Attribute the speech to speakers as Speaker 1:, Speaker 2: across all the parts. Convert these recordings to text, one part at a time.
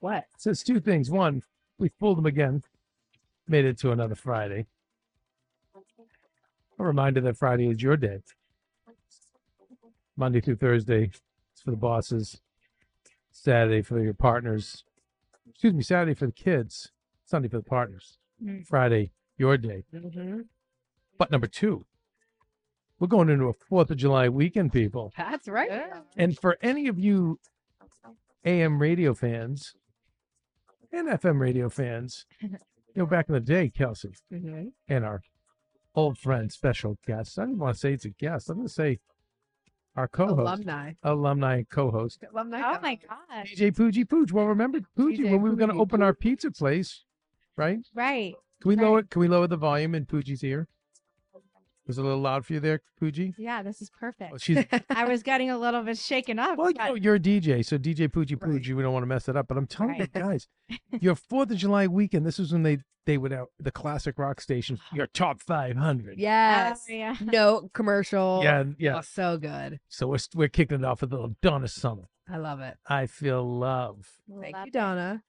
Speaker 1: What?
Speaker 2: says two things. One, we fooled them again, made it to another Friday. A reminder that Friday is your day. Monday through Thursday is for the bosses. Saturday for your partners. Excuse me, Saturday for the kids. Sunday for the partners.
Speaker 1: Mm.
Speaker 2: Friday, your day. But number two, we're going into a 4th of July weekend, people.
Speaker 1: That's right.
Speaker 2: And for any of you AM radio fans and FM radio fans, you know, back in the day, Kelsey
Speaker 1: Mhm.
Speaker 2: and our old friend, special guest. I don't want to say it's a guest. I'm going to say our co-host,
Speaker 1: Alumni.
Speaker 2: alumni and co-host,
Speaker 1: Alumni.
Speaker 3: Oh my
Speaker 1: conference.
Speaker 3: gosh.
Speaker 2: DJ Pooji Pooch. Well, remember Pooji
Speaker 1: DJ
Speaker 2: when we were going to
Speaker 1: Pooji
Speaker 2: open our pizza place, right?
Speaker 3: Right.
Speaker 2: Can we
Speaker 3: Right.
Speaker 2: lower? Can we lower the volume in Pooji's ear? Was it a little loud for you there, Pooji?
Speaker 3: Yeah, this is perfect.
Speaker 2: Oh, she's
Speaker 3: I was getting a little bit shaken up.
Speaker 2: Well, you
Speaker 3: but-
Speaker 2: know, you're a DJ, so DJ Pooji Pooji,
Speaker 1: Right.
Speaker 2: we don't want to mess it up. But I'm telling
Speaker 3: Right.
Speaker 2: you guys, your Fourth of July weekend. This is when they they would out the classic rock station. Your top 500.
Speaker 1: Yes.
Speaker 3: Oh, yeah.
Speaker 1: No commercial.
Speaker 2: yeah, yeah.
Speaker 1: Oh, so good.
Speaker 2: So we're st- we're kicking it off with a little Donna Summer.
Speaker 1: I love it.
Speaker 2: I feel love.
Speaker 1: Thank
Speaker 3: Love
Speaker 1: you,
Speaker 3: it.
Speaker 1: Donna.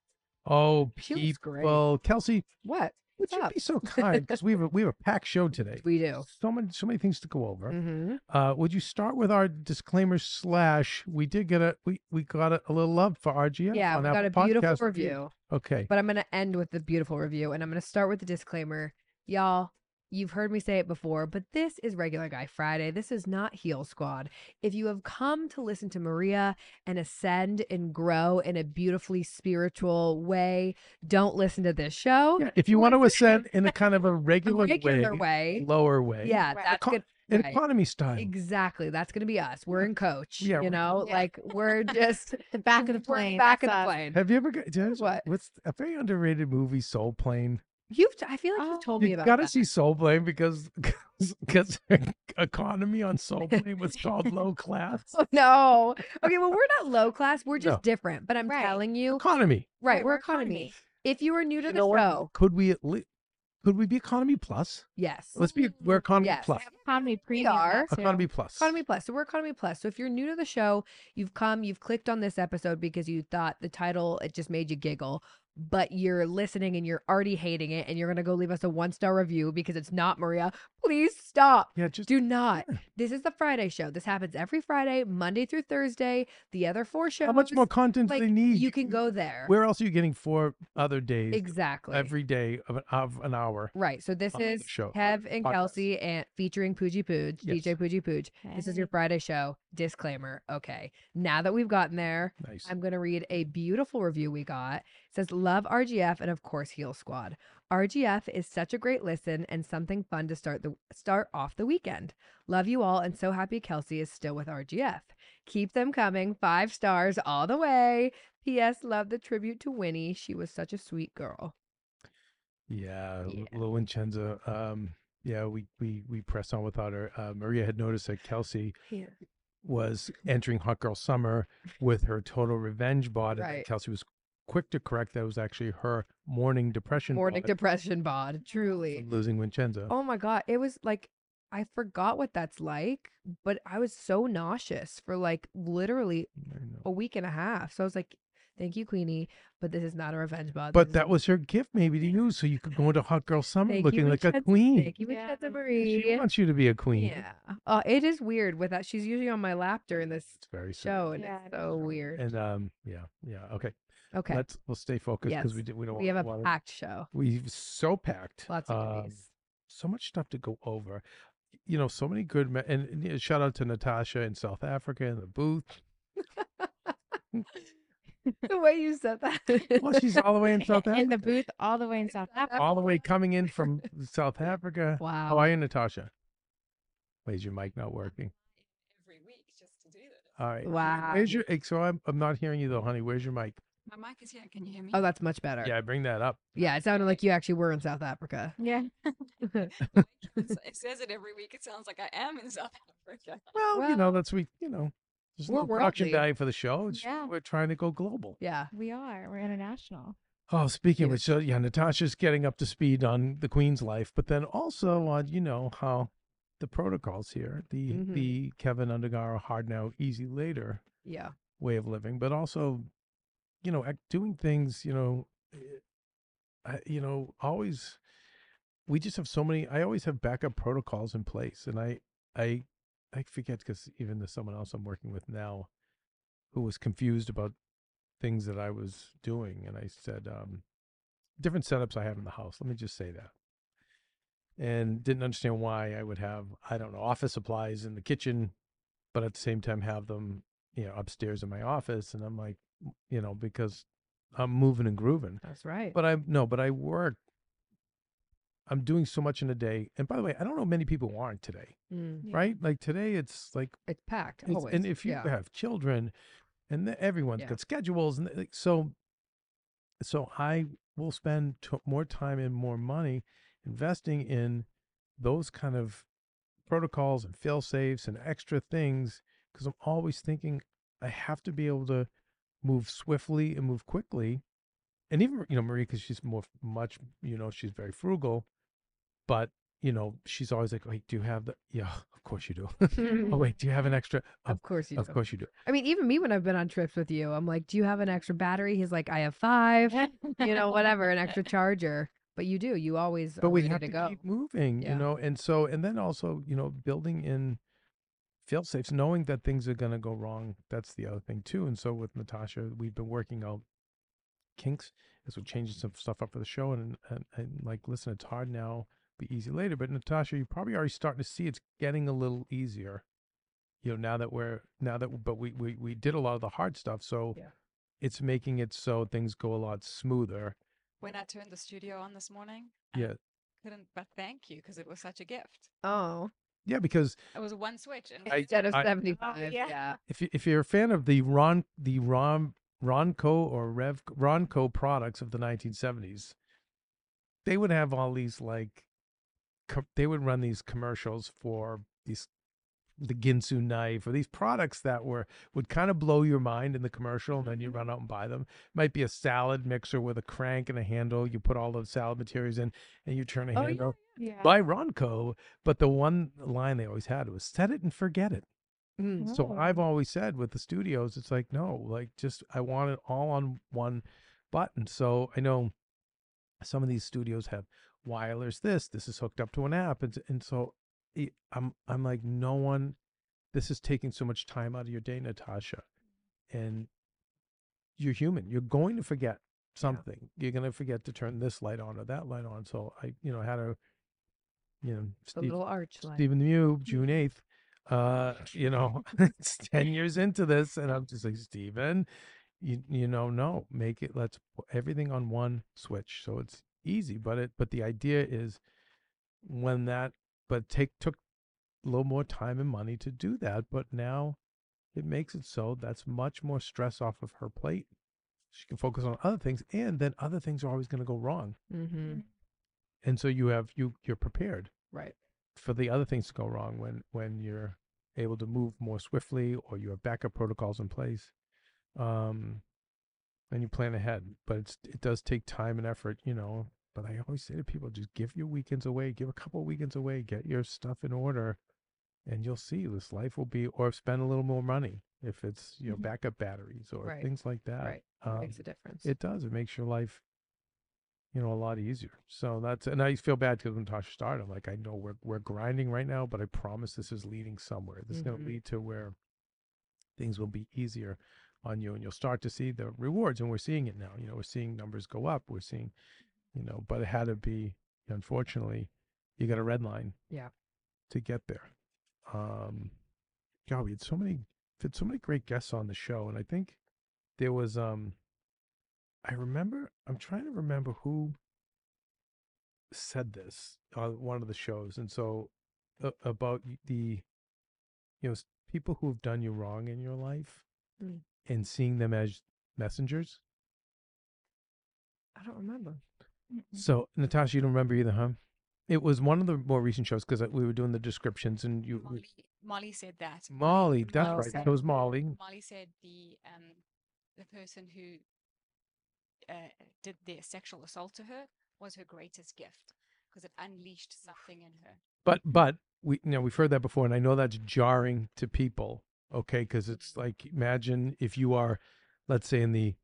Speaker 2: Oh,
Speaker 1: She was great.
Speaker 2: people, Kelsey,
Speaker 1: What?
Speaker 2: would
Speaker 1: What's
Speaker 2: you
Speaker 1: up?
Speaker 2: be so kind? Because we have a, we have a packed show today.
Speaker 1: We do.
Speaker 2: So many so many things to go over.
Speaker 1: Mm-hmm.
Speaker 2: Uh, would you start with our disclaimer slash? We did get a we we got a, a little love for RGM.
Speaker 1: Yeah,
Speaker 2: on
Speaker 1: we got a
Speaker 2: Apple
Speaker 1: beautiful
Speaker 2: Podcasts.
Speaker 1: review,
Speaker 2: Okay.
Speaker 1: but I'm going to end with the beautiful review and I'm going to start with the disclaimer. Y'all, you've heard me say it before, but this is Regular Guy Friday. This is not Heel Squad. If you have come to listen to Maria and ascend and grow in a beautifully spiritual way, don't listen to this show.
Speaker 2: Yeah, if you want to ascend in a kind of a regular,
Speaker 1: regular
Speaker 2: way,
Speaker 1: way.
Speaker 2: lower way,
Speaker 1: Yeah,
Speaker 3: Right.
Speaker 1: that's
Speaker 2: Eco-
Speaker 1: good.
Speaker 2: an
Speaker 1: right.
Speaker 2: economy style.
Speaker 1: Exactly. That's going to be us. We're in coach.
Speaker 2: Yeah,
Speaker 1: You
Speaker 2: right.
Speaker 1: know,
Speaker 3: Yeah.
Speaker 1: like we're just
Speaker 3: The back of the
Speaker 1: we're
Speaker 3: plane.
Speaker 1: back of
Speaker 3: that's
Speaker 1: the
Speaker 3: us.
Speaker 1: plane.
Speaker 2: Have you ever got do you know
Speaker 1: What?
Speaker 2: What's a very underrated movie, Soul Plane?
Speaker 1: You've, I feel like
Speaker 3: Oh.
Speaker 1: you've told me
Speaker 2: You
Speaker 1: about
Speaker 2: got to
Speaker 1: that.
Speaker 2: see Soul Plane because because economy on Soul Plane was called low class
Speaker 1: Oh, no. Okay. Well, we're not low class. We're just
Speaker 2: No.
Speaker 1: different. But I'm
Speaker 3: Right.
Speaker 1: telling you,
Speaker 2: economy.
Speaker 1: right, we're economy. If you are new to
Speaker 2: You
Speaker 1: the
Speaker 2: know what?
Speaker 1: show,
Speaker 2: Could we at least could we be economy plus?
Speaker 1: yes,
Speaker 2: Let's be we're economy
Speaker 1: Mm, Yes.
Speaker 2: plus.
Speaker 3: Economy premium.
Speaker 1: are.
Speaker 3: that's it.
Speaker 2: Economy plus.
Speaker 1: Economy Plus. So we're Economy Plus. So if you're new to the show, you've come, you've clicked on this episode because you thought the title it just made you giggle, but you're listening and you're already hating it, and you're gonna go leave us a one star review because it's not Maria. Please stop.
Speaker 2: Yeah, just
Speaker 1: Do not. This is the Friday show. This happens every Friday, Monday through Thursday. The other four shows.
Speaker 2: how much more content
Speaker 1: like,
Speaker 2: do they need?
Speaker 1: You can go there.
Speaker 2: Where else are you getting four other days
Speaker 1: exactly
Speaker 2: every day of an, of an hour?
Speaker 1: right. So this
Speaker 2: on the
Speaker 1: is
Speaker 2: show,
Speaker 1: Kev and
Speaker 2: podcast.
Speaker 1: Kelsey and featuring Pooji Pooj,
Speaker 2: Yes.
Speaker 1: DJ Pooji Pooj. This is your Friday show. Disclaimer. Okay. Now that we've gotten there,
Speaker 2: Nice.
Speaker 1: I'm going to read a beautiful review we got. It says, Love RGF and of course Heel Squad. RGF is such a great listen and something fun to start the start off the weekend. Love you all and so happy Kelsey is still with RGF. Keep them coming. Five stars all the way. P.S. Love the tribute to Winnie. She was such a sweet girl.
Speaker 2: Yeah,
Speaker 1: Yeah.
Speaker 2: Lil Vincenzo. Um, yeah, we we we pressed on without her. Uh, Maria had noticed that Kelsey
Speaker 1: Yeah.
Speaker 2: was entering Hot Girl Summer with her total revenge bod, and that
Speaker 1: Right.
Speaker 2: Kelsey was quick to correct that was actually her morning depression.
Speaker 1: Morning
Speaker 2: bod
Speaker 1: depression bod, truly.
Speaker 2: from Losing Vincenzo.
Speaker 1: Oh my god, it was like I forgot what that's like, but I was so nauseous for like literally
Speaker 2: I know.
Speaker 1: a week and a half. So I was like, "Thank you, Queenie, but this is not a revenge bod."
Speaker 2: But
Speaker 1: This
Speaker 2: that
Speaker 1: is-
Speaker 2: was her gift, maybe to you, so you could go into Hot Girl Summer
Speaker 1: Thank you,
Speaker 2: looking like a
Speaker 1: Vincenzo.
Speaker 2: queen.
Speaker 1: Thank you,
Speaker 3: Yeah.
Speaker 1: Vincenzo
Speaker 2: She
Speaker 1: Marie.
Speaker 2: wants you to be a queen.
Speaker 1: Yeah, uh, it is weird with that. She's usually on my lap during this
Speaker 2: It's very sad.
Speaker 1: show, and
Speaker 3: Yeah,
Speaker 1: it's
Speaker 3: it is
Speaker 1: so weird.
Speaker 2: And um, yeah, yeah. Okay,
Speaker 1: Okay,
Speaker 2: let's we'll stay focused because we
Speaker 1: Yes.
Speaker 2: did we don't
Speaker 1: we have
Speaker 2: wanna-
Speaker 1: a
Speaker 2: wanna-
Speaker 1: packed show.
Speaker 2: We've so packed.
Speaker 1: Lots of
Speaker 2: um,
Speaker 1: movies.
Speaker 2: so much stuff to go over. You know, so many good me- and, and, yeah, shout out to Natasha in South Africa in the booth.
Speaker 1: the way you said that.
Speaker 2: Well, she's all the way in South Africa,
Speaker 3: in the booth all the way in South Africa.
Speaker 2: all the way coming in from South Africa.
Speaker 1: wow.
Speaker 2: How are you, Natasha? Wait, is your mic not working?
Speaker 4: every week just to do this.
Speaker 2: All right.
Speaker 1: Wow.
Speaker 2: Where's your? eh, So I'm I'm not hearing you though, honey. Where's your mic?
Speaker 4: My mic is here. Can you hear me?
Speaker 1: oh, that's much better.
Speaker 2: Yeah, I bring that up.
Speaker 1: Yeah, it sounded like you actually were in South Africa.
Speaker 3: Yeah.
Speaker 4: It's- it says it every week. It sounds like I am in South Africa.
Speaker 2: Well, you know,
Speaker 1: Well,
Speaker 2: that's we. You know, there's
Speaker 1: we're
Speaker 2: no production
Speaker 1: worldly.
Speaker 2: value for the show. It's,
Speaker 3: Yeah.
Speaker 2: We're trying to go global.
Speaker 1: Yeah.
Speaker 3: We are. We're international.
Speaker 2: Oh, speaking of which, so yeah, Natasha's getting up to speed on the Queen's life, but then also on you know how the protocols here, the
Speaker 1: Mhm.
Speaker 2: the Kevin Undergaro hard now, easy later
Speaker 1: Yeah.
Speaker 2: way of living, but also, you know, act- doing things, you know, eh, I, you know, always. We just have so many. I always have backup protocols in place, and I, I, I forget because even there's someone else I'm working with now, who was confused about things that I was doing, and I said, um, different setups I have in the house. Let me just say that. And didn't understand why I would have, I don't know, office supplies in the kitchen, but at the same time have them you know upstairs in my office and i'm like m- you know because i'm moving and grooving
Speaker 1: That's right.
Speaker 2: but i no but i work i'm doing so much in a day and by the way i don't know many people who aren't today
Speaker 1: Mm,
Speaker 3: Yeah.
Speaker 2: right like today it's like
Speaker 1: it's packed
Speaker 2: it's-
Speaker 1: always.
Speaker 2: and if you
Speaker 1: yeah.
Speaker 2: have children and the, everyone's
Speaker 1: Yeah.
Speaker 2: got schedules and like, so so i will spend t- more time and more money investing in those kind of protocols and fail safes and extra things because i'm always thinking i have to be able to move swiftly and move quickly and even you know marie because she's more much you know she's very frugal but you know she's always like wait do you have the yeah of course you do
Speaker 1: Mm.
Speaker 2: oh wait do you have an extra of,
Speaker 1: of course you
Speaker 2: of
Speaker 1: do.
Speaker 2: course you do
Speaker 1: I mean, even me when I've been on trips with you, I'm like, "Do you have an extra battery?" He's like, "I have five, you know, whatever, an extra charger." But you do. You always
Speaker 2: but
Speaker 1: are
Speaker 2: we
Speaker 1: ready
Speaker 2: have
Speaker 1: to
Speaker 2: to,
Speaker 1: go.
Speaker 2: keep moving
Speaker 1: Yeah.
Speaker 2: you know and so and then also you know building in fail safes knowing that things are going to go wrong that's the other thing too and so with natasha we've been working out kinks as we're changing some stuff up for the show and, and and like listen it's hard now be easy later but natasha you're probably already starting to see it's getting a little easier you know now that we're now that but we we, we did a lot of the hard stuff so
Speaker 1: Yeah.
Speaker 2: it's making it so things go a lot smoother
Speaker 4: When I turned the studio on this morning,
Speaker 2: yeah
Speaker 4: couldn't but thank you because it was such a gift.
Speaker 1: Oh,
Speaker 2: yeah because
Speaker 4: It was one switch. And
Speaker 2: I-
Speaker 1: instead of
Speaker 2: I-
Speaker 1: seventy-five.
Speaker 3: yeah.
Speaker 1: Oh, yeah.
Speaker 2: if you, if you're a fan of the Ron the Ron Ronco or Rev Ronco products of the 1970s, they would have all these like co- they would run these commercials for these the Ginsu knife or these products that were would kind of blow your mind in the commercial and then you run out and buy them. Might be a salad mixer with a crank and a handle. You put all the salad materials in and you turn a
Speaker 1: Oh, yeah,
Speaker 2: handle
Speaker 3: Yeah.
Speaker 2: by Ronco, but the one line they always had was set it and forget it.
Speaker 1: Mm.
Speaker 2: So
Speaker 3: Oh.
Speaker 2: I've always said with the studios, it's like, no, like just I want it all on one button. So I know some of these studios have wireless this, this is hooked up to an app. And, and so it- I'm, I'm like, no one, this is taking so much time out of your day, Natasha. And you're human. You're going to forget something. You're going to forget to turn this light on or that light on. So I, you know, had to, you know,
Speaker 1: The
Speaker 2: Steve-
Speaker 1: little arch light.
Speaker 2: Stephen Mew, June eighth. Uh, you know, it's ten years into this, and I'm just like Stephen, you you know, no, make it. Let's put everything on one switch, so it's easy. But it, but the idea is when that, but take took a little more time and money to do that. But now it makes it so that's much more stress off of her plate. She can focus on other things, and then other things are always going to go wrong,
Speaker 1: Mm-hmm.
Speaker 2: and so you have you you're prepared
Speaker 1: Right.
Speaker 2: for the other things to go wrong when when you're able to move more swiftly or you have backup protocols in place. Um, and you plan ahead. But it's it does take time and effort, you know. But I always say to people, just give your weekends away, give a couple of weekends away, get your stuff in order, and you'll see this life will be. Or spend a little more money if it's you know
Speaker 3: Mhm.
Speaker 2: backup batteries or
Speaker 1: Mm-hmm. Right.
Speaker 2: things like that.
Speaker 1: Right.
Speaker 2: Um,
Speaker 1: makes a difference.
Speaker 2: it does. It makes your life, you know, a lot easier. So that's and I feel bad because when Tasha started, I'm like, I know we're we're grinding right now, but I promise this is leading somewhere. This is going
Speaker 1: Mhm.
Speaker 2: to lead to where things will be easier on you, and you'll start to see the rewards. And we're seeing it now. You know, we're seeing numbers go up. We're seeing, you know, but it had to be unfortunately, you got a red line.
Speaker 1: Yeah.
Speaker 2: To get there. Um, God, we had so many, had so many great guests on the show, and I think there was um I remember, I'm trying to remember who said this on one of the shows. And so uh, about y- the, you know, s- people who've done you wrong in your life
Speaker 1: Mm.
Speaker 2: and seeing them as messengers.
Speaker 1: I don't remember.
Speaker 3: Mm-mm.
Speaker 2: So, Natasha, you don't remember either, huh? It was one of the more recent shows because we were doing the descriptions and you.
Speaker 4: Molly, Molly said that.
Speaker 2: Molly, that's
Speaker 3: Oh,
Speaker 2: right.
Speaker 3: okay.
Speaker 2: It was Molly.
Speaker 4: Molly said the um the person who uh, did the sexual assault to her was her greatest gift because it unleashed something in her.
Speaker 2: But but we you know we've heard that before, and I know that's jarring to people. Okay, because it's like imagine if you are, let's say, in the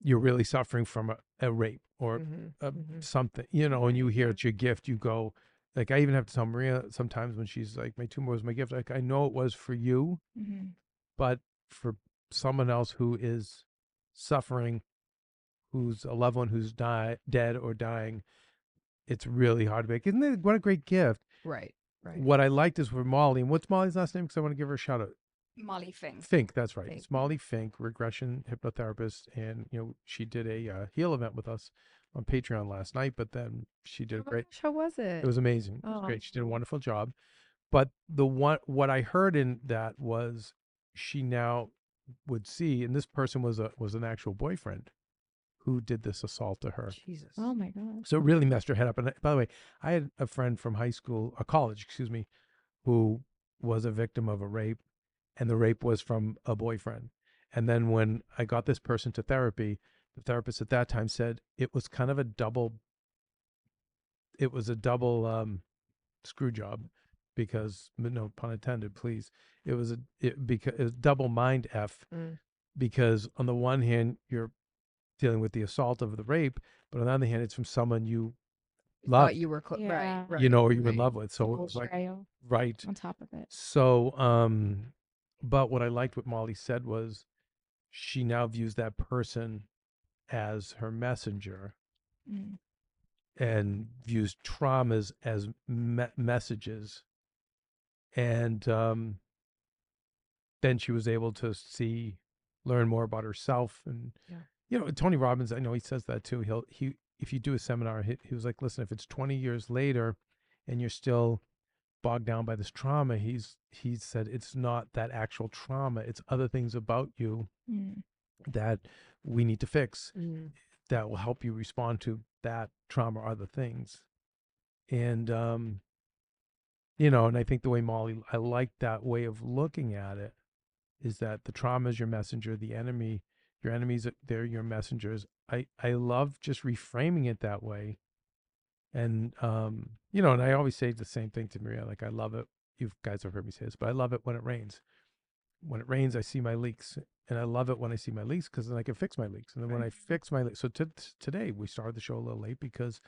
Speaker 2: you're really suffering from a, a rape or um,
Speaker 1: Mhm.
Speaker 2: a,
Speaker 1: mhm.
Speaker 2: something, you know, and you hear it's your gift, you go. Like I even have to tell Maria sometimes when she's like, "My tumor was my gift." Like I know it was for you,
Speaker 3: Mhm.
Speaker 2: but for someone else who is suffering, who's a loved one who's die, dead or dying, it's really hard to make. Isn't it what a great gift?
Speaker 1: Right. Right.
Speaker 2: What I liked is with Molly, and what's Molly's last name? Because I want to give her a shout out.
Speaker 4: Molly Fink.
Speaker 2: Fink, that's right.
Speaker 1: Fink.
Speaker 2: It's Molly Fink, regression hypnotherapist, and you know she did a uh, heal event with us on Patreon last night. But then she did a
Speaker 1: Oh my
Speaker 2: great.
Speaker 1: gosh, how was it?
Speaker 2: It was amazing.
Speaker 1: Oh.
Speaker 2: It was great. She did a wonderful job. But the one what I heard in that was she now would see, and this person was a was an actual boyfriend who did this assault to her.
Speaker 1: Jesus.
Speaker 3: Oh my god.
Speaker 2: So it really messed her head up. And I- by the way, I had a friend from high school, or college, excuse me, who was a victim of a rape, and the rape was from a boyfriend. And then when I got this person to therapy, the therapist at that time said it was kind of a double. It was a double um, screw job, because no pun intended. Please, it was a it because it was double mind f,
Speaker 1: Mm.
Speaker 2: because on the one hand you're dealing with the assault of the rape, but on the other hand, it's from someone you
Speaker 1: You
Speaker 2: love,
Speaker 1: Thought you were cl-
Speaker 3: Yeah.
Speaker 1: right, right.
Speaker 2: you know, or you're
Speaker 1: right.
Speaker 2: in love with. So it
Speaker 3: Whole
Speaker 2: was like,
Speaker 3: trail
Speaker 2: right.
Speaker 3: on top of it.
Speaker 2: So, um, but what I liked what Molly said was she now views that person as her messenger
Speaker 3: Mm.
Speaker 2: and views traumas as me- messages. And um, then she was able to see, learn more about herself. And,
Speaker 1: Yeah.
Speaker 2: you know, Tony Robbins, I know he says that too. He'll, he, if you do a seminar, he, he was like, listen, if it's 20 years later and you're still bogged down by this trauma, he's, he said, it's not that actual trauma, it's other things about you
Speaker 3: Mm.
Speaker 2: that we need to fix
Speaker 1: Mm.
Speaker 2: that will help you respond to that trauma or other things. And um you know, and I think the way Molly I like that way of looking at it is that the trauma is your messenger, the enemy, your enemies are- they're your messengers. I I love just reframing it that way. And um you know, and I always say the same thing to Maria like I love it. You guys have heard me say this, but I love it when it rains. When it rains, I see my leaks and I love it when I see my leaks because then I can fix my leaks. And then when I fix my leaks, so t- t- today we started the show a little late because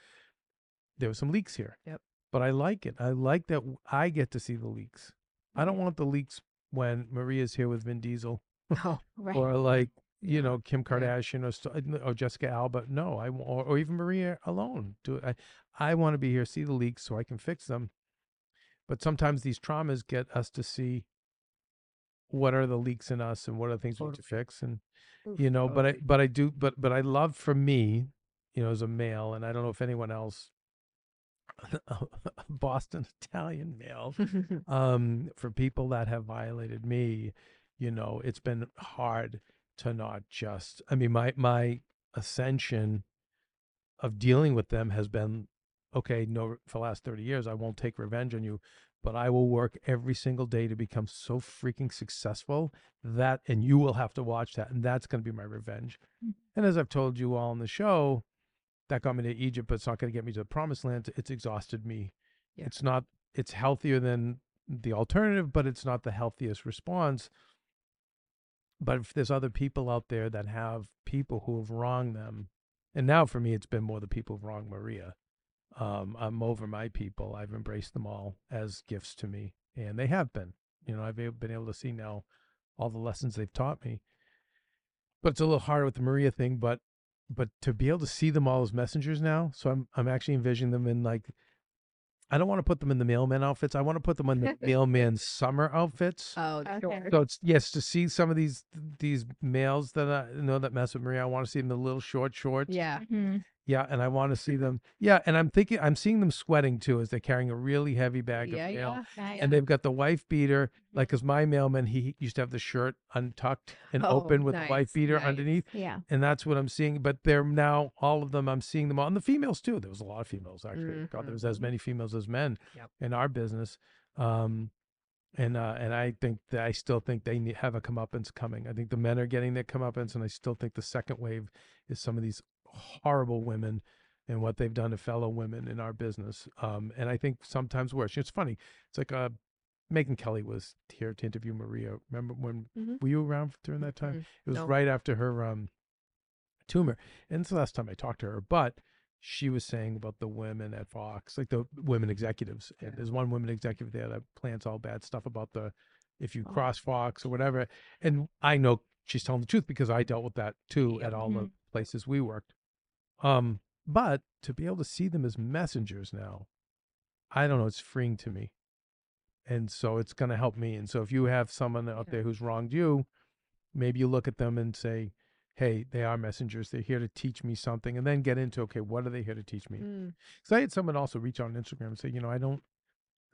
Speaker 2: there were some leaks here.
Speaker 1: Yep.
Speaker 2: But I like it. I like that w- I get to see the leaks. I don't
Speaker 3: Right.
Speaker 2: want the leaks when Maria's here with Vin Diesel
Speaker 1: Oh,
Speaker 3: Right.
Speaker 2: or like you
Speaker 1: Yeah.
Speaker 2: know Kim
Speaker 1: Yeah.
Speaker 2: Kardashian or st- or Jessica Alba. No, I w- or, or even Maria alone. Do I? I want to be here, see the leaks, so I can fix them. But sometimes these traumas get us to see what are the leaks in us and what are the things we need to
Speaker 1: Totally.
Speaker 2: fix and
Speaker 1: oof,
Speaker 2: you know but i
Speaker 1: totally.
Speaker 2: but i do but but i love for me you know as a male and i don't know if anyone else boston italian male um for people that have violated me you know it's been hard to not just i mean my my ascension of dealing with them has been okay no for the last 30 years i won't take revenge on you but I will work every single day to become so freaking successful that, and you will have to watch that. And that's going to be my revenge.
Speaker 3: Mm.
Speaker 2: And as I've told you all on the show, that got me to Egypt, but it's not going to get me to the promised land. It's exhausted me.
Speaker 1: Yeah.
Speaker 2: It's not, it's healthier than the alternative, but it's not the healthiest response. But if there's other people out there that have people who have wronged them, and now for me, it's been more the people who've wronged Maria um, I'm over my people. I've embraced them all as gifts to me, and they have been. You know, I've a- been able to see now all the lessons they've taught me. But it's a little harder with the Maria thing, but but to be able to see them all as messengers now, so I'm I'm actually envisioning them in like, I don't want to put them in the mailman outfits. I want to put them in the mailman summer outfits.
Speaker 1: Oh,
Speaker 3: Okay.
Speaker 1: sure.
Speaker 2: So it's yes to see some of these these males that I know that mess with Maria. I want to see them in the little short shorts.
Speaker 1: Yeah. Mm-hmm.
Speaker 3: Mhm.
Speaker 2: Yeah, and I want to see them. Yeah, and I'm thinking I'm seeing them sweating too as they're carrying a really heavy bag
Speaker 1: Yeah,
Speaker 2: of mail.
Speaker 1: yeah. Mm-hmm.
Speaker 3: Nice.
Speaker 2: And they've got the wife beater, like because my mailman he used to have the shirt untucked and
Speaker 1: Oh,
Speaker 2: open with the wife
Speaker 1: nice,
Speaker 2: beater
Speaker 1: nice.
Speaker 2: underneath,
Speaker 3: Yeah.
Speaker 2: and that's what I'm seeing. But they're now all of them. I'm seeing them all, and the females too. There was a lot of females actually. God, there was as many females as men
Speaker 1: Yep.
Speaker 2: in our business. Um, and uh, and I think that I still think they need, have a comeuppance coming. I think the men are getting their comeuppance, and I still think the second wave is some of these horrible women and what they've done to fellow women in our business. Um, and I think sometimes worse. It's funny. It's like uh, Megan Kelly was here to interview Maria. Remember when
Speaker 1: Mhm.
Speaker 2: were you around during that time?
Speaker 1: Mm-mm.
Speaker 2: It was
Speaker 1: No.
Speaker 2: right after her um, tumor, and it's the last time I talked to her. But she was saying about the women at Fox, like the women executives. And
Speaker 1: Yeah.
Speaker 2: there's one women executive there that plants all bad stuff about the if you
Speaker 3: Oh.
Speaker 2: cross Fox or whatever. And I know she's telling the truth because I dealt with that too at all the
Speaker 3: Mhm.
Speaker 1: Mm-hmm.
Speaker 2: places we worked. Um, but to be able to see them as messengers now, I don't know, it's freeing to me. And so it's going to help me. And so if you have someone out
Speaker 1: Yeah.
Speaker 2: there who's wronged you, maybe you look at them and say, hey, they are messengers. They're here to teach me something. And then get into, okay, what are they here to teach me?
Speaker 1: Mm.
Speaker 2: Because I had someone also reach out on Instagram and say, you know, I don't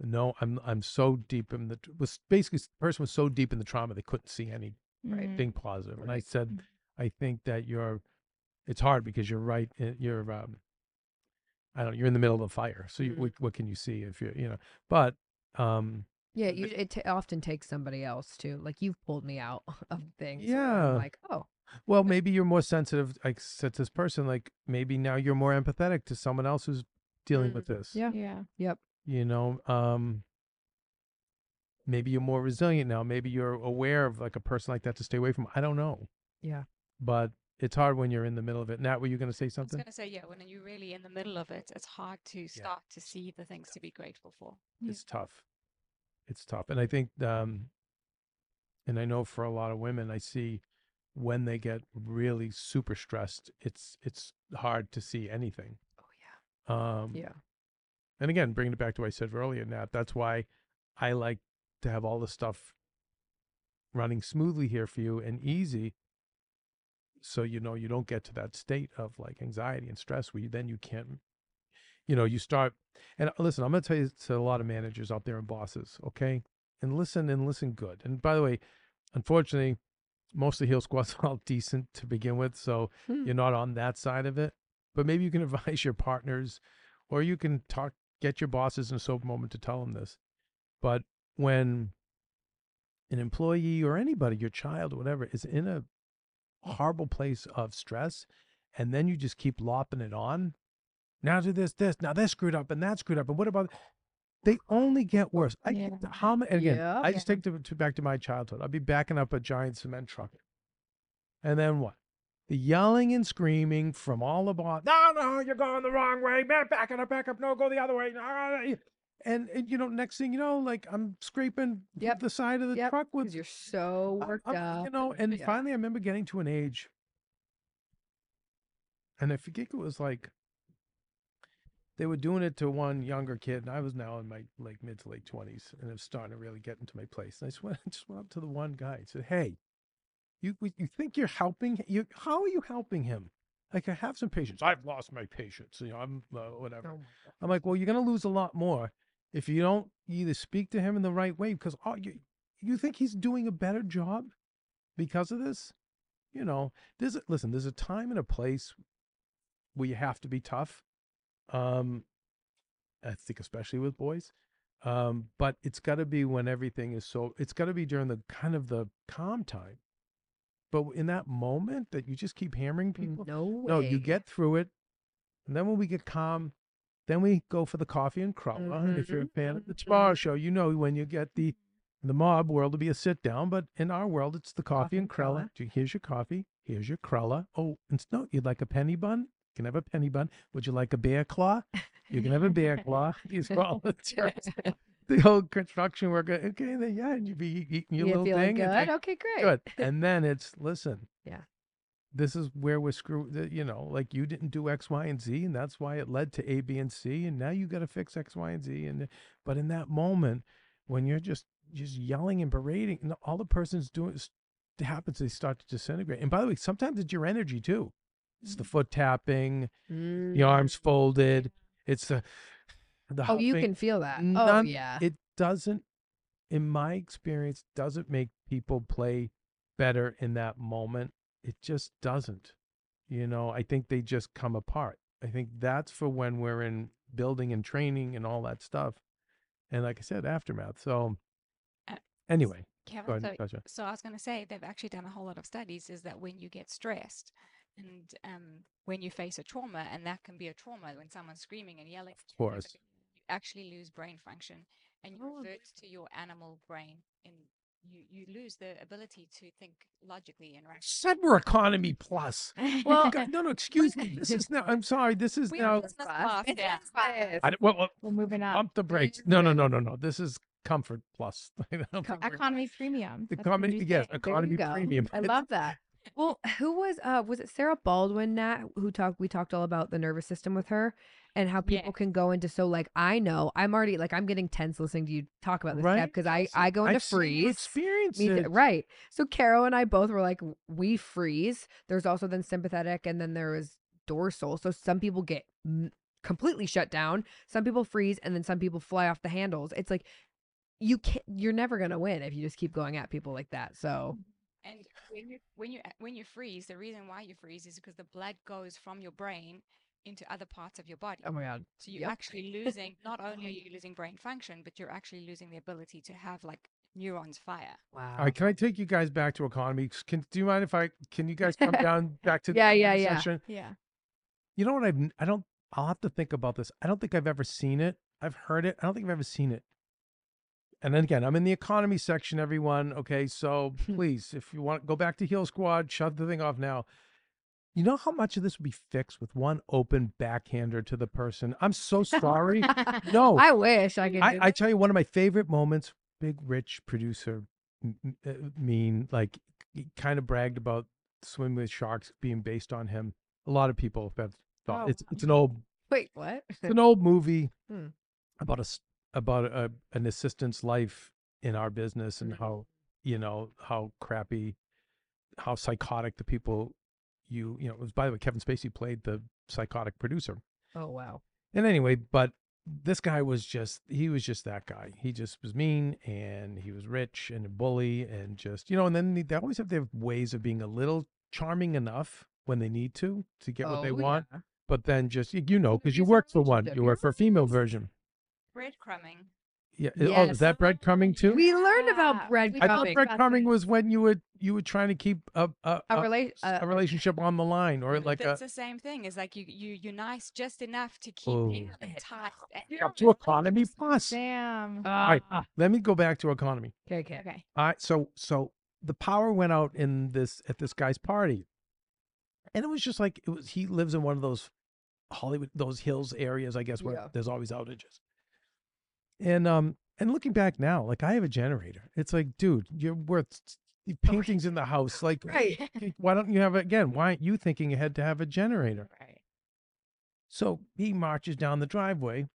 Speaker 2: know. I'm I'm so deep in the was basically the person was so deep in the trauma they couldn't see anything
Speaker 1: Mm. Right. Mm.
Speaker 3: Mhm.
Speaker 2: positive. And I said,
Speaker 3: Mhm.
Speaker 2: I think that you're. It's hard because you're right. uh, You're um, I don't. You're in the middle of the fire. So you,
Speaker 1: Mm.
Speaker 2: what, what can you see if you're you know? But um,
Speaker 1: Yeah, you, it t- often takes somebody else too. Like you've pulled me out of things. where
Speaker 2: Yeah.
Speaker 1: I'm like, oh,
Speaker 2: Well, maybe you're more sensitive. I said to this person, like maybe now you're more empathetic to someone else who's dealing
Speaker 1: Mm.
Speaker 2: with this.
Speaker 1: Yeah.
Speaker 3: Yeah.
Speaker 1: yep.
Speaker 2: You know, um, maybe you're more resilient now. Maybe you're aware of like a person like that to stay away from. I don't know.
Speaker 1: Yeah.
Speaker 2: But it's hard when you're in the middle of it. Nat, were you going to say
Speaker 4: I was
Speaker 2: something?
Speaker 4: going to say, yeah, when you're really in the middle of it, it's hard to start to see the things to be grateful for.
Speaker 3: Yeah.
Speaker 2: It's tough. It's tough. And I think, um, and I know for a lot of women, I see when they get really super stressed, it's, it's hard to see anything.
Speaker 1: Oh
Speaker 2: Um,
Speaker 1: yeah. Yeah.
Speaker 2: And again, bringing it back to what I said earlier, Nat, that's why I like to have all the stuff running smoothly here for you and easy. So you know you don't get to that state of like anxiety and stress where you, then you can't, you know, you start. And listen, I'm going to tell you to a lot of managers out there and bosses, okay? And listen and listen good. And by the way, unfortunately, most of the heel squats are all decent to begin with, so
Speaker 1: Hmm.
Speaker 2: you're not on that side of it. But maybe you can advise your partners or you can talk get your bosses in a sober moment to tell them this but when an employee or anybody your child or whatever is in a horrible place of stress and then you just keep lopping it on now do this this now this screwed up and that screwed up and what about they only get worse I,
Speaker 3: Yeah.
Speaker 2: how many and again
Speaker 1: Yep.
Speaker 2: i just take the, to back to my childhood i'd be backing up a giant cement truck and then what the yelling and screaming from all about no no you're going the wrong way man back it up back up no go the other way no." and, and you know next thing you know like i'm scraping
Speaker 1: Yep.
Speaker 2: the side of the
Speaker 1: Yep,
Speaker 2: truck with
Speaker 1: Because you're so
Speaker 2: I-
Speaker 1: worked
Speaker 2: I'm-
Speaker 1: up.
Speaker 2: you know and
Speaker 1: yeah.
Speaker 2: finally i remember getting to an age and i forget it was like they were doing it to one younger kid and i was now in my like mid to late 20s and it was starting to really get into my place and i just went, I just went up to the one guy and said hey you we- you think you're helping you how are you helping him like i have some patience i've lost my patience you know i'm uh, whatever
Speaker 1: Oh my
Speaker 2: I'm like, well, you're going to lose a lot more if you don't either speak to him in the right way because oh, you, you think he's doing a better job because of this? You know, there's a, listen, there's a time and a place where you have to be tough. Um, I think especially with boys, Um, but it's got to be when everything is so. It's got to be during the kind of the calm time. But in that moment that you just keep hammering people,
Speaker 1: No way.
Speaker 2: no, you get through it, and then when we get calm, then we go for the coffee and crulla. If you're a fan of the Tomorrow Show, you know when you get the in the mob world to be a sit down, but in our world it's the coffee,
Speaker 1: Coffee
Speaker 2: and
Speaker 1: and crulla.
Speaker 2: crulla. Gee, Here's your coffee. Here's your crulla. Oh, and s- no, you'd like a penny bun? You can have a penny bun. Would you like a bear claw? You can have a bear claw. These are all the terms. The old construction worker. Okay, then yeah, and you'd be eating your
Speaker 1: You
Speaker 2: little
Speaker 1: feeling
Speaker 2: thing.
Speaker 1: good?
Speaker 2: and thank-
Speaker 1: okay, great.
Speaker 2: good. And then it's listen.
Speaker 1: Yeah.
Speaker 2: This is where we're screwed. that, You know, like you didn't do X, Y, and Z, and that's why it led to A, B, and C, and now you got to fix X, Y, and Z. And uh, but in that moment, when you're just just yelling and berating, and all the person's doing is- happens, they start to disintegrate. And by the way, sometimes it's your energy too. It's
Speaker 1: Mm.
Speaker 2: the foot tapping, the arms folded. It's the the
Speaker 1: Oh, you
Speaker 2: huffing
Speaker 1: can feel that. oh,
Speaker 2: none-
Speaker 1: yeah.
Speaker 2: it doesn't in my experience doesn't make people play better in that moment it just doesn't you know i think they just come apart i think that's for when we're in building and training and all that stuff and like i said aftermath so
Speaker 4: Uh,
Speaker 2: anyway go
Speaker 4: Kevin,
Speaker 2: ahead
Speaker 4: so
Speaker 2: Natasha.
Speaker 4: So I was going to say they've actually done a whole lot of studies is that when you get stressed and um, when you face a trauma, and that can be a trauma when someone's screaming and yelling,
Speaker 2: of course
Speaker 4: you actually lose brain function and you
Speaker 1: Oh,
Speaker 4: revert to your animal brain, and you you lose the ability to think logically and rationally.
Speaker 2: said we're economy plus
Speaker 1: Well-
Speaker 2: God, no no excuse me this is now i'm sorry this is
Speaker 4: We
Speaker 2: now
Speaker 4: have business
Speaker 1: class.
Speaker 4: class. yeah.
Speaker 1: Yes.
Speaker 2: I, don't- well, well,
Speaker 3: We're moving up.
Speaker 2: pump the brakes no no no no no this is comfort plus I don't think we're-
Speaker 3: Economy premium.
Speaker 2: The
Speaker 3: that's what we
Speaker 2: economy,
Speaker 3: do
Speaker 2: yes,
Speaker 3: say.
Speaker 1: There you
Speaker 2: economy
Speaker 1: go.
Speaker 2: premium.
Speaker 1: I love that. Well, who was uh was it Sarah Baldwin Nat who talked we talked all about the nervous system with her and how people
Speaker 4: Yeah.
Speaker 1: can go into so like I know I'm already like I'm getting tense listening to you talk about this
Speaker 2: Right?
Speaker 1: because I I go into
Speaker 2: I've seen you
Speaker 1: freeze.
Speaker 2: Experience
Speaker 1: Me too-
Speaker 2: it.
Speaker 1: right. So Carol and I both were like, we freeze. There's also then sympathetic, and then there is dorsal. So some people get m- completely shut down. Some people freeze, and then some people fly off the handles. It's like you can't. You're never gonna win if you just keep going at people like that. So
Speaker 4: And when you when you when you freeze, the reason why you freeze is because the blood goes from your brain into other parts of your body.
Speaker 1: oh my god,
Speaker 4: So you're
Speaker 1: Yep.
Speaker 4: actually losing, not only are you losing brain function, but you're actually losing the ability to have like neurons fire.
Speaker 1: wow.
Speaker 2: All right, can I take you guys back to economy? Can do you mind if I can you guys come down back to the
Speaker 1: Yeah,
Speaker 2: economy
Speaker 1: yeah, yeah.
Speaker 2: section?
Speaker 3: Yeah.
Speaker 2: You know what I've n- I don't I'll have to think about this. I don't think I've ever seen it. I've heard it. I don't think I've ever seen it. And then again, I'm in the economy section, everyone. Okay, so please, if you want go back to Heel Squad, shut the thing off now. You know how much of this would be fixed with one open backhander to the person? I'm so sorry. No.
Speaker 1: I wish I could.
Speaker 2: I,
Speaker 1: do
Speaker 2: I
Speaker 1: that.
Speaker 2: tell you, one of my favorite moments, Big Rich producer m- m- uh, mean, like, kind of bragged about Swim with Sharks being based on him. A lot of people have thought
Speaker 1: Oh,
Speaker 2: it's,
Speaker 1: wow.
Speaker 2: it's an old
Speaker 1: Wait, what?
Speaker 2: it's an old movie
Speaker 1: Hmm.
Speaker 2: about a s- about a, an assistant's life in our business and
Speaker 1: Mhm.
Speaker 2: how you know how crappy, how psychotic the people you you know. It was by the way, Kevin Spacey played the psychotic producer.
Speaker 1: Oh wow.
Speaker 2: And anyway, but this guy was just he was just that guy. He just was mean and he was rich and a bully and just you know, and then they, they always have their ways of being a little charming enough when they need to to get what they
Speaker 1: Oh,
Speaker 2: want,
Speaker 1: yeah.
Speaker 2: but then just you, you know, because you
Speaker 1: Abuse
Speaker 2: work for one,
Speaker 1: relationship,
Speaker 2: you
Speaker 1: yeah.
Speaker 2: work for a female version.
Speaker 4: Breadcrumbing.
Speaker 2: Yeah. Oh, is that breadcrumbing too?
Speaker 1: We learned about
Speaker 3: Yeah, we
Speaker 2: I
Speaker 3: talked
Speaker 2: thought
Speaker 1: breadcrumbing.
Speaker 3: about
Speaker 2: breadcrumbing
Speaker 3: that.
Speaker 2: was when you were you were trying to keep a a,
Speaker 1: A,
Speaker 2: a-
Speaker 1: rela- uh,
Speaker 2: a relationship on the line or like uh a
Speaker 4: That's the same thing. Is like you you you nice just enough to keep
Speaker 2: Oh.
Speaker 4: people tight. and-
Speaker 2: up to economy plus.
Speaker 3: Damn.
Speaker 2: right. Let me go back to economy.
Speaker 1: uh, okay, okay.
Speaker 3: okay.
Speaker 2: I so so the power went out in this at this guy's party, and it was just like it was. He lives in one of those Hollywood, those hills areas, I guess, where
Speaker 1: Yeah.
Speaker 2: there's always outages. And um, and looking back now, like I have a generator. It's like, dude, you're worth s- s- paintings in the house. Like,
Speaker 1: Right.
Speaker 2: why don't you have again? Why aren't you thinking ahead to have a generator?
Speaker 3: Right.
Speaker 2: So he marches down the driveway,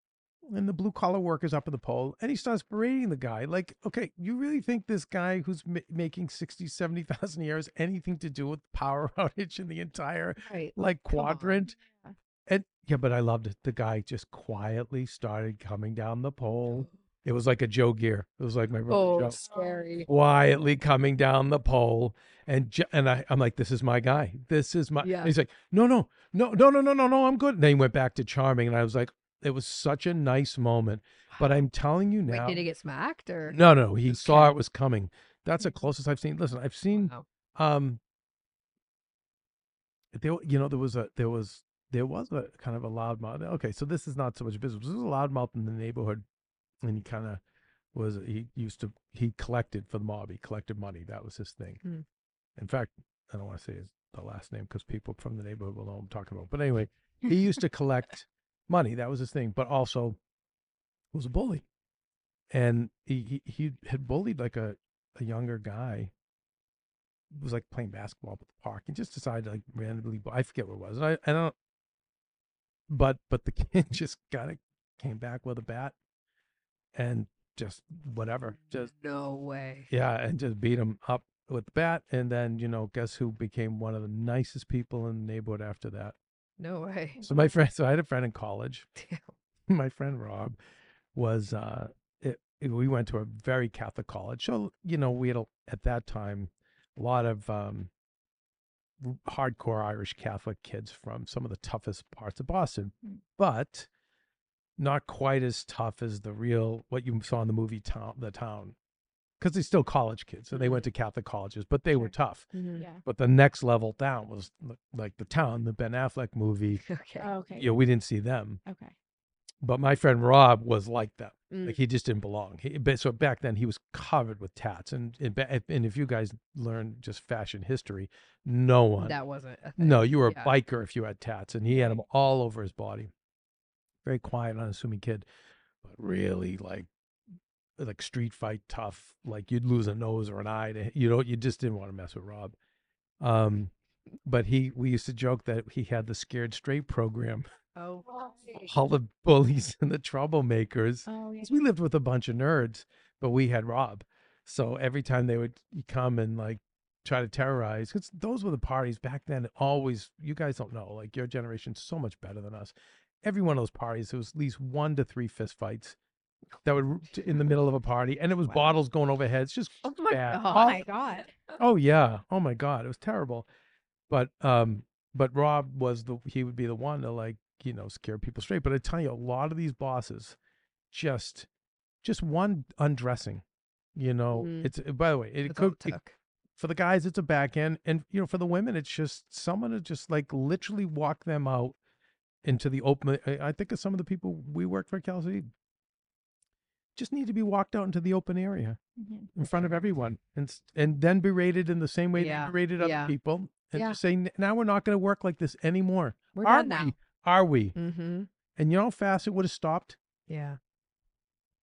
Speaker 2: and the blue collar worker's up at the pole, and he starts berating the guy. Like, okay, you really think this guy who's ma- making 60, 70,000 a year has anything to do with power outage in the entire
Speaker 1: Right.
Speaker 2: like
Speaker 1: Come on.
Speaker 2: quadrant?
Speaker 3: Yeah.
Speaker 2: And yeah, but I loved it. The guy just quietly started coming down the pole. It was like a Joe gear. It was like my brother
Speaker 1: Oh,
Speaker 2: Joe
Speaker 1: scary.
Speaker 2: quietly coming down the pole and ju- and I, I'm like, this is my guy. This is my
Speaker 1: Yeah.
Speaker 2: he's like, no, no, no, no, no, no, no, no, I'm good. And then he went back to charming and I was like, It was such a nice moment. But I'm telling you
Speaker 1: Wait,
Speaker 2: now.
Speaker 1: did he get smacked or
Speaker 2: no, no, he saw
Speaker 1: Okay.
Speaker 2: it was coming. That's the closest I've seen. Listen, I've seen
Speaker 1: Wow.
Speaker 2: um there you know there was a there was there was a kind of a loud mouth okay so this is not so much business this is a loud mouth in the neighborhood and he kind of was he used to he collected for the mob he collected money that was his thing
Speaker 1: Hmm.
Speaker 2: in fact i don't want to say his the last name because people from the neighborhood will know what i'm talking about but anyway he used to collect money that was his thing but also was a bully and he he, he had bullied like a, a younger guy was like playing basketball at the park and just decided like randomly I forget what it was. And I, I don't but but the kid just got it came back with a bat and just whatever. Just
Speaker 1: no way.
Speaker 2: yeah, and just beat him up with the bat and then, you know, guess who became one of the nicest people in the neighborhood after that?
Speaker 1: No way.
Speaker 2: So my friend so I had a friend in college
Speaker 1: Damn.
Speaker 2: my friend Rob was uh it, it- we went to a very Catholic college. So, you know, we had a, at that time a lot of um r- hardcore Irish Catholic kids from some of the toughest parts of Boston,
Speaker 3: Mm.
Speaker 2: but not quite as tough as the real what you saw in the movie town the town because they're still college kids and they went to Catholic colleges, but they were
Speaker 3: Sure.
Speaker 2: tough.
Speaker 1: Mhm.
Speaker 3: Yeah.
Speaker 2: But the next level down was l- like the town, the Ben Affleck movie.
Speaker 1: Okay.
Speaker 3: Oh, okay.
Speaker 2: You know, we didn't see them
Speaker 3: Okay.
Speaker 2: but my friend Rob was like that.
Speaker 1: Mm.
Speaker 2: Like he just didn't belong. He, but so back then he was covered with tats, and and, ba- and if you guys learn just fashion history, no one,
Speaker 1: that wasn't. A thing.
Speaker 2: no, you were
Speaker 1: yeah.
Speaker 2: a biker if you had tats, and he had them all over his body. Very quiet, unassuming kid, but really like like street fight tough. Like you'd lose a nose or an eye. To, you know, you just didn't want to mess with Rob. Um, but he we used to joke that he had the scared straight program
Speaker 1: Oh,
Speaker 2: all the bullies and the troublemakers.
Speaker 3: Oh yeah.
Speaker 2: 'Cause We lived with a bunch of nerds, but we had Rob. So every time they would come and like try to terrorize, because those were the parties back then. Always, you guys don't know, like your generation's so much better than us. Every one of those parties, there was at least one to three fist fights that would r- in the middle of a party, and it was bottles going over heads, just
Speaker 1: oh my
Speaker 2: bad.
Speaker 1: god.
Speaker 2: All-
Speaker 3: Oh my god.
Speaker 2: Oh yeah. Oh my god, it was terrible. But um but Rob was the he would be the one to like, you know, scare people straight. But I tell you, a lot of these bosses just just one undressing. You know,
Speaker 1: Mm.
Speaker 2: it's eh, by the way, it e
Speaker 1: That's all
Speaker 2: could
Speaker 1: it
Speaker 2: it-
Speaker 1: took.
Speaker 2: for the guys it's a back end and you know, for the women it's just someone to just like literally walk them out into the open eh, I I think of some of the people we work for Kelsey just need to be walked out into the open area
Speaker 3: Mhm.
Speaker 2: in front of everyone and s- and then berated in the same way
Speaker 1: Yeah,
Speaker 2: they berated other
Speaker 1: yeah.
Speaker 2: people and
Speaker 1: Yeah.
Speaker 2: just saying now we're not going to work like this anymore
Speaker 1: We're
Speaker 2: are
Speaker 1: done now.
Speaker 2: we are we
Speaker 1: Mm-hmm.
Speaker 2: and you know how fast it would have stopped
Speaker 1: Yeah.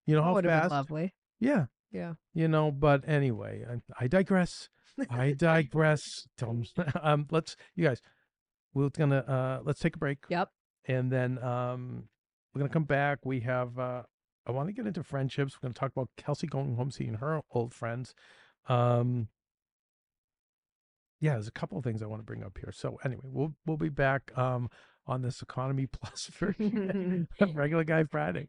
Speaker 2: you know
Speaker 1: That
Speaker 2: how
Speaker 1: would have
Speaker 2: fast
Speaker 1: been lovely.
Speaker 2: yeah
Speaker 1: Yeah.
Speaker 2: you know but anyway i, I digress i digress Don't- um let's you guys we're gonna uh let's take a break
Speaker 1: Yep.
Speaker 2: and then um we're gonna come back we have uh i want to get into friendships we're gonna talk about kelsey going home seeing her old friends um yeah there's a couple of things i want to bring up here so anyway we'll we'll be back um on this economy plus for regular guy friday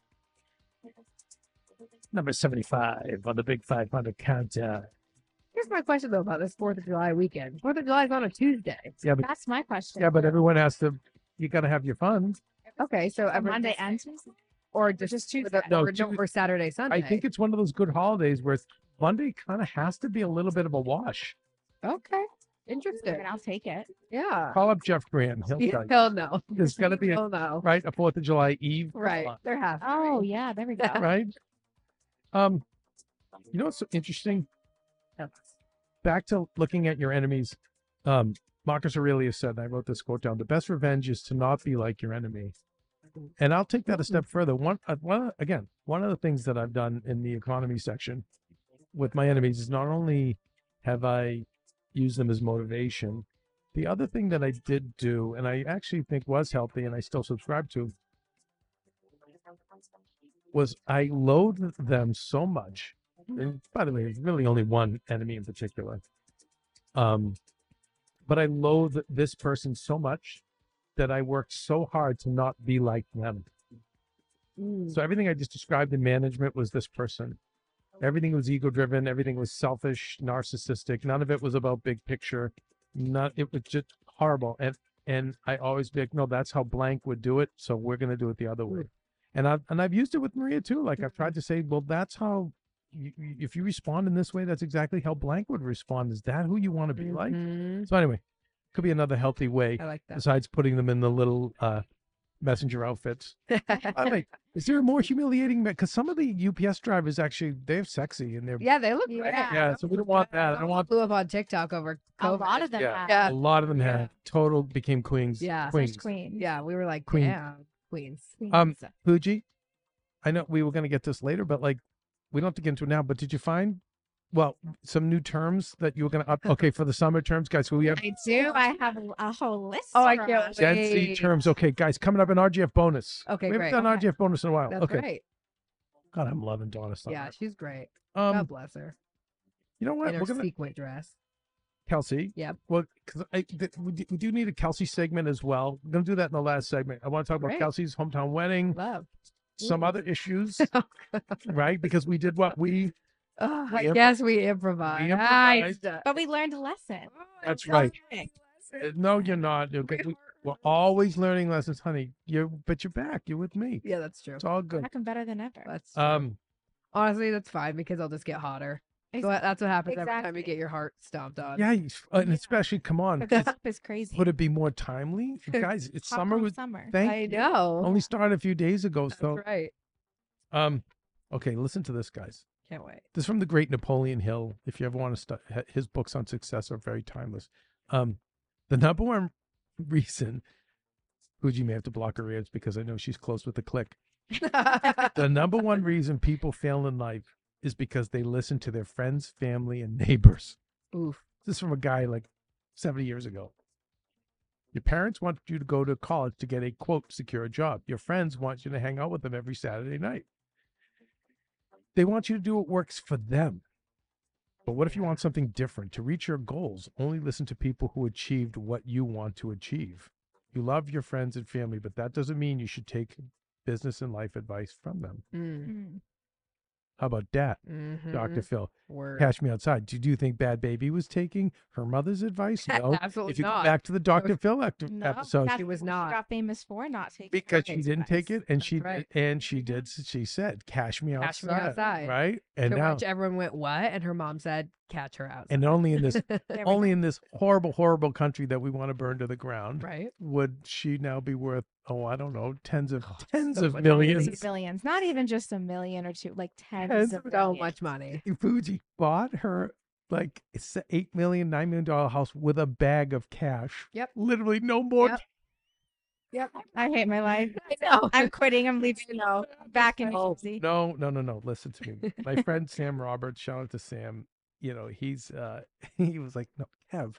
Speaker 2: number 75 on the Big 500 countdown.
Speaker 1: Here's my question though about this Fourth of July weekend. Fourth of July is on a Tuesday.
Speaker 2: Yeah, but,
Speaker 3: That's my question.
Speaker 2: yeah, but everyone has to, you got to have your fun.
Speaker 1: Okay, so
Speaker 3: On
Speaker 1: everyone
Speaker 3: Monday
Speaker 1: just-
Speaker 3: and Tuesday.
Speaker 1: or just, just
Speaker 3: Tuesday.
Speaker 1: Or, the,
Speaker 2: No,
Speaker 1: or, no-
Speaker 2: Tues-
Speaker 1: or Saturday, Sunday.
Speaker 2: I think it's one of those good holidays where Monday kind of has to be a little bit of a wash.
Speaker 1: okay.
Speaker 3: But
Speaker 1: Interesting.
Speaker 3: I'll take it.
Speaker 1: Yeah.
Speaker 2: Call up Jeff Grant. He'll
Speaker 1: Yeah,
Speaker 2: tell you.
Speaker 1: Hell no.
Speaker 2: There's got to be a,
Speaker 1: Hell no.
Speaker 2: right, a 4th of July Eve.
Speaker 1: Right.
Speaker 2: on,
Speaker 1: There has. to be.
Speaker 3: Oh yeah, there we go.
Speaker 2: Right? Um, you know what's so interesting? back to looking at your enemies. Um, Marcus Aurelius said, and I wrote this quote down: "The best revenge is to not be like your enemy." And I'll take that a step further. One, uh, one again, one of the things that I've done in the economy section with my enemies is not only have I used them as motivation, the other thing that I did do, and I actually think was healthy, and I still subscribe to, was I loathed them so much. And by the way, there's really only one enemy in particular. Um, but I loathe this person so much that I worked so hard to not be like them.
Speaker 1: Mm.
Speaker 2: So everything I just described in management was this person. Everything was ego driven. Everything was selfish, narcissistic. None of it was about big picture. Not it was just horrible. And and I always be like, no, that's how blank would do it. So we're gonna do it the other way. And I've and I've used it with Maria too. Like I've tried to say, well, that's how. You, you- if you respond in this way, that's exactly how blank would respond. Is that who you want to be like?
Speaker 1: Mhm.
Speaker 2: So anyway, could be another healthy way
Speaker 1: I like that.
Speaker 2: besides putting them in the little uh, messenger outfits. By the way, is there a more humiliating? Because some of the UPS drivers actually they're sexy and they're
Speaker 1: yeah, they look great.
Speaker 3: Yeah.
Speaker 2: yeah. So we don't want that. I don't want
Speaker 1: Blew up on TikTok over
Speaker 3: A
Speaker 1: COVID.
Speaker 3: lot of them
Speaker 2: Yeah.
Speaker 3: have
Speaker 1: yeah.
Speaker 2: a lot of them had total became queens.
Speaker 1: Yeah.
Speaker 3: such
Speaker 2: queens.
Speaker 3: queens.
Speaker 1: Yeah, we were like,
Speaker 2: Queen.
Speaker 1: damn. Queens.
Speaker 2: Um,
Speaker 1: So-
Speaker 2: Fuji, I know we were going to get this later, but like we don't have to get into it now. But did you find, well, some new terms that you were going to up? Okay, for the summer terms, guys. So we have
Speaker 3: I do. I have a- a whole list.
Speaker 1: Oh, I
Speaker 3: for
Speaker 1: can't
Speaker 3: us.
Speaker 2: Gen Z
Speaker 1: Wait.
Speaker 2: terms. Okay, guys, coming up in RGF bonus.
Speaker 1: Okay,
Speaker 2: we
Speaker 1: great.
Speaker 2: haven't done
Speaker 3: Okay.
Speaker 2: RGF bonus in a while.
Speaker 1: That's
Speaker 2: okay,
Speaker 1: right.
Speaker 2: God, I'm loving Donna Summer.
Speaker 1: Yeah, she's great.
Speaker 2: Um,
Speaker 1: God bless her.
Speaker 2: you know what?
Speaker 1: In
Speaker 2: We're
Speaker 1: her
Speaker 2: gonna
Speaker 1: sequin dress.
Speaker 2: Kelsey.
Speaker 1: Yep.
Speaker 2: Well, because I th- we, do, we do need a Kelsey segment as well. We're gonna do that in the last segment. I want to talk about
Speaker 1: Great.
Speaker 2: Kelsey's hometown wedding,
Speaker 1: Love.
Speaker 2: some
Speaker 1: Ooh.
Speaker 2: other issues, right? Because we did what we.
Speaker 1: Oh,
Speaker 2: We
Speaker 1: I
Speaker 2: imp-
Speaker 1: guess we improvise. Oh,
Speaker 2: we
Speaker 1: Nice.
Speaker 3: But we learned a lesson.
Speaker 2: That's
Speaker 3: Oh,
Speaker 2: right.
Speaker 3: okay.
Speaker 2: Uh, No, you're not. You're good. We, we're always learning lessons, honey. You're but you're back. You're with me.
Speaker 1: Yeah, that's true.
Speaker 2: It's all good.
Speaker 3: Back and better than ever.
Speaker 1: That's true.
Speaker 2: Um,
Speaker 1: honestly that's fine because I'll just get hotter. So that- that's what happens every time you
Speaker 3: Exactly.
Speaker 1: get your heart stomped on.
Speaker 2: yeah, you- uh, and
Speaker 3: Yeah.
Speaker 2: especially come on.
Speaker 3: Because up is crazy.
Speaker 2: Would it be more timely, guys? It's
Speaker 3: Hot
Speaker 2: summer.
Speaker 3: girl
Speaker 2: Was
Speaker 3: summer.
Speaker 2: thank
Speaker 1: I
Speaker 2: you.
Speaker 1: know.
Speaker 2: Only started a few days ago,
Speaker 1: that's
Speaker 2: so
Speaker 1: right.
Speaker 2: um, okay. Listen to this, guys.
Speaker 1: Can't wait.
Speaker 2: This is from the great Napoleon Hill. If you ever want to study, his books on success are very timeless. Um, the number one reason, Fuji may have to block her ears because I know she's close with the click. The number one reason people fail in life is because they listen to their friends, family, and neighbors.
Speaker 1: Oof.
Speaker 2: This is from a guy like 70 years ago. Your parents want you to go to college to get a quote secure job. Your friends want you to hang out with them every Saturday night. They want you to do what works for them. But what if you want something different? To reach your goals, only listen to people who achieved what you want to achieve. You love your friends and family, but that doesn't mean you should take business and life advice from them.
Speaker 1: Mm.
Speaker 3: Mm.
Speaker 2: How about that, Dr.
Speaker 1: mhm.
Speaker 2: Phil?
Speaker 1: Word.
Speaker 2: Catch me outside. Do you think Bad Baby was taking her mother's advice? No.
Speaker 1: Absolutely
Speaker 2: if you
Speaker 1: Oh, not.
Speaker 2: go back to the Dr.
Speaker 1: was-
Speaker 2: Phil act-
Speaker 3: No,
Speaker 2: episode,
Speaker 3: that's
Speaker 1: She was
Speaker 3: what
Speaker 1: not.
Speaker 3: got famous for not taking
Speaker 2: because she
Speaker 3: Frank's
Speaker 2: didn't take
Speaker 3: advice.
Speaker 2: it, and
Speaker 1: That's
Speaker 2: she
Speaker 1: right.
Speaker 2: and she did. She said, "Cash me outside."
Speaker 1: Catch me outside.
Speaker 2: Right, and
Speaker 1: to
Speaker 2: now,
Speaker 1: which everyone went, What? And her mom said, Catch her out.
Speaker 2: and only in this,
Speaker 3: There we
Speaker 2: only
Speaker 3: go.
Speaker 2: in this horrible, horrible country that we want to burn to the ground,
Speaker 1: right?
Speaker 2: would she now be worth? Oh, I don't know, tens of tens
Speaker 1: so
Speaker 2: of
Speaker 1: much
Speaker 2: millions.
Speaker 1: money.
Speaker 3: Billions. Not even just a million or two, like tens,
Speaker 2: Tens
Speaker 3: of
Speaker 2: of
Speaker 1: So
Speaker 3: billions.
Speaker 1: much money.
Speaker 2: Fuji bought her like it's a eight million, nine million dollar house with a bag of cash.
Speaker 1: Yep.
Speaker 2: Literally, no more.
Speaker 1: Yep. Yep.
Speaker 3: I hate my life.
Speaker 1: I know.
Speaker 3: I'm quitting. I'm leaving. No, back in New
Speaker 2: No,
Speaker 3: Jersey.
Speaker 2: no, no, no, no. Listen to me. My friend Sam Roberts, shout out to Sam. You know, he's uh he was like, No, Kev.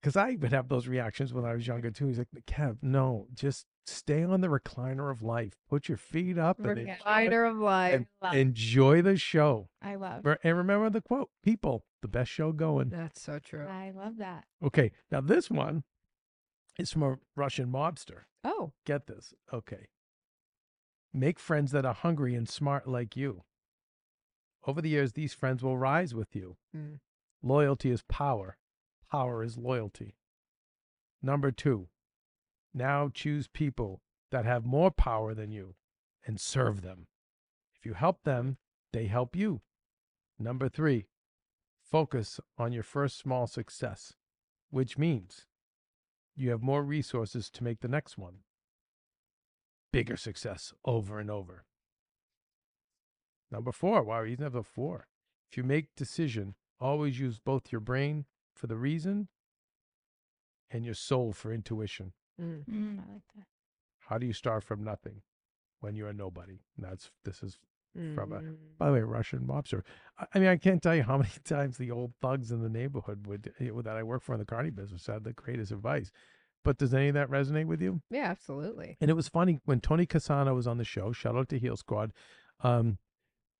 Speaker 2: Because I would have those reactions when I was younger too. He's like, Kev, no, just stay on the recliner of life. Put your feet up and en-
Speaker 1: Recliner of life.
Speaker 2: and enjoy the show.
Speaker 3: I love.
Speaker 2: Re- And remember the quote, people, the best show going.
Speaker 1: That's so true.
Speaker 3: I love that.
Speaker 2: Okay. Now this one is from a Russian mobster.
Speaker 1: Oh,
Speaker 2: Get this. Okay. Make friends that are hungry and smart like you. Over the years, these friends will rise with you.
Speaker 1: Mm.
Speaker 2: Loyalty is power. Power is loyalty. Number two, now choose people that have more power than you and serve them. If you help them, they help you. Number three, focus on your first small success, which means you have more resources to make the next one bigger success over and over. Number four, wow, you even have a four. If you make decision, always use both your brain for the reason and your soul for intuition.
Speaker 1: mm.
Speaker 3: Mm, I like that.
Speaker 2: How do you start from nothing when you're a nobody? And that's this is From a-
Speaker 1: Mm.
Speaker 2: by the way, Russian mobster. I- I mean, I can't tell you how many times the old thugs in the neighborhood would eh, that I work for in the carny business had the greatest advice. But does any of that resonate with you?
Speaker 1: Yeah, absolutely.
Speaker 2: And it was funny when Tony Cassano was on the show, shout out to Heel Squad, um,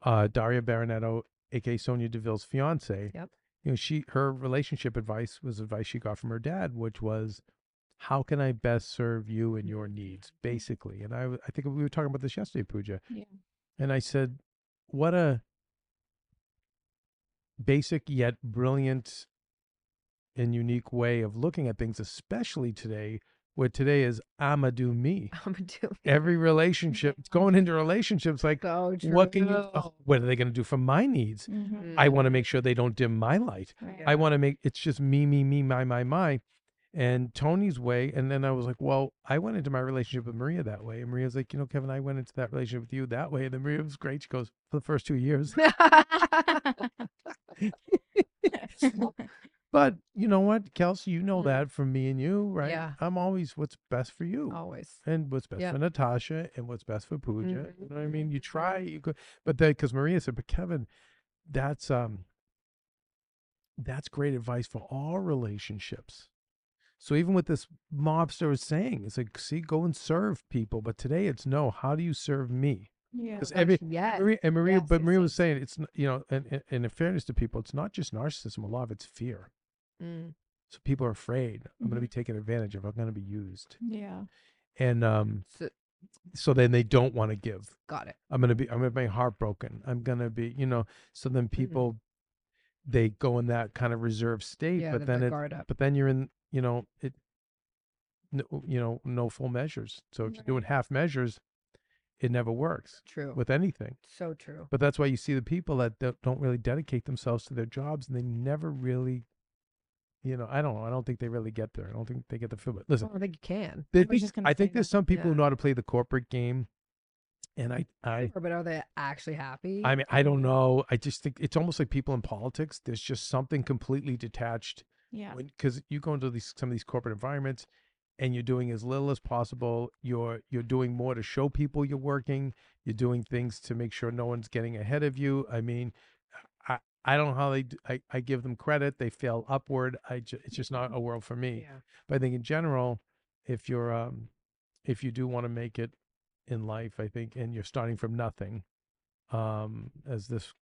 Speaker 2: uh, Daria Baronetto, aka Sonia Deville's fiance.
Speaker 1: Yep.
Speaker 2: You know, she her relationship advice was advice she got from her dad, which was, "How can I best serve you and your needs?" Basically, and I w- I think we were talking about this yesterday, Pooja.
Speaker 3: Yeah.
Speaker 2: And I said, "What a basic yet brilliant and unique way of looking at things, especially today, where today is I'ma do me."
Speaker 1: I'm doing
Speaker 2: every relationship it's going into relationships like
Speaker 1: so true.
Speaker 2: what can you oh, what are they going to do for my needs
Speaker 3: Mhm.
Speaker 2: i
Speaker 1: Mm.
Speaker 2: want to make sure they don't dim my light
Speaker 3: Right.
Speaker 2: i want to make it's just me me me my my my and tony's way and then i was like well i went into my relationship with maria that way and maria's like you know kevin i went into that relationship with you that way and then maria was great she goes for the first two years But you know what, Kelsey, you know
Speaker 1: Mm.
Speaker 2: that from me and you, right?
Speaker 1: Yeah.
Speaker 2: I'm always what's best for you.
Speaker 1: Always.
Speaker 2: And what's best
Speaker 1: Yep.
Speaker 2: for Natasha and what's best for Pooja. You
Speaker 1: Mhm.
Speaker 2: know what I mean?
Speaker 3: Mm-hmm.
Speaker 2: You try, you go but then because Maria said, but Kevin, that's um that's great advice for all relationships. So even with this mobster is saying, it's like, see, go and serve people. But today it's no, how do you serve me?
Speaker 3: Yeah.
Speaker 2: Because
Speaker 1: Gosh,
Speaker 2: every
Speaker 1: yes.
Speaker 2: Maria, and Maria,
Speaker 3: Yes,
Speaker 2: but
Speaker 3: yes,
Speaker 2: Maria was
Speaker 3: yes.
Speaker 2: saying it's n- you know, and, and, and in fairness to people, it's not just narcissism. A lot of it's fear.
Speaker 1: Mm.
Speaker 2: So people are afraid. I'm going to
Speaker 3: Mhm.
Speaker 2: be taken advantage of. I'm going to be used,
Speaker 3: Yeah.
Speaker 2: and um,
Speaker 1: So,
Speaker 2: so then they don't want to give.
Speaker 1: got it.
Speaker 2: I'm going to be. I'm going to be heartbroken. I'm going to be. You know. So then
Speaker 3: Mm-hmm.
Speaker 2: people, they go in that kind of reserved state.
Speaker 1: Yeah,
Speaker 2: but
Speaker 1: their
Speaker 2: then it.
Speaker 1: guard up.
Speaker 2: But then you're in. You know it. No, you know no full measures. So if you're doing half measures, it never works
Speaker 1: True.
Speaker 2: with anything.
Speaker 1: so true.
Speaker 2: But that's why you see the people that don't don't really dedicate themselves to their jobs and they never really, you know, I don't know. I don't think they really get there. I don't think they get the feel. But
Speaker 1: I
Speaker 2: listen,
Speaker 1: don't think you can.
Speaker 2: they
Speaker 3: was
Speaker 2: think-
Speaker 3: just gonna
Speaker 2: I
Speaker 3: say
Speaker 2: think there's
Speaker 3: that.
Speaker 2: some people who
Speaker 1: Yeah.
Speaker 2: know how to play the corporate game. And I, I,
Speaker 1: Or, but are they actually happy?
Speaker 2: I mean, I don't know. I just think it's almost like people in politics. There's just something completely detached
Speaker 3: Yeah.
Speaker 2: because you go into these some of these corporate environments, and you're doing as little as possible. You're you're doing more to show people you're working. You're doing things to make sure no one's getting ahead of you. I mean, I I don't know how they. d- I I give them credit. They fail upward. I ju- it's just not a world for me.
Speaker 1: yeah.
Speaker 2: But I think in general, if you're um, if you do want to make it in life, I think, and you're starting from nothing, um, as this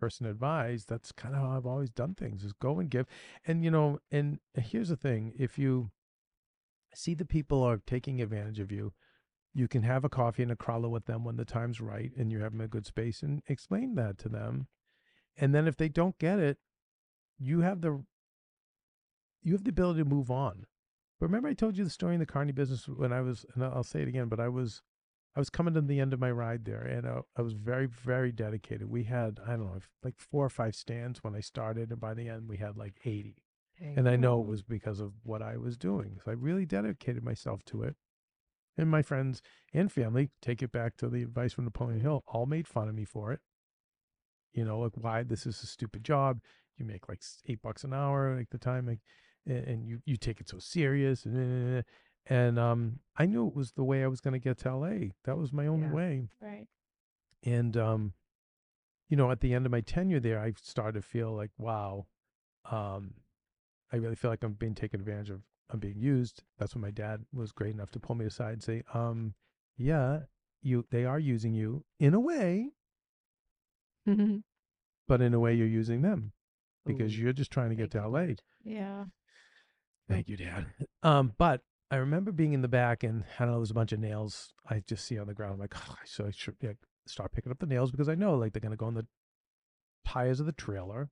Speaker 2: person advised, that's kind of how I've always done things: is go and give. And you know, and here's the thing: if you see the people are taking advantage of you, you can have a coffee and a crawler with them when the time's right, and you're having a good space, and explain that to them. And then if they don't get it, you have the you have the ability to move on. But remember, I told you the story in the carny business when I was, and I'll say it again, but I was, I was coming to the end of my ride there, and uh, I, I was very, very dedicated. We had, I don't know, like four or five stands when I started, and by the end, we had like eighty.
Speaker 1: Dang.
Speaker 2: And I know it was because of what I was doing. So I really dedicated myself to it. And my friends and family, take it back to the advice from Napoleon Hill, all made fun of me for it. You know, like why this is a stupid job. You make like s- eight bucks an hour, like the time, like, and, and you you take it so serious. And, and, and um, I knew it was the way I was going to get to LA. That was my only
Speaker 1: Yeah.
Speaker 2: way.
Speaker 3: Right.
Speaker 2: And um, you know, at the end of my tenure there, I started to feel like, wow, um, I really feel like I'm being taken advantage of. I'm being used. That's when my dad was great enough to pull me aside and say, um, yeah, you they are using you in a way, but in a way you're using them because
Speaker 1: Ooh,
Speaker 2: you're just trying to get
Speaker 1: thank
Speaker 2: to
Speaker 1: you,
Speaker 2: LA.
Speaker 1: Lord.
Speaker 3: Yeah.
Speaker 2: Thank you, Dad. Um, but I remember being in the back, and I don't know, there's a bunch of nails I just see on the ground. I'm like, oh, so I should yeah, start picking up the nails because I know like they're gonna go on the tires of the trailer,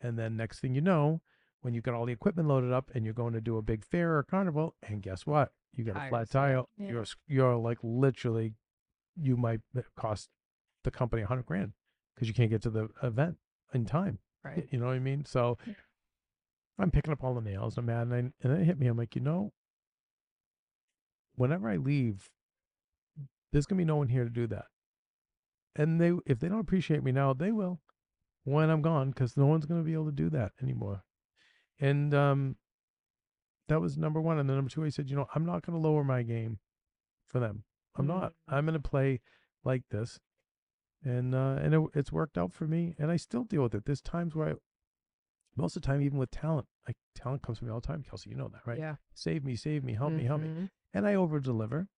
Speaker 2: and then next thing you know, when you've got all the equipment loaded up and you're going to do a big fair or carnival, and guess what? You got a flat
Speaker 1: Tires, yeah.
Speaker 2: tire.
Speaker 3: Yeah.
Speaker 2: You're s- you're like literally, you might b- cost the company a hundred grand because you can't get to the event in time.
Speaker 1: Right.
Speaker 2: You know what I mean? So
Speaker 3: Yeah.
Speaker 2: I'm picking up all the nails. I'm mad. And, I, and then it hit me. I'm like, you know, whenever I leave, there's going to be no one here to do that. And they, if they don't appreciate me now, they will when I'm gone because no one's going to be able to do that anymore. And um, that was number one. And then number two, I said, you know, I'm not going to lower my game for them. I'm not. I'm going to play like this. And uh, and it, it's worked out for me, and I still deal with it. There's times where I, most of the time, even with talent, like talent comes to me all the time. Kelsey, you know that, right?
Speaker 1: Yeah.
Speaker 2: Save me, save me, help me, help me.
Speaker 1: Mhm.
Speaker 2: And I over deliver,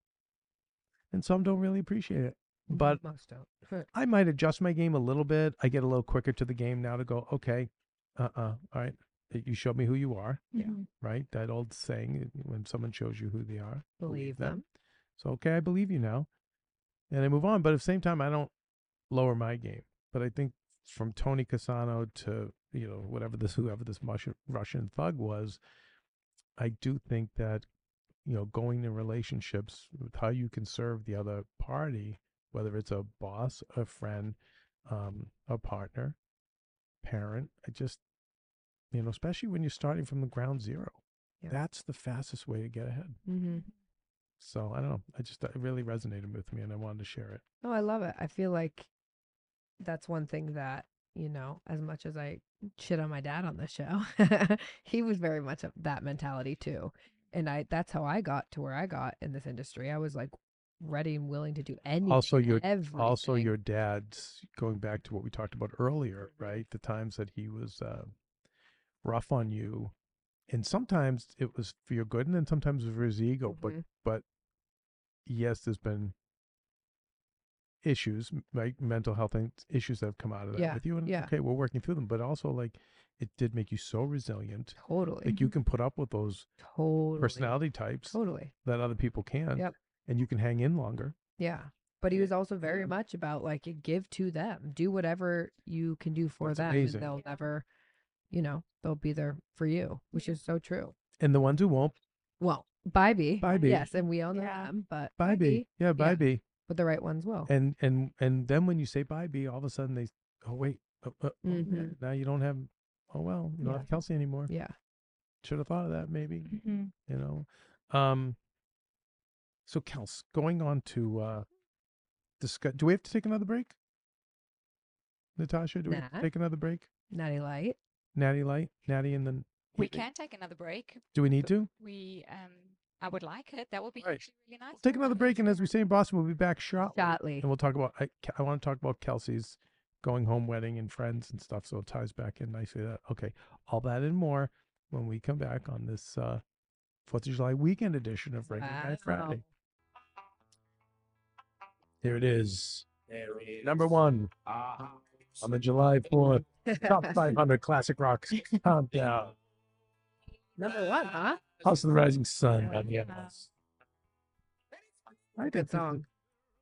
Speaker 2: and some don't really appreciate it. But
Speaker 1: Mm-hmm. most don't.
Speaker 2: I might adjust my game a little bit. I get a little quicker to the game now to go, okay, uh uh all right, you showed me who you are,
Speaker 1: Yeah.
Speaker 3: Mhm.
Speaker 2: right? That old saying when someone shows you who they are,
Speaker 1: Believe them.
Speaker 2: So, okay, I believe you now. And I move on. But at the same time, I don't lower my game. But I think from Tony Casano to, you know, whatever this, whoever this Russian, Russian thug was, I do think that, you know, going to relationships with how you can serve the other party, whether it's a boss, a friend, um, a partner, parent, I just, you know, especially when you're starting from the ground zero,
Speaker 1: Yeah.
Speaker 2: that's the fastest way to get ahead.
Speaker 1: Mm-hmm.
Speaker 2: So I don't know. I just uh, it really resonated with me, and I wanted to share it.
Speaker 1: No, I love it. I feel like that's one thing that you know, as much as I shit on my dad on the show, he was very much of that mentality too. And I that's how I got to where I got in this industry. I was like ready and willing to do anything.
Speaker 2: also your
Speaker 1: everything.
Speaker 2: also your dad's going back to what we talked about earlier right the times that he was uh, rough on you and sometimes it was for your good and then sometimes it was for his ego but
Speaker 1: Mhm.
Speaker 2: but yes there's been issues m- like mental health and issues that have come out of that
Speaker 1: Yeah,
Speaker 2: with you and
Speaker 1: yeah.
Speaker 2: okay we're working through them but also like it did make you so resilient
Speaker 1: totally
Speaker 2: like you can put up with those
Speaker 1: Mm-hmm. totally
Speaker 2: personality types
Speaker 1: totally.
Speaker 2: that other people can
Speaker 1: Yep.
Speaker 2: and you can hang in longer
Speaker 1: Yeah. But he
Speaker 2: Yeah,
Speaker 1: was also very
Speaker 2: yeah.
Speaker 1: much about like give to them, do whatever you can do for
Speaker 2: That's
Speaker 1: them,
Speaker 2: amazing.
Speaker 1: and they'll
Speaker 4: Yeah.
Speaker 1: never, you know, they'll be there for you, which
Speaker 4: Yeah.
Speaker 1: is so true.
Speaker 2: and the ones who won't
Speaker 1: Well, bye B,
Speaker 2: Bye, B.
Speaker 1: yes, and we all know
Speaker 3: Yeah.
Speaker 1: them, but
Speaker 2: bye bee yeah bye
Speaker 1: Yeah.
Speaker 2: bee
Speaker 1: but the right ones will.
Speaker 2: and and and then when you say bye bee all of a sudden they oh wait uh, uh, oh, yeah,
Speaker 1: Mhm.
Speaker 2: now you don't have oh well you don't
Speaker 1: Yeah.
Speaker 2: have kelsey anymore
Speaker 1: yeah,
Speaker 2: should have thought of that maybe
Speaker 3: Mhm.
Speaker 2: you know um so kels going on to uh discuss do we have to take another break natasha do we have to
Speaker 1: Nat?
Speaker 2: take another break
Speaker 1: Natty Light.
Speaker 2: natty light natty and then
Speaker 4: We can take another break.
Speaker 2: do we need to
Speaker 4: We um, I would like it. That would be
Speaker 2: Right.
Speaker 4: actually really nice.
Speaker 2: We'll take another break and as we say in boston we'll be back shortly
Speaker 1: Shotley.
Speaker 2: and we'll talk about i, Ke- I want to talk about kelsey's going home wedding and friends and stuff so it ties back in nicely to that okay all that and more when we come back on this uh fourth of july weekend edition of regular guy friday here it is
Speaker 5: There is
Speaker 2: number one
Speaker 5: Ah,
Speaker 2: on the july 4th top 500 classic rocks countdown
Speaker 1: Number one, huh?
Speaker 2: house of the rising sun on the MLS. I think
Speaker 1: Good
Speaker 2: this is-
Speaker 1: song,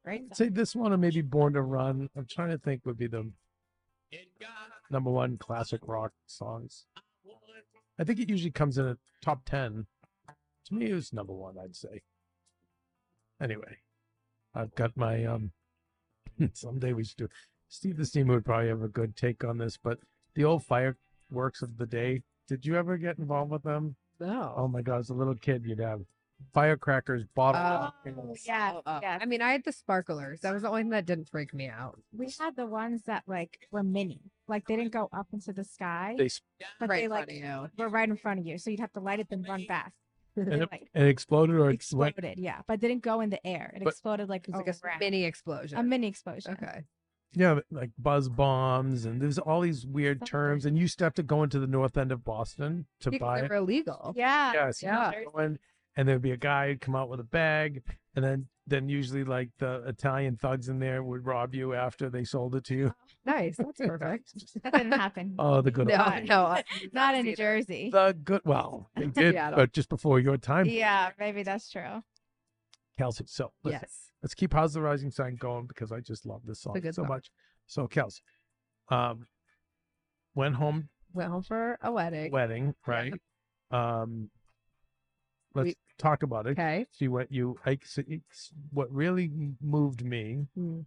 Speaker 1: right?
Speaker 2: I'd say this one or maybe born to run i'm trying to think would be the number one classic rock songs I think it usually comes in a top 10. To me, it was number one, I'd say. Anyway, I've got my. um Someday we should do. Steve the Steamer would probably have a good take on this, but the old fireworks of the day. Did you ever get involved with them? Oh
Speaker 1: No.
Speaker 2: my God, as a little kid, you'd have firecrackers, bottle
Speaker 1: Oh,
Speaker 2: rockets.
Speaker 3: yeah,
Speaker 1: Oh, oh.
Speaker 3: yeah.
Speaker 1: I mean, I had the sparklers. That was the only thing that didn't freak me out.
Speaker 3: We had the ones that like were mini, like they didn't go up into the sky,
Speaker 2: They sp-
Speaker 3: but
Speaker 1: right
Speaker 3: they
Speaker 1: in front
Speaker 3: like
Speaker 1: of you.
Speaker 3: were right in front of you, so you'd have to light it then run fast. They,
Speaker 2: and it,
Speaker 3: like
Speaker 2: and exploded or it went-
Speaker 3: exploded, yeah, but didn't go in the air. It
Speaker 2: But-
Speaker 3: exploded like
Speaker 1: It was like a
Speaker 3: around.
Speaker 1: mini explosion.
Speaker 3: Oh, a mini explosion.
Speaker 1: okay.
Speaker 2: Yeah, but, like buzz bombs, and there's all these weird terms. And you used to have to go into the north end of Boston to
Speaker 1: Because
Speaker 2: buy
Speaker 1: they
Speaker 2: it.
Speaker 1: were illegal.
Speaker 3: Yeah.
Speaker 2: Yes.
Speaker 1: Yeah.
Speaker 2: And, and there'd be a guy who'd come out with a bag, and then then usually like the Italian thugs in there would rob you after they sold it to you.
Speaker 1: Nice. That's perfect.
Speaker 3: That didn't happen.
Speaker 2: Oh, the good old,
Speaker 1: Um, no,
Speaker 3: Right.
Speaker 1: no, I-
Speaker 3: Not in New
Speaker 1: either.
Speaker 3: Jersey.
Speaker 2: the good. Well, they did,
Speaker 1: Yeah, I don't-
Speaker 2: but just before your time,
Speaker 3: Yeah, maybe that's true.
Speaker 2: Kelsey. So listen,
Speaker 1: Yes.
Speaker 2: let's keep How's the Rising Sun going because I just love this song
Speaker 1: good
Speaker 2: so
Speaker 1: song.
Speaker 2: much. So Kelsey, um, went home
Speaker 1: Went home for a wedding.
Speaker 2: wedding,
Speaker 1: Yeah.
Speaker 2: right? Um, let's
Speaker 1: We-
Speaker 2: talk about it.
Speaker 1: Okay.
Speaker 2: See what you, I, so it's- what really m- moved me
Speaker 1: Mm.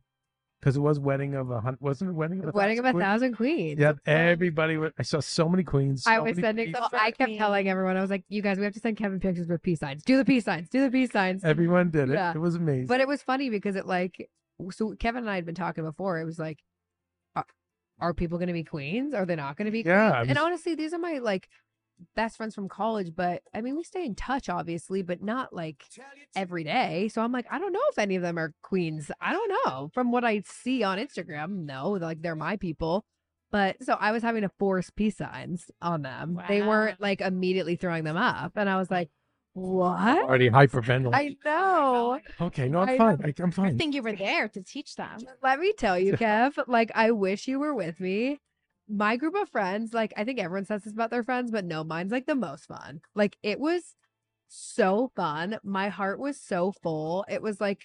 Speaker 2: because it was wedding of a hundred, wasn't it wedding of a
Speaker 1: Wedding of a
Speaker 2: queens?
Speaker 1: thousand queens.
Speaker 2: Yep, everybody. wa- I saw so many queens.
Speaker 1: I
Speaker 2: so
Speaker 1: was
Speaker 2: many
Speaker 1: sending.
Speaker 2: queens.
Speaker 1: Them, I kept
Speaker 3: Queen.
Speaker 1: telling everyone, I was like, "You guys, we have to send Kevin pictures with peace signs. Do the peace signs. Do the peace signs."
Speaker 2: Everyone did it.
Speaker 1: Yeah.
Speaker 2: It was amazing.
Speaker 1: But it was funny because it like, w- so Kevin and I had been talking before. It was like, are, are people going to be queens? Are they not going to be?
Speaker 2: Yeah, I
Speaker 1: Queens?
Speaker 2: was-
Speaker 1: And honestly, these are my like best friends from college. But I mean, we stay in touch, obviously, but not like every day. So I'm like, I don't know if any of them are queens. I don't know. From what I see on Instagram, no, like they're my people. But so I was having to force peace signs on them. They weren't like immediately throwing them up. And I was like, what?
Speaker 2: already hyperventilating.
Speaker 1: I know.
Speaker 2: okay, no, I'm
Speaker 1: I
Speaker 2: fine. I, I'm
Speaker 3: I
Speaker 2: fine.
Speaker 3: think you were there to teach them.
Speaker 1: Let me tell you, Kev, like I wish you were with me. My group of friends, like I think everyone says this about their friends, but no, mine's like the most fun. Like it was so fun. My heart was so full. It was like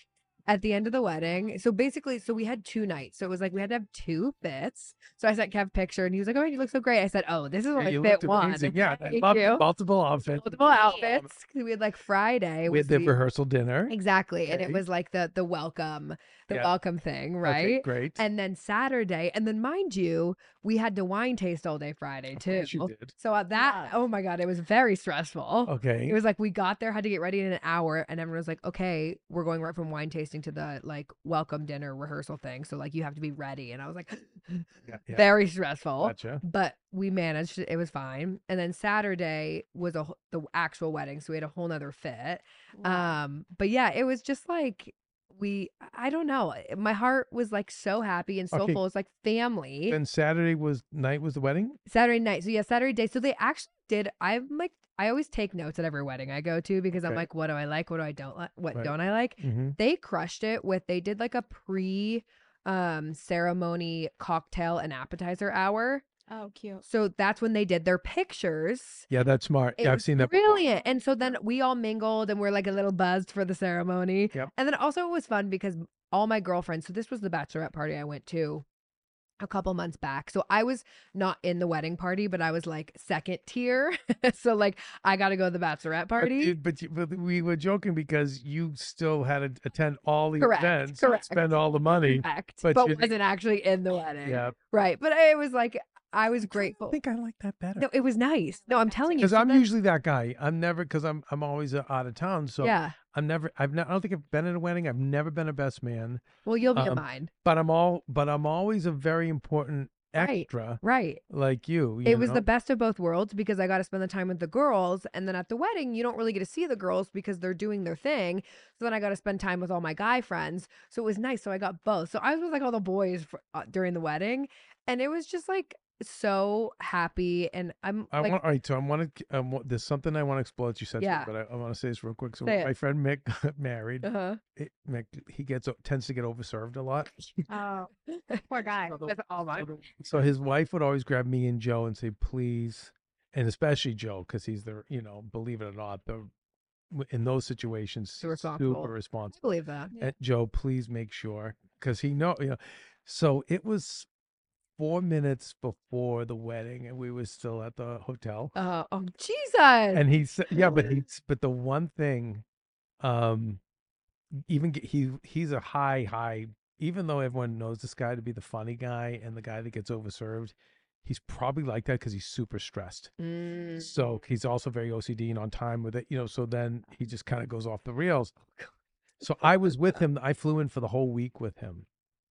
Speaker 1: at the end of the wedding. So basically, so we had two nights. So it was like we had to have two fits. So I sent Kev a picture and he was like, Oh, you look so great. I said, Oh, this is
Speaker 2: Yeah,
Speaker 1: only
Speaker 2: you
Speaker 1: fit
Speaker 2: looked
Speaker 1: one.
Speaker 2: amazing. Yeah, I
Speaker 1: Thank
Speaker 2: love
Speaker 1: you.
Speaker 2: multiple outfits.
Speaker 1: Multiple outfits. 'Cause We had like Friday.
Speaker 2: We
Speaker 1: was
Speaker 2: had the
Speaker 1: the-
Speaker 2: rehearsal dinner.
Speaker 1: Exactly. And
Speaker 2: Okay.
Speaker 1: it was like the the welcome, the
Speaker 2: Yeah.
Speaker 1: welcome thing, right?
Speaker 2: Okay, great.
Speaker 1: And then Saturday, and then mind you, we had to wine taste all day Friday
Speaker 2: Of
Speaker 1: too.
Speaker 2: course you did.
Speaker 1: So at that,
Speaker 3: Yes.
Speaker 1: oh my god, it was very stressful.
Speaker 2: Okay.
Speaker 1: It was like we got there, had to get ready in an hour, and everyone was like, "Okay, we're going right from wine tasting dressing to the like welcome dinner rehearsal thing. So like you have to be ready. And I was like,
Speaker 2: Yeah, yeah.
Speaker 1: very stressful.
Speaker 2: Gotcha.
Speaker 1: But we managed; it was fine. And then Saturday was a wh- the actual wedding, so we had a whole nother fit.
Speaker 2: Mm-hmm.
Speaker 4: Wow.
Speaker 1: Um, but yeah, it was just like we. I don't know. My heart was like so happy and so
Speaker 2: Okay.
Speaker 1: full. It's like family.
Speaker 2: Then Saturday was night was the wedding.
Speaker 1: Saturday night. So yeah, Saturday day. So they actually did. I'm like, I always take notes at every wedding I go to because I'm
Speaker 2: Okay.
Speaker 1: like, what do I like? What do I don't like? What
Speaker 2: Right.
Speaker 1: don't I like?
Speaker 2: Mm-hmm.
Speaker 1: They crushed it with. They did like a pre um ceremony cocktail and appetizer hour.
Speaker 3: Oh, cute.
Speaker 1: So that's when they did their pictures.
Speaker 2: Yeah, that's smart.
Speaker 1: It
Speaker 2: Yeah, I've
Speaker 1: was
Speaker 2: seen that. before.
Speaker 1: Brilliant. And so then we all mingled and we're like a little buzzed for the ceremony.
Speaker 2: Yep.
Speaker 1: And then also it was fun because all my girlfriends, so this was the bachelorette party I went to a couple months back. So I was not in the wedding party, but I was like second tier. so like I got to go to the
Speaker 2: But,
Speaker 1: bachelorette party.
Speaker 2: you- but, you, but we were joking because you still had to attend all the
Speaker 1: Correct,
Speaker 2: events,
Speaker 1: correct.
Speaker 2: spend all the money.
Speaker 1: Correct,
Speaker 2: but
Speaker 1: but,
Speaker 2: you-
Speaker 1: wasn't actually in the wedding.
Speaker 2: Yeah,
Speaker 1: Right. But it was like I was
Speaker 2: I
Speaker 1: grateful.
Speaker 2: think I like that better.
Speaker 1: No, it was nice. No, I'm telling you.
Speaker 2: because
Speaker 1: so
Speaker 2: I'm
Speaker 1: then-
Speaker 2: usually that guy. I'm never because I'm I'm always uh, out of town, so
Speaker 1: Yeah.
Speaker 2: I'm never. I've not, I don't think I've been at a wedding. I've never been a best man,
Speaker 1: Well, you'll be
Speaker 2: um,
Speaker 1: at mine.
Speaker 2: but I'm all. But I'm always a very important
Speaker 1: Right.
Speaker 2: extra,
Speaker 1: Right.
Speaker 2: like you. you
Speaker 1: it was
Speaker 2: know?
Speaker 1: the best of both worlds because I got to spend the time with the girls. And then at the wedding, you don't really get to see the girls because they're doing their thing. So then I got to spend time with all my guy friends. So it was nice. So I got both. So I was with like all the boys for, uh, during the wedding. And it was just like so happy. And I'm
Speaker 2: I
Speaker 1: like,
Speaker 2: want all right. So I want to. Um, wa- there's something I want to explore that you said, to me,
Speaker 1: Yeah.
Speaker 2: but I, I want to say this real quick. So
Speaker 1: Say it.
Speaker 2: my friend Mick got married.
Speaker 1: uh-huh.
Speaker 2: It- Mick he gets o- tends to get overserved a lot.
Speaker 3: Oh, poor guy.
Speaker 1: That's all mine.
Speaker 2: So his wife would always grab me and Joe and say, "Please," and especially Joe because he's the you know believe it or not the in those situations
Speaker 1: Too responsible.
Speaker 2: super
Speaker 1: I
Speaker 2: responsible.
Speaker 1: believe that.
Speaker 2: And Joe, please make sure because he know you know. So it was four minutes before the wedding, and we were still at the hotel.
Speaker 1: Uh, oh, Jesus.
Speaker 2: and he said, "Yeah, but he's but the one thing, um, even g- he he's a high high. Even though everyone knows this guy to be the funny guy and the guy that gets overserved, he's probably like that because he's super stressed.
Speaker 1: Mm.
Speaker 2: So he's also very OCD and on time with it, you know. So then he just kind of goes off the rails.
Speaker 1: Oh,
Speaker 2: So I was with him. I flew in for the whole week with him,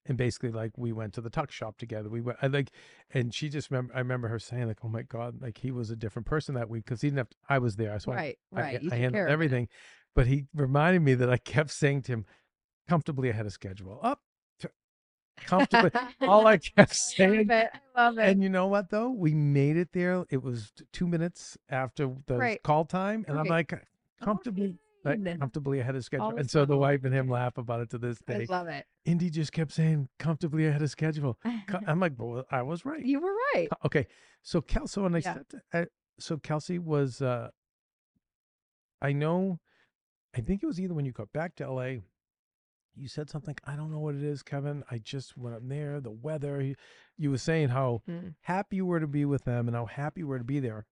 Speaker 2: and basically like we went to the tuck shop together. We went I, like, and she just remember. I remember her saying like, "Oh my god, like he was a different person that week because he didn't have." To, I was there, so I-
Speaker 1: right,
Speaker 2: I,
Speaker 1: right.
Speaker 2: ha-
Speaker 1: you
Speaker 2: I
Speaker 1: took care
Speaker 2: handled
Speaker 1: of it.
Speaker 2: everything. But he reminded me that I kept saying to him, "Comfortably ahead of schedule, up, t- comfortably." All I kept saying.
Speaker 1: I love it. I love it.
Speaker 2: And you know what though? We made it there. It was t- two minutes after the
Speaker 1: Right.
Speaker 2: call time, and I'm like comfortably, like,
Speaker 1: fine.
Speaker 2: comfortably ahead of schedule.
Speaker 1: Always
Speaker 2: and so the
Speaker 1: fine.
Speaker 2: wife and him laugh about it to this
Speaker 1: I
Speaker 2: day.
Speaker 1: love it.
Speaker 2: Indy just kept saying comfortably ahead of schedule. Co- I'm like, well, I was right.
Speaker 1: You were right.
Speaker 2: Co- Okay, so Kel, so when I
Speaker 1: Yeah.
Speaker 2: said, to- I- so Kelsey was, uh I know, I think it was either when you got back to LA. You said something. I don't know what it is, Kevin. I just went up there. The weather. You, you were saying how
Speaker 1: Mm.
Speaker 2: happy you were to be with them and how happy you were to be there.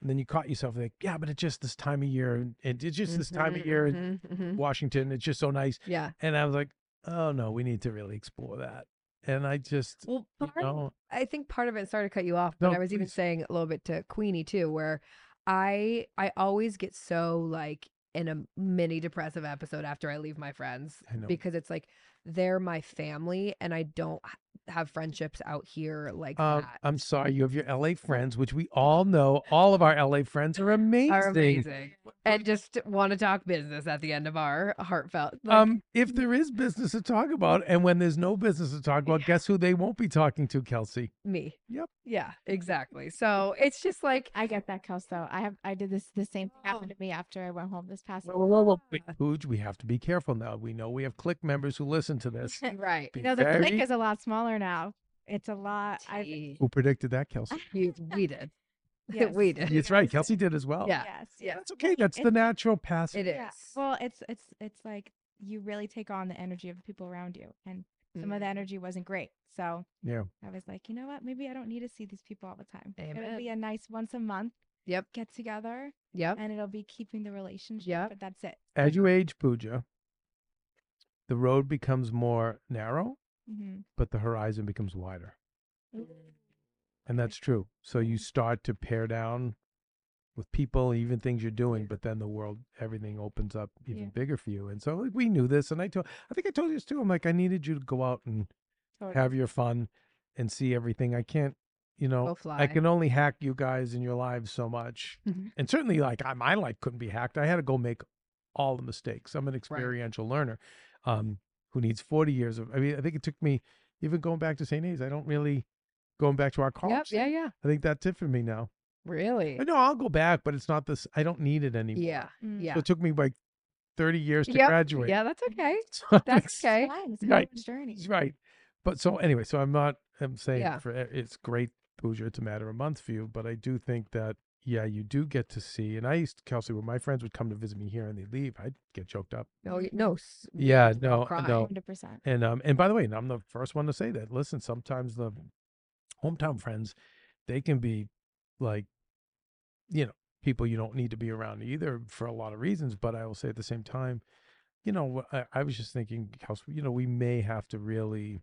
Speaker 2: And then you caught yourself like, yeah, but it's just this time of year. And and it's just this time of
Speaker 1: Mhm,
Speaker 2: year in
Speaker 1: mhm, mhm.
Speaker 2: Washington. It's just so nice.
Speaker 1: Yeah.
Speaker 2: And I was like, oh no, we need to really explore that. And I just,
Speaker 1: Well,
Speaker 2: you
Speaker 1: part of-
Speaker 2: know,
Speaker 1: I think part of it started to cut you off, but
Speaker 2: No,
Speaker 1: I was even
Speaker 2: please.
Speaker 1: saying a little bit to Queenie too, where I I always get so like in a mini depressive episode after I leave my friends
Speaker 2: I know.
Speaker 1: because it's like they're my family and I don't h- have friendships out here like
Speaker 2: um,
Speaker 1: that.
Speaker 2: I'm sorry, you have your LA friends, which we all know. All of our LA friends are amazing.
Speaker 1: Are amazing and just want to talk business at the end of our heartfelt. Like, mm
Speaker 2: um, if there is business to talk about, and when there's no business to talk about, guess who they won't be talking to, Kelsey?
Speaker 1: me.
Speaker 2: Yep.
Speaker 1: Yeah, exactly. So it's just like
Speaker 3: I get that, Kels, though. I have, I did this, the same thing happened
Speaker 1: Oh.
Speaker 3: to me after I went home this past
Speaker 2: Whoa, whoa, whoa, whoa. Wait,
Speaker 1: Uh,
Speaker 2: Pooj, we have to be careful now. We know we have click members who listen to this.
Speaker 1: right.
Speaker 2: Be
Speaker 3: You know, the
Speaker 2: very-
Speaker 3: click is a lot smaller now. It's a lot. I,
Speaker 1: Tea.
Speaker 2: Who predicted that, Kelsey?
Speaker 1: You- we did.
Speaker 3: yes,
Speaker 1: we did.
Speaker 2: It's right. Kelsey did as well.
Speaker 1: Yeah.
Speaker 3: Yes.
Speaker 1: Yeah.
Speaker 2: That's okay. That's the
Speaker 3: It's-
Speaker 2: natural passage.
Speaker 1: It is.
Speaker 3: Yeah. Well, it's, it's, it's like you really take on the energy of the people around you. And some
Speaker 2: Mm-hmm.
Speaker 1: Mm.
Speaker 3: of the energy wasn't great. So
Speaker 2: Yeah.
Speaker 1: Mm-hmm.
Speaker 3: I was like, you know what? Maybe I don't need to see these people all the time. It'll
Speaker 1: Amen.
Speaker 3: be a nice once a month
Speaker 1: Yep.
Speaker 3: get together
Speaker 1: Yep.
Speaker 3: and it'll be keeping the relationship.
Speaker 1: Yep.
Speaker 3: But that's it.
Speaker 2: As you age, Pooja, the road becomes more narrow,
Speaker 3: Mm-hmm.
Speaker 2: but the horizon becomes wider. And that's true. So you start to pare down with people, even things you're doing, but then the world, everything opens up even
Speaker 3: Yeah.
Speaker 2: bigger for you. And so like we knew this, and I told, I think I told you this too. I'm like, I needed you to go out and
Speaker 3: Totally.
Speaker 2: have your fun and see everything. I can't, you know,
Speaker 1: Go
Speaker 2: Oh, I
Speaker 1: fly.
Speaker 2: can only hack you guys in your lives so much.
Speaker 1: Mm-hmm.
Speaker 3: Mhm.
Speaker 2: And certainly, like I, my life couldn't be hacked. I had to go make all the mistakes. I'm an experiential learner um, who needs 40 years of. I mean, I think it took me even going back to St. A's. I don't really going back to our college.
Speaker 1: Yep. Yeah.
Speaker 2: thing,
Speaker 1: Yeah.
Speaker 2: I think that's it for me now.
Speaker 1: Really.
Speaker 2: No, I'll go back, but it's not this. I don't need it anymore.
Speaker 1: Yeah.
Speaker 3: Mm.
Speaker 1: Yeah.
Speaker 2: So it took me like 30 years to
Speaker 1: Yep,
Speaker 2: graduate.
Speaker 1: Yeah. That's okay.
Speaker 2: So it's-
Speaker 1: That's okay.
Speaker 3: Fine, It's
Speaker 2: Right.
Speaker 3: everyone's journey.
Speaker 2: it's right. But so anyway, so I'm not. I'm saying
Speaker 1: Yeah.
Speaker 2: for eh, it's great, Boozer. It's a matter of months for you, but I do think that yeah, you do get to see. And I used to, Kelsey, when my friends would come to visit me here and they leave, I'd get choked up.
Speaker 1: No. y- No. s-
Speaker 2: Yeah, no,
Speaker 1: crying.
Speaker 2: no.
Speaker 3: 100%.
Speaker 2: And um, and by the way, and I'm the first one to say that. Listen, sometimes the hometown friends, they can be like, you know, people you don't need to be around either for a lot of reasons. But I will say at the same time, you know, I, I was just thinking, Kels, you know, we may have to really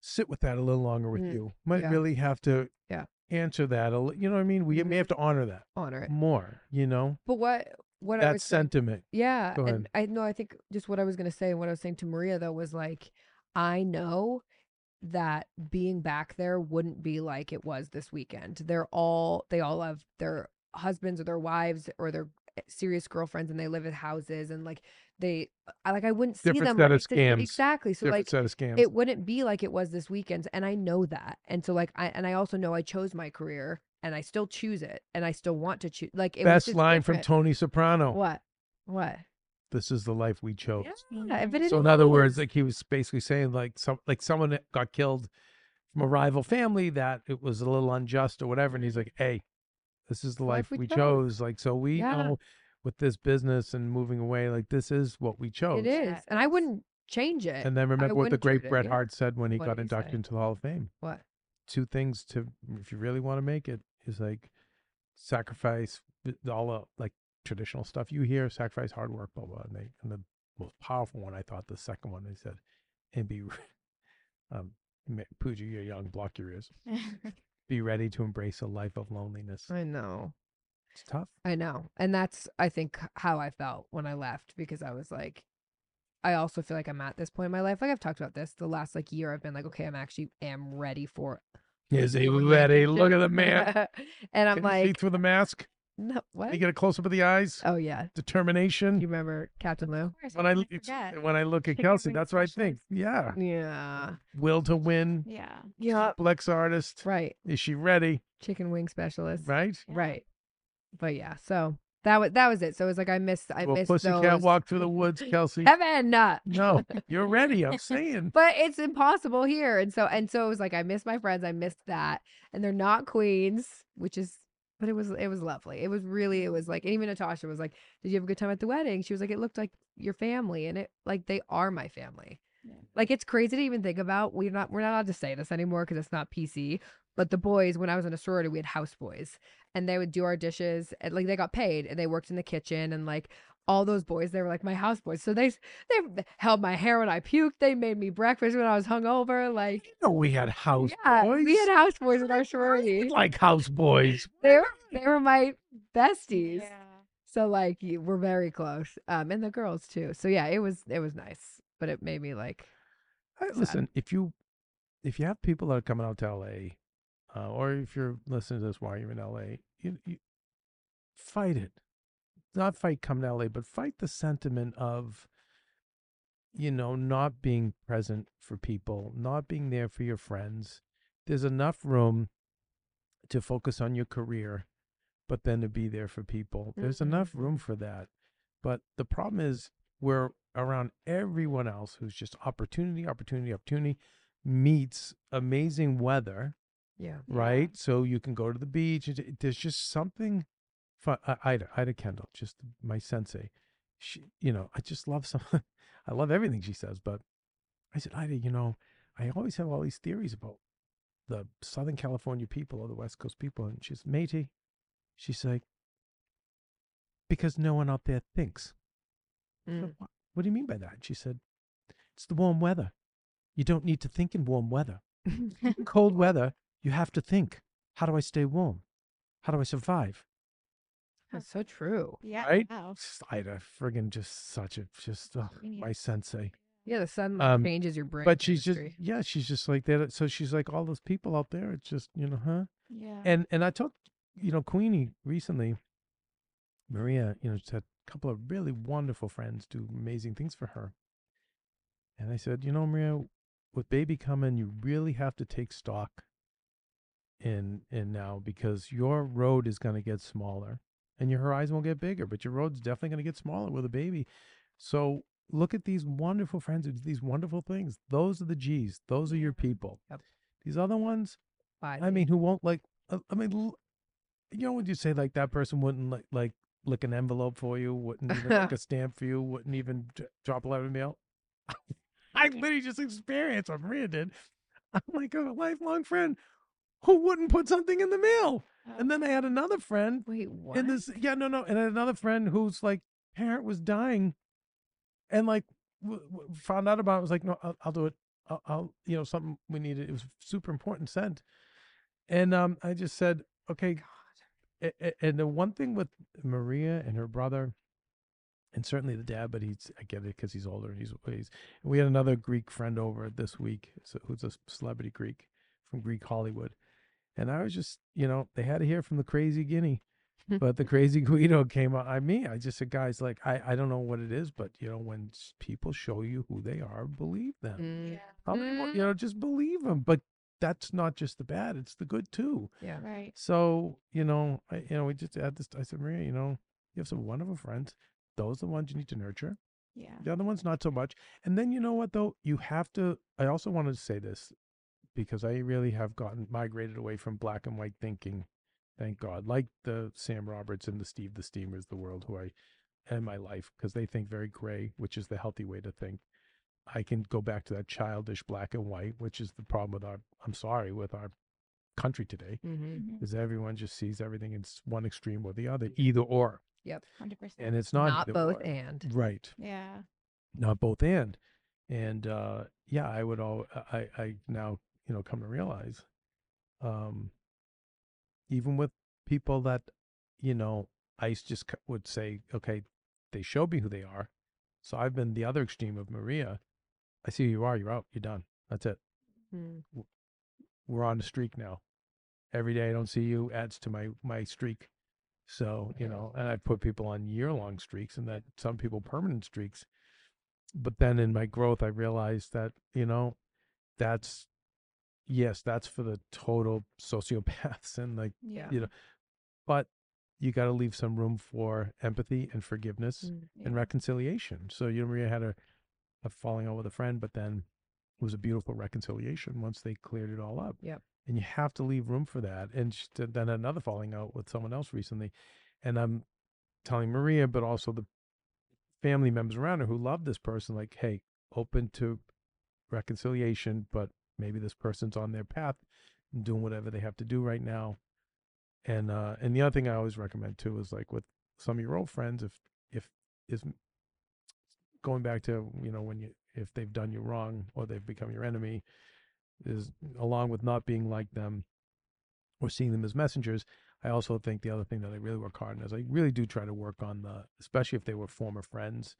Speaker 2: sit with that a little longer with
Speaker 1: Mm,
Speaker 2: you. Might
Speaker 1: yeah.
Speaker 2: really have to
Speaker 1: Yeah. Mm-hmm.
Speaker 2: answer that. A, li- you know what I mean? We may have to honor that
Speaker 1: Honor it.
Speaker 2: more. You know,
Speaker 1: But what? What I
Speaker 2: Mm. that
Speaker 1: was saying-
Speaker 2: sentiment.
Speaker 1: Yeah.
Speaker 2: Go
Speaker 1: And I know I think just what I was gonna say and what I was saying to Maria though was like, I know that being back there wouldn't be like it was this weekend. They're all they all have their husbands or their wives or their eh, serious girlfriends and they live in houses and like they I like I wouldn't see
Speaker 2: Different
Speaker 1: them
Speaker 2: set
Speaker 1: like
Speaker 2: of
Speaker 1: this-
Speaker 2: scams.
Speaker 1: exactly. So
Speaker 2: different
Speaker 1: like
Speaker 2: set of scams.
Speaker 1: it wouldn't be like it was this weekend and i know that and so like i and i also know i chose my career and i still choose it and i still want to choose like it was
Speaker 2: Best
Speaker 1: just
Speaker 2: line
Speaker 1: different.
Speaker 2: from Tony Soprano.
Speaker 1: what what
Speaker 2: this is the life we chose.
Speaker 1: yeah,
Speaker 3: Mm-hmm.
Speaker 1: but it
Speaker 2: So in other words,
Speaker 1: is.
Speaker 2: like he was basically saying like some like someone that got killed from a rival family that it was a little unjust or whatever. And he's like, Hey, this is the life, we, chose. Like so we
Speaker 1: Yeah.
Speaker 2: know with this business and moving away, like this is what we chose.
Speaker 1: it is
Speaker 3: yeah,
Speaker 1: and i
Speaker 3: it's-
Speaker 1: wouldn't change it
Speaker 2: And then remember what the
Speaker 1: wouldn't
Speaker 2: great
Speaker 1: trade it,
Speaker 2: Bret
Speaker 1: yeah.
Speaker 2: Hart said when he
Speaker 1: What
Speaker 2: got
Speaker 1: did he
Speaker 2: inducted
Speaker 1: say?
Speaker 2: into the Hall of Fame.
Speaker 1: what
Speaker 2: Two things to if you really want to make it is like sacrifice th- all the like traditional stuff you hear, sacrifice hard work, blah blah. And, they, and the most powerful one I thought the second one they said, and be re- um ma- Pooja, you're young, block your ears. Be ready to embrace a life of loneliness.
Speaker 1: i know
Speaker 2: It's tough.
Speaker 1: i know and that's i think how i felt when i left because i was like I also feel like I'm at this point in my life. Like I've talked about this the last like year. I've been like, okay, I'm actually am ready for
Speaker 2: Is he
Speaker 1: Look at
Speaker 2: ready?
Speaker 1: the
Speaker 2: Look at the
Speaker 1: picture.
Speaker 2: man.
Speaker 1: and I'm
Speaker 2: Can you see
Speaker 1: like,
Speaker 2: through the mask?
Speaker 1: no,
Speaker 2: Can
Speaker 1: what?
Speaker 2: you get a close up of the eyes?
Speaker 1: Oh yeah,
Speaker 2: Determination.
Speaker 1: do you remember Captain Lou?
Speaker 3: Of course,
Speaker 2: when
Speaker 3: how
Speaker 2: I
Speaker 3: can
Speaker 2: l- it's-
Speaker 3: forget?
Speaker 2: when I look at
Speaker 3: Chicken
Speaker 2: Kelsey,
Speaker 3: wing
Speaker 2: that's what I think. Yeah,
Speaker 3: specialist.
Speaker 1: Yeah,
Speaker 2: will to win,
Speaker 3: Yeah.
Speaker 1: yeah,
Speaker 2: flex artist.
Speaker 1: right.
Speaker 2: Is she ready?
Speaker 1: Chicken wing specialist,
Speaker 2: Right?
Speaker 3: Yeah.
Speaker 1: Right. But yeah, so that was that was it. So it was like I missed, I
Speaker 2: well,
Speaker 1: missed
Speaker 2: pussycat
Speaker 1: those.
Speaker 2: walk through the woods, Kelsey.
Speaker 1: Heaven, uh,
Speaker 2: no, you're ready. I'm saying.
Speaker 1: but it's impossible here, and so and so it was like I missed my friends, I missed that, and they're not queens, which is. But it was it was lovely. It was really it was like and even Natasha was like, "Did you have a good time at the wedding?" She was like, "It looked like your family, and it like they are my family."
Speaker 3: Yeah.
Speaker 1: Like it's crazy to even think about. We're not we're not allowed to say this anymore because it's not PC. But the boys, when I was in a sorority, we had house boys, and they would do our dishes. And, like they got paid, and they worked in the kitchen, and like all those boys, they were like my house boys. So they s- they held my hair when I puked. They made me breakfast when I was hungover. Like
Speaker 2: You know we had house
Speaker 1: yeah,
Speaker 2: boys.
Speaker 1: we had house boys in our
Speaker 2: We
Speaker 1: sorority.
Speaker 2: like house boys.
Speaker 1: They were they were my besties.
Speaker 3: Yeah.
Speaker 1: So like you, we're very close, um, and the girls too. So yeah, it was it was nice, but it made me like
Speaker 2: Hey, listen, if you if you have people that are coming out to LA, uh, or if you're listening to this while you're in LA, you, you fight it. Not fight come to LA, but fight the sentiment of you know not being present for people, not being there for your friends. There's enough room to focus on your career, but then to be there for people. There's enough room for that. But the problem is we're around everyone else who's just opportunity, opportunity, opportunity meets amazing weather,
Speaker 1: yeah.
Speaker 2: right? So you can go to the beach. and it- There's just something fun. I- Ida, Ida Kendall, just my sensei. She, you know, I just love some. I love everything she says, but I said, Ida, you know, I always have all these theories about the Southern California people or the West Coast people, and she's matey. She's like, because no one out there thinks. So,
Speaker 1: Mm.
Speaker 2: "Wha- What do you mean by that? She said, It's the warm weather. You don't need to
Speaker 1: mm.
Speaker 2: think in warm weather. Cold weather, you have to think. How do I stay warm? How do I survive?
Speaker 1: That's so true.
Speaker 3: Yeah.
Speaker 2: Right?
Speaker 1: Oh.
Speaker 3: Wow.
Speaker 2: Ida, friggin' just such a just ugh,
Speaker 3: Genius.
Speaker 2: my sensei.
Speaker 1: Yeah, the sun
Speaker 2: Um,
Speaker 1: changes your brain.
Speaker 2: But she's just
Speaker 1: chemistry.
Speaker 2: yeah, she's just like that. So she's like all those people out there. It's just you know, huh?
Speaker 3: Yeah.
Speaker 2: And and I talked, you know, Queenie recently. Maria, you know, just had a couple of really wonderful friends do amazing things for her. And I said, you know, Maria, with baby coming, you really have to take stock in in now because your road is going to get smaller and your horizon will get bigger, but your road's definitely going to get smaller with a baby. So look at these wonderful friends who do these wonderful things. Those are the G's. Those are your people.
Speaker 1: Yep.
Speaker 2: These other ones, I
Speaker 1: Body.
Speaker 2: mean, who won't like? uh, I mean, l- you know, would you say like that person wouldn't like like lick an envelope for you? Wouldn't even lick a stamp for you? Wouldn't even d- drop a letter in the mail? I literally just experienced what Maria did. I'm like "Oh, a lifelong friend who wouldn't put something in the mail.
Speaker 3: Oh,
Speaker 2: And then I had another friend
Speaker 1: Wait, what?
Speaker 2: and this, yeah, no, no. And then another friend whose like parent was dying, and like w- w- found out about it was like, no, I'll, I'll do it. I'll, I'll, you know, something we needed. It was super important sent, and um, I just said, okay. a- a- And the one thing with Maria and her brother, and certainly the dad, but he's I get it because he's older. And he's he's. And we had another Greek friend over this week, so, who's a celebrity Greek from Greek Hollywood, and I was just, you know, they had to hear from the crazy Guinea but the crazy Guido came out. I mean, I just said, guys, like, I, I don't know what it is, but you know, when s- people show you who they are, believe them.
Speaker 4: Yeah.
Speaker 1: Mm,
Speaker 2: How many more- you know, just believe them. But that's not just the bad; it's the good too.
Speaker 1: yeah.
Speaker 3: Right.
Speaker 2: So you know, I, you know, we just had this. I said, Maria, you know, you have some wonderful friends. Those are the ones you need to nurture.
Speaker 3: Yeah.
Speaker 2: The other ones, not so much. And then you know what though, you have to. I also wanted to say this because I really have gotten migrated away from black and white thinking. Thank God, like the Sam Roberts and the Steve the Steamers, of the world who I and my life because they think very gray, which is the healthy way to think. I can go back to that childish black and white, which is the problem with our. I'm sorry, with our country today,
Speaker 1: Mm-hmm.
Speaker 3: Mhm.
Speaker 2: is everyone just sees everything in s- one extreme or the other, either or,
Speaker 3: 100%.
Speaker 2: and it's not,
Speaker 1: Not
Speaker 2: either
Speaker 1: both
Speaker 2: or.
Speaker 1: and.
Speaker 2: right
Speaker 3: yeah.
Speaker 2: not both and and uh yeah i would all i i now you know come to realize um even with people that you know i s- just c- would say okay they showed me who they are so i've been the other extreme of maria i see who you are you're out you're done that's it
Speaker 1: Mm.
Speaker 2: we're on the streak now every day i don't see you adds to my my streak so you know and i put people on year long streaks and that some people permanent streaks but then in my growth i realized that you know that's yes that's for the total sociopaths and like
Speaker 3: Yeah.
Speaker 2: you know but you got to leave some room for empathy and forgiveness
Speaker 1: Mm.
Speaker 2: and reconciliation so you know maria had a, a falling out with a friend but then it was a beautiful reconciliation once they cleared it all up
Speaker 1: Yep.
Speaker 2: and you have to leave room for that and she, did- then another falling out with someone else recently and i'm telling maria but also the family members around her who love this person like hey open to reconciliation but maybe this person's on their path and doing whatever they have to do right now and uh and the other thing i always recommend too is like with some of your old friends if if is going back to you know when you if they've done you wrong or they've become your enemy is along with not being like them or seeing them as messengers i also think the other thing that i really work hard on is i really do try to work on the especially if they were former friends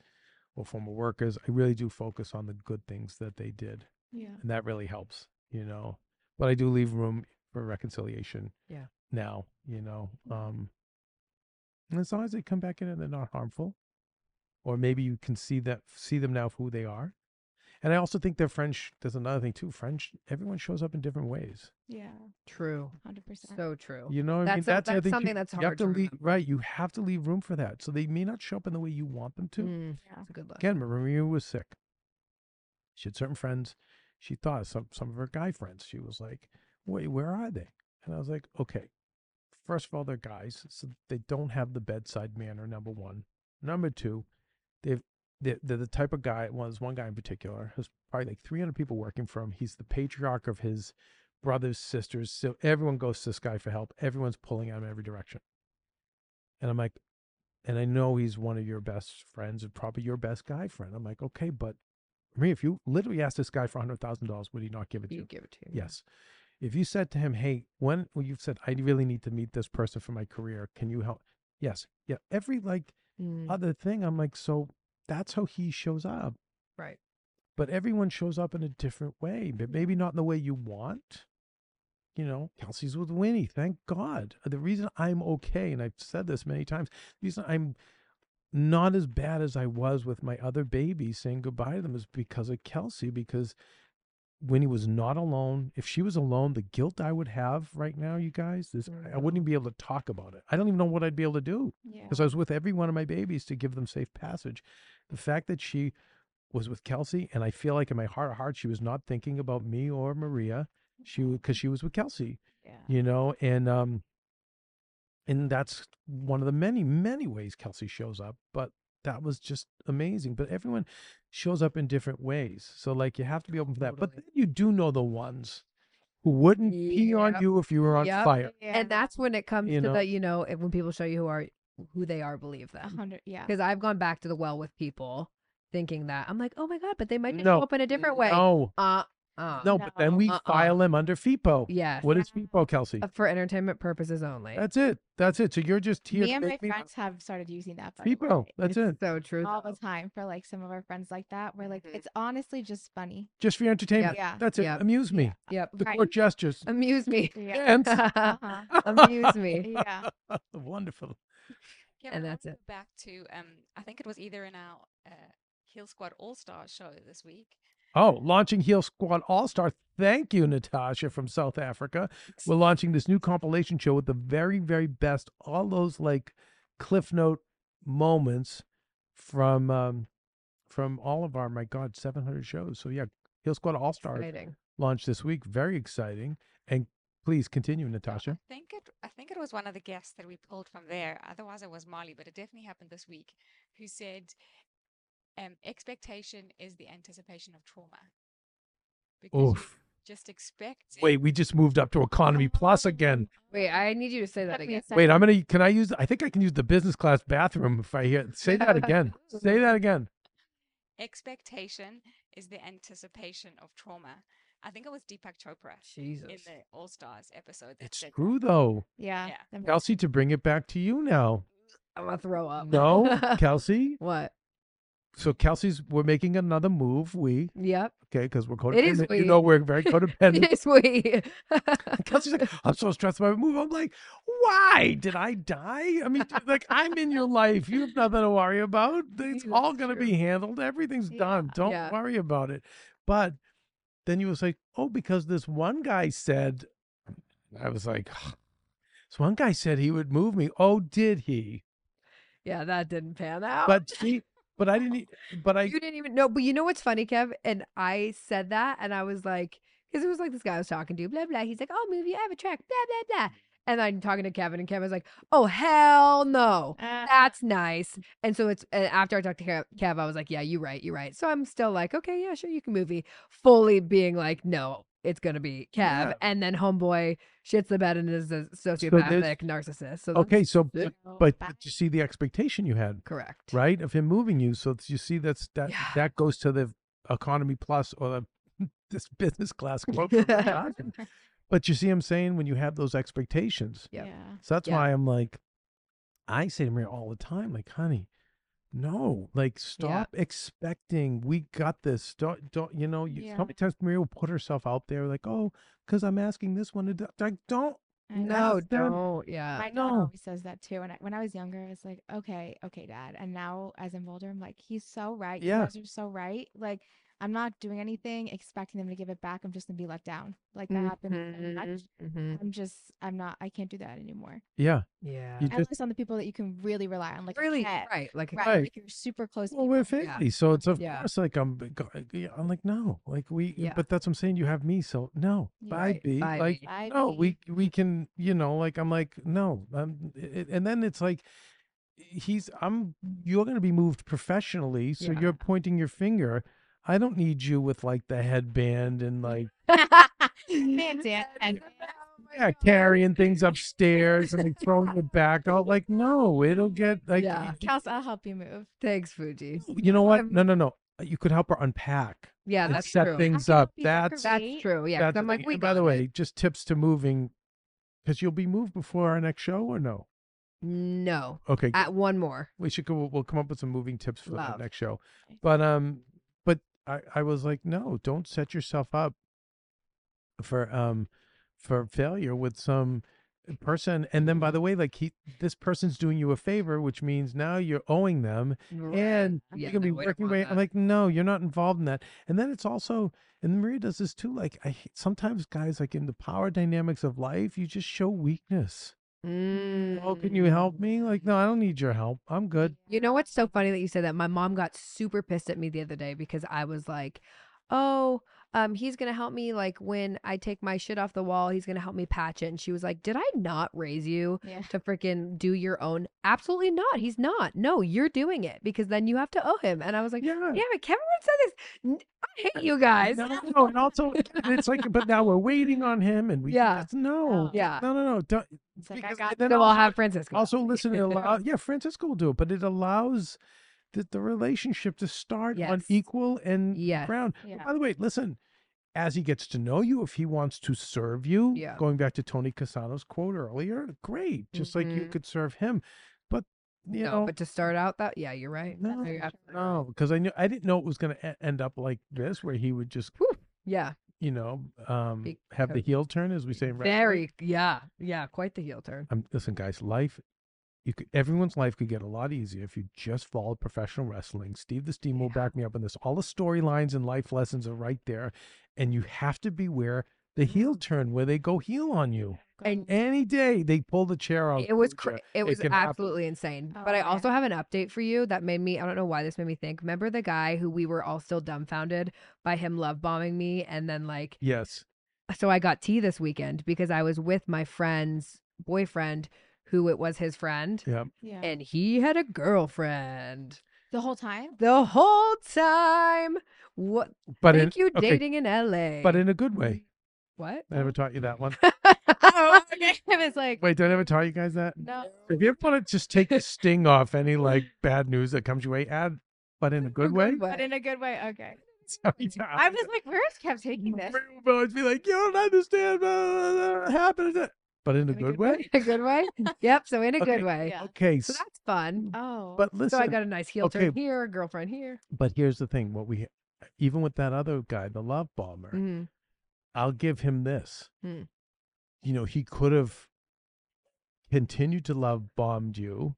Speaker 2: or former workers i really do focus on the good things that they did
Speaker 3: Yeah.
Speaker 2: and that really helps you know but i do leave room for reconciliation
Speaker 1: Yeah.
Speaker 2: now you know um and as long as they come back in and they're not harmful or maybe you can see that see them now for who they are and i also think that french there's another thing too french everyone shows up in different ways
Speaker 3: Yeah.
Speaker 1: True.
Speaker 3: 100%.
Speaker 1: So true.
Speaker 2: you know what I mean?
Speaker 1: That's
Speaker 2: the
Speaker 1: a- that's
Speaker 2: other thing
Speaker 1: something
Speaker 2: you-
Speaker 1: that's
Speaker 2: you
Speaker 1: hard
Speaker 2: have to
Speaker 1: to
Speaker 2: leave,
Speaker 1: remember.
Speaker 2: right you have to leave room for that so they may not show up in the way you want them to
Speaker 1: Mm,
Speaker 3: Yeah.
Speaker 1: That's a good look.
Speaker 2: Again, Maria was sick. She had certain friends. She thought some some of her guy friends. She was like, "Wait, where are they?" And I was like, "Okay, first of all, they're guys, so they don't have the bedside manner. Number one. Number two, they've they're, they're the type of guy. Well, there's one guy in particular who's probably like 300 people working for him. He's the patriarch of his brothers, sisters. So everyone goes to this guy for help. Everyone's pulling at him in every direction. And I'm like, and I know he's one of your best friends and probably your best guy friend. I'm like, okay, but Maria, if you literally asked this guy for hundred thousand dollars, would he not give it to
Speaker 1: You
Speaker 2: you?
Speaker 1: give it to him.
Speaker 2: Yes. If you said to him, "Hey, when well, you've said I really need to meet this person for my career, can you help?" Yes, yeah. Every like
Speaker 1: Mm,
Speaker 2: other thing, I'm like, so that's how he shows up.
Speaker 1: right.
Speaker 2: but everyone shows up in a different way, but maybe not in the way you want. You know, Kelsey's with Winnie. Thank God. Uh, The reason I'm okay, and I've said this many times, the reason I'm not as bad as I was with my other babies saying goodbye to them is because of Kelsey, because Winnie was not alone. If she was alone, the guilt I would have right now, you guys, this I- I wouldn't even be able to talk about it. I don't even know what I'd be able to do
Speaker 3: Yeah.
Speaker 2: because I was with every one of my babies to give them safe passage. The fact that she was with Kelsey, and I feel like in my heart of hearts, she was not thinking about me or Maria. She because she was with Kelsey,
Speaker 3: Yeah.
Speaker 2: you know, and um, and that's one of the many many ways Kelsey shows up. But that was just amazing. But everyone shows up in different ways, so like you have to be open for that. But
Speaker 1: Totally.
Speaker 2: then you do know the ones who wouldn't pee on
Speaker 1: Yep.
Speaker 2: you if you were on
Speaker 1: Yep.
Speaker 2: fire.
Speaker 1: And that's when it comes
Speaker 2: You
Speaker 1: to
Speaker 2: know-
Speaker 1: the, you know, if, when people show you who are who they are, believe
Speaker 3: a
Speaker 1: them.
Speaker 3: hundred. Yeah.
Speaker 1: Because I've gone back to the well with people thinking that I'm like, oh my god, but they might just
Speaker 2: No.
Speaker 1: show up in a different way.
Speaker 2: No,
Speaker 1: Uh, uh,
Speaker 2: no, but then we
Speaker 1: Uh-uh.
Speaker 2: file him under E FIPO.
Speaker 1: yes,
Speaker 2: What is FIPO, Kelsey?
Speaker 1: uh, for entertainment purposes only.
Speaker 2: That's it. That's it. So you're just here.
Speaker 3: me
Speaker 2: to
Speaker 3: and my
Speaker 2: make me-
Speaker 3: friends have started using that. by the
Speaker 2: FIPO.
Speaker 3: way,
Speaker 2: That's
Speaker 1: It's
Speaker 2: it.
Speaker 1: So true.
Speaker 3: All the
Speaker 1: though.
Speaker 3: time for like some of our friends like that. We're like,
Speaker 6: Mhm.
Speaker 3: it's honestly just funny.
Speaker 2: Just for your entertainment.
Speaker 3: Yeah.
Speaker 2: That's it.
Speaker 1: Yep.
Speaker 2: Amuse me.
Speaker 1: Yep.
Speaker 2: The
Speaker 3: Right.
Speaker 2: court gestures.
Speaker 1: Amuse me.
Speaker 3: Yeah.
Speaker 2: And
Speaker 3: Uh-huh.
Speaker 1: Amuse me.
Speaker 3: yeah.
Speaker 2: wonderful.
Speaker 4: Cameron,
Speaker 1: And
Speaker 4: I
Speaker 1: that's
Speaker 4: wanna
Speaker 1: it.
Speaker 4: go Back to um, I think it was either in our uh, Kill Squad All Star show this week.
Speaker 2: Oh, launching Heel Squad All Star. Thank you, Natasha from South Africa. We're launching this new compilation show with the very, very best, all those like cliff note moments from um from all of our my God, seven hundred shows. So yeah, Heel Squad All Star
Speaker 1: Exciting.
Speaker 2: launched this week. Very exciting. And please continue, Natasha.
Speaker 4: I think it. I think it was one of the guests that we pulled from there. Otherwise, it was Molly, but it definitely happened this week. Who said, um, "Expectation is the anticipation of trauma." Because you
Speaker 2: Oof.
Speaker 4: just expect.
Speaker 2: Wait, we just moved up to Economy Plus again.
Speaker 1: Wait, I need you to say that
Speaker 3: Took me a
Speaker 1: again.
Speaker 3: second.
Speaker 2: Wait, I'm gonna. Can I use? I think I can use the business class bathroom if I hear. Say that again. say that again.
Speaker 4: Expectation is the anticipation of trauma. I think it was Deepak Chopra
Speaker 1: Jesus.
Speaker 4: in the All Stars episode. that
Speaker 2: It's
Speaker 4: said
Speaker 2: true
Speaker 4: that.
Speaker 2: though,
Speaker 3: Yeah.
Speaker 4: Yeah.
Speaker 3: them-
Speaker 2: Kelsey. To bring it back to you now.
Speaker 1: I'm gonna throw up.
Speaker 2: No, Kelsey.
Speaker 1: what?
Speaker 2: So Kelsey's. We're making another move. We
Speaker 1: Yep.
Speaker 2: okay because we're
Speaker 1: It is
Speaker 2: codependent.
Speaker 1: we.
Speaker 2: You know we're very codependent.
Speaker 1: Yes, we.
Speaker 2: Kelsey's like, I'm so stressed about my move. I'm like, why did I die? I mean, dude, like I'm in your life. You have nothing to worry about. It's
Speaker 1: Yeah,
Speaker 2: all
Speaker 1: that's
Speaker 2: gonna
Speaker 1: true.
Speaker 2: be handled. Everything's
Speaker 3: Yeah,
Speaker 2: done. Don't
Speaker 1: yeah.
Speaker 2: worry about it. But then you was like, oh, because this one guy said, I was like, this one guy said he would move me. Oh, did he?
Speaker 1: yeah, that didn't pan out.
Speaker 2: But see, but I didn't. e- But I
Speaker 1: Oh. you didn't even know. But you know what's funny, Kev? And I said that, and I was like, because it was like this guy I was talking to, blah blah. He's like, "Oh, movie, I have a track, blah blah blah."
Speaker 2: Mm-hmm.
Speaker 1: And I'm talking to Kevin, and Kevin's like, "Oh hell no,
Speaker 2: Uh-huh.
Speaker 3: Uh,
Speaker 1: that's nice." And so it's and after I talked to Kev, Kev, I was like, "Yeah, you're right, you're right." So I'm still like, "Okay, yeah, sure, you can movie." Fully being like, "No, it's gonna be Kev,"
Speaker 2: Yeah.
Speaker 1: and then homeboy shits the bed and is a sociopathic narcissist. So that's
Speaker 2: okay. So,
Speaker 1: sick.
Speaker 2: but, but
Speaker 3: bye.
Speaker 2: you see the expectation you had.
Speaker 1: correct,
Speaker 2: right of him moving you so you see that's that
Speaker 1: Yeah.
Speaker 2: that goes to the economy plus or the this business class quote from the document. but you see i'm saying when you have those expectations
Speaker 1: Yep.
Speaker 3: Yeah.
Speaker 2: so that's
Speaker 1: Yeah.
Speaker 2: why i'm like i say to maria all the time like honey no like stop expecting we got this stop don't you know you,
Speaker 3: Yeah.
Speaker 2: how many times maria will put herself out there like oh because i'm asking this one to do, like don't
Speaker 3: I
Speaker 1: No,
Speaker 3: know.
Speaker 2: That's them.
Speaker 1: don't. Yeah,
Speaker 3: My dad
Speaker 2: No.
Speaker 3: always says that too. And I, when I was younger, I was like, okay, okay, dad. And now as I'm older, I'm like, he's so right. You
Speaker 2: Yeah.
Speaker 3: guys are so right. Like, I'm not doing anything expecting them to give it back. I'm just going to be let down. Like, that happens so much.
Speaker 1: Mhm.
Speaker 3: I'm just, I'm not, I can't do that anymore.
Speaker 2: yeah
Speaker 1: yeah.
Speaker 2: you just
Speaker 3: Unless on the people that you can really rely on. Like, a
Speaker 1: really
Speaker 3: pet,
Speaker 1: right, like a
Speaker 3: Right.
Speaker 2: Right.
Speaker 3: Like, you're super close.
Speaker 2: Well, we're
Speaker 3: people.
Speaker 2: 50, so it's of
Speaker 1: Yeah.
Speaker 2: course like I'm. yeah, I'm like no, like we.
Speaker 1: Yeah.
Speaker 2: But that's what I'm saying. You have me, so no.
Speaker 3: Yeah.
Speaker 2: Bye,
Speaker 1: Right,
Speaker 2: B.
Speaker 1: bye,
Speaker 2: like
Speaker 1: B.
Speaker 3: Bye,
Speaker 2: no,
Speaker 3: B.
Speaker 2: we we can. You know, like I'm like no. Um, it, and then it's like he's. I'm. You're going to be moved professionally, so
Speaker 1: Yeah.
Speaker 2: you're pointing your finger. I don't need you with like the headband and like
Speaker 3: Man, Dan, and-
Speaker 2: yeah, carrying things upstairs and like throwing it back out. Like no, it'll get like.
Speaker 1: Yeah.
Speaker 2: you-
Speaker 3: Kels, I'll help you move.
Speaker 1: Thanks, Fuji.
Speaker 2: You know what?
Speaker 1: Um,
Speaker 2: No, no, no. You could help her unpack.
Speaker 1: Yeah,
Speaker 2: that
Speaker 1: that's
Speaker 2: set
Speaker 1: true.
Speaker 2: things
Speaker 3: I
Speaker 2: up.
Speaker 3: think
Speaker 2: That's
Speaker 3: that-
Speaker 1: That's
Speaker 3: Great.
Speaker 1: true. Yeah, 'cause
Speaker 2: that's
Speaker 1: I'm
Speaker 2: the
Speaker 1: like,
Speaker 2: thing.
Speaker 1: we
Speaker 2: And by the
Speaker 1: got
Speaker 2: way,
Speaker 1: it.
Speaker 2: just tips to moving, because you'll be moved before our next show or no?
Speaker 1: no,
Speaker 2: Okay,
Speaker 1: at one more.
Speaker 2: we should go. We'll come up with some moving tips for the
Speaker 1: Love.
Speaker 2: next show.
Speaker 3: Okay.
Speaker 2: But um, but I I was like, no, don't set yourself up for um for failure with some person. And then by
Speaker 1: Mm-hmm.
Speaker 2: the way, like he, this person's doing you a favor, which means now you're owing them, and
Speaker 1: Yeah,
Speaker 2: you're gonna be
Speaker 1: no, we don't
Speaker 2: working.
Speaker 1: want
Speaker 2: Away.
Speaker 1: that.
Speaker 2: I'm like, no, you're not involved in that. And then it's also, and Maria does this too. Like I hate- sometimes guys like in the power dynamics of life, you just show weakness. Oh, can
Speaker 3: Mm.
Speaker 2: you
Speaker 1: Mm.
Speaker 2: help me? Like, no, I don't need your help. I'm good.
Speaker 1: You know what's so funny that you say that? My mom got super pissed at me the other day because I was like, "Oh, um, he's gonna help me like when I take my shit off the wall. He's gonna help me patch it." And she was like, "Did I not raise you
Speaker 3: Yeah.
Speaker 1: to freaking do your own? Absolutely not. He's not. No, you're doing it because then you have to owe him." And I was like,
Speaker 2: Yeah.
Speaker 1: "Damn it, Kevin said this. N- I hate you guys."
Speaker 2: No, no, and also and it's like, but now we're waiting on him, and we
Speaker 1: Yeah.
Speaker 2: just- no,
Speaker 1: Yeah.
Speaker 2: no, no, no. Don't,
Speaker 3: It's like, I
Speaker 2: because
Speaker 3: got
Speaker 2: then
Speaker 1: So I'll
Speaker 2: also,
Speaker 1: have Francisco.
Speaker 2: also listen. It allows, yeah, Francisco will do it, but it allows the, the relationship to start on
Speaker 1: Yes.
Speaker 2: equal and
Speaker 1: Yes.
Speaker 2: ground.
Speaker 3: Yeah.
Speaker 2: By the way, listen. As he gets to know you, if he wants to serve you,
Speaker 1: Yeah.
Speaker 2: going back to Tony Casano's quote earlier, great. Just like you
Speaker 1: Mhm.
Speaker 2: could serve him, but you
Speaker 1: no,
Speaker 2: know,
Speaker 1: but to start out that, yeah, you're right.
Speaker 2: No,
Speaker 1: you're absolutely right.
Speaker 2: no, because I knew I didn't know it was going to end up like this, where he would just
Speaker 1: yeah,
Speaker 2: you know, um,
Speaker 1: Big
Speaker 2: have the
Speaker 1: coat.
Speaker 2: heel turn, as we say in wrestling.
Speaker 1: very, yeah, yeah, quite the heel turn.
Speaker 2: Um, listen, guys, life, you could, everyone's life could get a lot easier if you just followed professional wrestling. Steve the Steam will back me up on this. All the storylines and life lessons are right there, and you have to beware the heel turn where they go heel on you.
Speaker 1: And-
Speaker 2: Any day they pull the chair out.
Speaker 1: It was
Speaker 2: from
Speaker 1: cra-
Speaker 2: you.
Speaker 1: it was
Speaker 2: can happen.
Speaker 1: absolutely insane.
Speaker 3: Oh,
Speaker 1: but I
Speaker 3: yeah.
Speaker 1: also have an update for you that made me I don't know why this made me think. Remember the guy who we were all still dumbfounded by him love bombing me and then like
Speaker 2: Yes.
Speaker 1: so I got tea this weekend because I was with my friend's boyfriend who it was his friend
Speaker 2: Yeah.
Speaker 3: yeah.
Speaker 1: and he had a girlfriend
Speaker 3: the whole time.
Speaker 1: the whole time. What
Speaker 2: But in,
Speaker 1: think you
Speaker 2: okay,
Speaker 1: dating in LA?
Speaker 2: but in a good way.
Speaker 1: what?
Speaker 2: I never taught you that one.
Speaker 3: oh, okay. I was like,
Speaker 2: Wait, did I ever taught you guys that?
Speaker 3: no.
Speaker 2: If you want to just take the sting off any like bad news that comes your way, add, but in a good way.
Speaker 3: But in a good way. Okay.
Speaker 2: So, yeah,
Speaker 3: I was like, where is Kev taking this?
Speaker 2: Maria would always be like, you don't understand what happened, but in a good way.
Speaker 1: a good way? Yep, so in a
Speaker 2: Okay.
Speaker 1: good way.
Speaker 3: Yeah.
Speaker 2: Okay,
Speaker 1: So
Speaker 2: s-
Speaker 1: that's fun.
Speaker 3: Oh.
Speaker 2: but listen,
Speaker 1: so I got a nice heel turn
Speaker 2: okay.
Speaker 1: here, a girlfriend here.
Speaker 2: but here's the thing: what we, eh, even with that other guy, the love bomber,
Speaker 1: Mhm.
Speaker 2: I'll give him this.
Speaker 1: Mm.
Speaker 2: You know, he could have continued to love bombed you,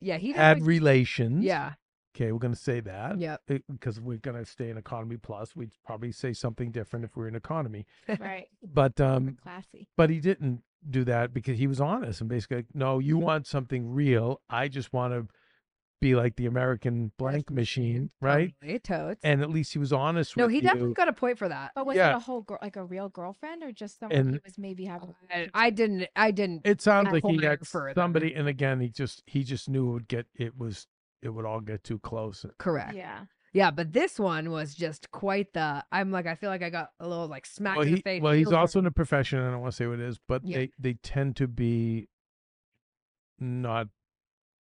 Speaker 1: Yeah, he didn't
Speaker 2: had
Speaker 1: really-
Speaker 2: relations.
Speaker 1: Yeah,
Speaker 2: Okay, we're gonna say that.
Speaker 1: yep.
Speaker 2: because we're going to stay in economy plus we'd probably say something different if we were in economy
Speaker 3: right.
Speaker 2: but um
Speaker 3: Classy.
Speaker 2: but he didn't do that because he was honest and basically like, no
Speaker 1: Mm-hmm.
Speaker 2: you want something real i just want to be like the american blank machine right
Speaker 1: Totally, totes.
Speaker 2: and at least he was honest
Speaker 1: no,
Speaker 2: with
Speaker 1: he
Speaker 2: you
Speaker 1: definitely got a point for that.
Speaker 3: But was
Speaker 2: Yeah.
Speaker 3: it a whole girl, like a real girlfriend, or just someone he
Speaker 2: And-
Speaker 3: was maybe having?
Speaker 1: I, I didn't. I didn't.
Speaker 2: it sounds
Speaker 1: Yeah.
Speaker 2: like he
Speaker 1: Fire
Speaker 2: got
Speaker 1: further.
Speaker 2: somebody and again he just he just knew it would get it was it would all get too close
Speaker 1: correct. Yeah.
Speaker 3: Yeah.
Speaker 1: but this one was just quite the. I'm like, I feel like I got a little like smacked
Speaker 2: well,
Speaker 1: in
Speaker 2: he,
Speaker 1: the face.
Speaker 2: well he's
Speaker 1: heel turn.
Speaker 2: also in a profession i don't want to say what it is but
Speaker 1: Yeah.
Speaker 2: they they tend to be not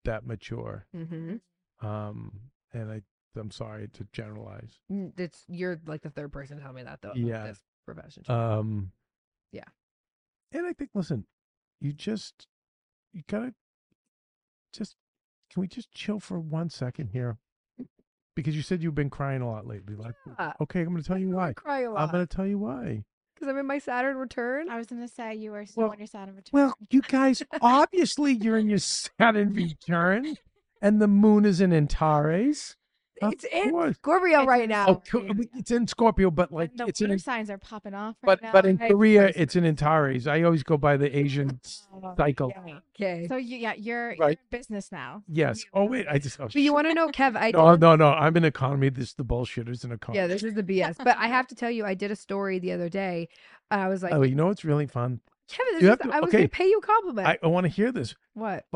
Speaker 2: that mature
Speaker 1: Mhm.
Speaker 2: um and i i'm sorry to generalize
Speaker 1: N- It's you're like the third person to tell me that though. about
Speaker 2: Yeah.
Speaker 1: This profession.
Speaker 2: um
Speaker 1: Yeah.
Speaker 2: and i think listen you just you gotta just can we just chill for one second here because you said you've been crying a lot lately like
Speaker 1: Yeah.
Speaker 2: okay i'm gonna tell you
Speaker 1: I
Speaker 2: why
Speaker 1: cry a
Speaker 2: i'm
Speaker 1: lot
Speaker 2: gonna tell you why
Speaker 1: because I'm in my Saturn return.
Speaker 3: I was gonna say you were still
Speaker 2: Well-
Speaker 3: on your side of return.
Speaker 2: well you guys obviously you're in your saturn return and the moon is in antares of
Speaker 1: it's in
Speaker 2: course.
Speaker 1: Scorpio
Speaker 3: It's
Speaker 1: right
Speaker 3: in
Speaker 1: now.
Speaker 2: Oh, co- it's in scorpio but like
Speaker 3: the
Speaker 2: it's
Speaker 3: water
Speaker 2: in
Speaker 3: signs are popping off. Right
Speaker 2: But but
Speaker 3: now.
Speaker 2: in
Speaker 3: I-
Speaker 2: Korea, it's an Antares. I always go by the Asian s-
Speaker 3: Oh,
Speaker 2: cycle.
Speaker 3: yeah.
Speaker 1: Okay.
Speaker 3: So you, yeah, you're, you're
Speaker 2: Right.
Speaker 3: in business now.
Speaker 2: Yes. Oh wait, I just. Oh,
Speaker 1: but you
Speaker 2: shit.
Speaker 1: want to know, Kev? I
Speaker 2: No,
Speaker 1: did-
Speaker 2: no, no. I'm in economy. This is the bullshitters in economy.
Speaker 1: Yeah, this is the BS. But I have to tell you, I did a story the other day. and I was like,
Speaker 2: oh, you know what's really fun?
Speaker 1: Kevin, this
Speaker 2: you
Speaker 1: is,
Speaker 2: have to-
Speaker 1: I was
Speaker 2: okay.
Speaker 1: gonna pay you a compliment.
Speaker 2: I, I want to hear this.
Speaker 1: what?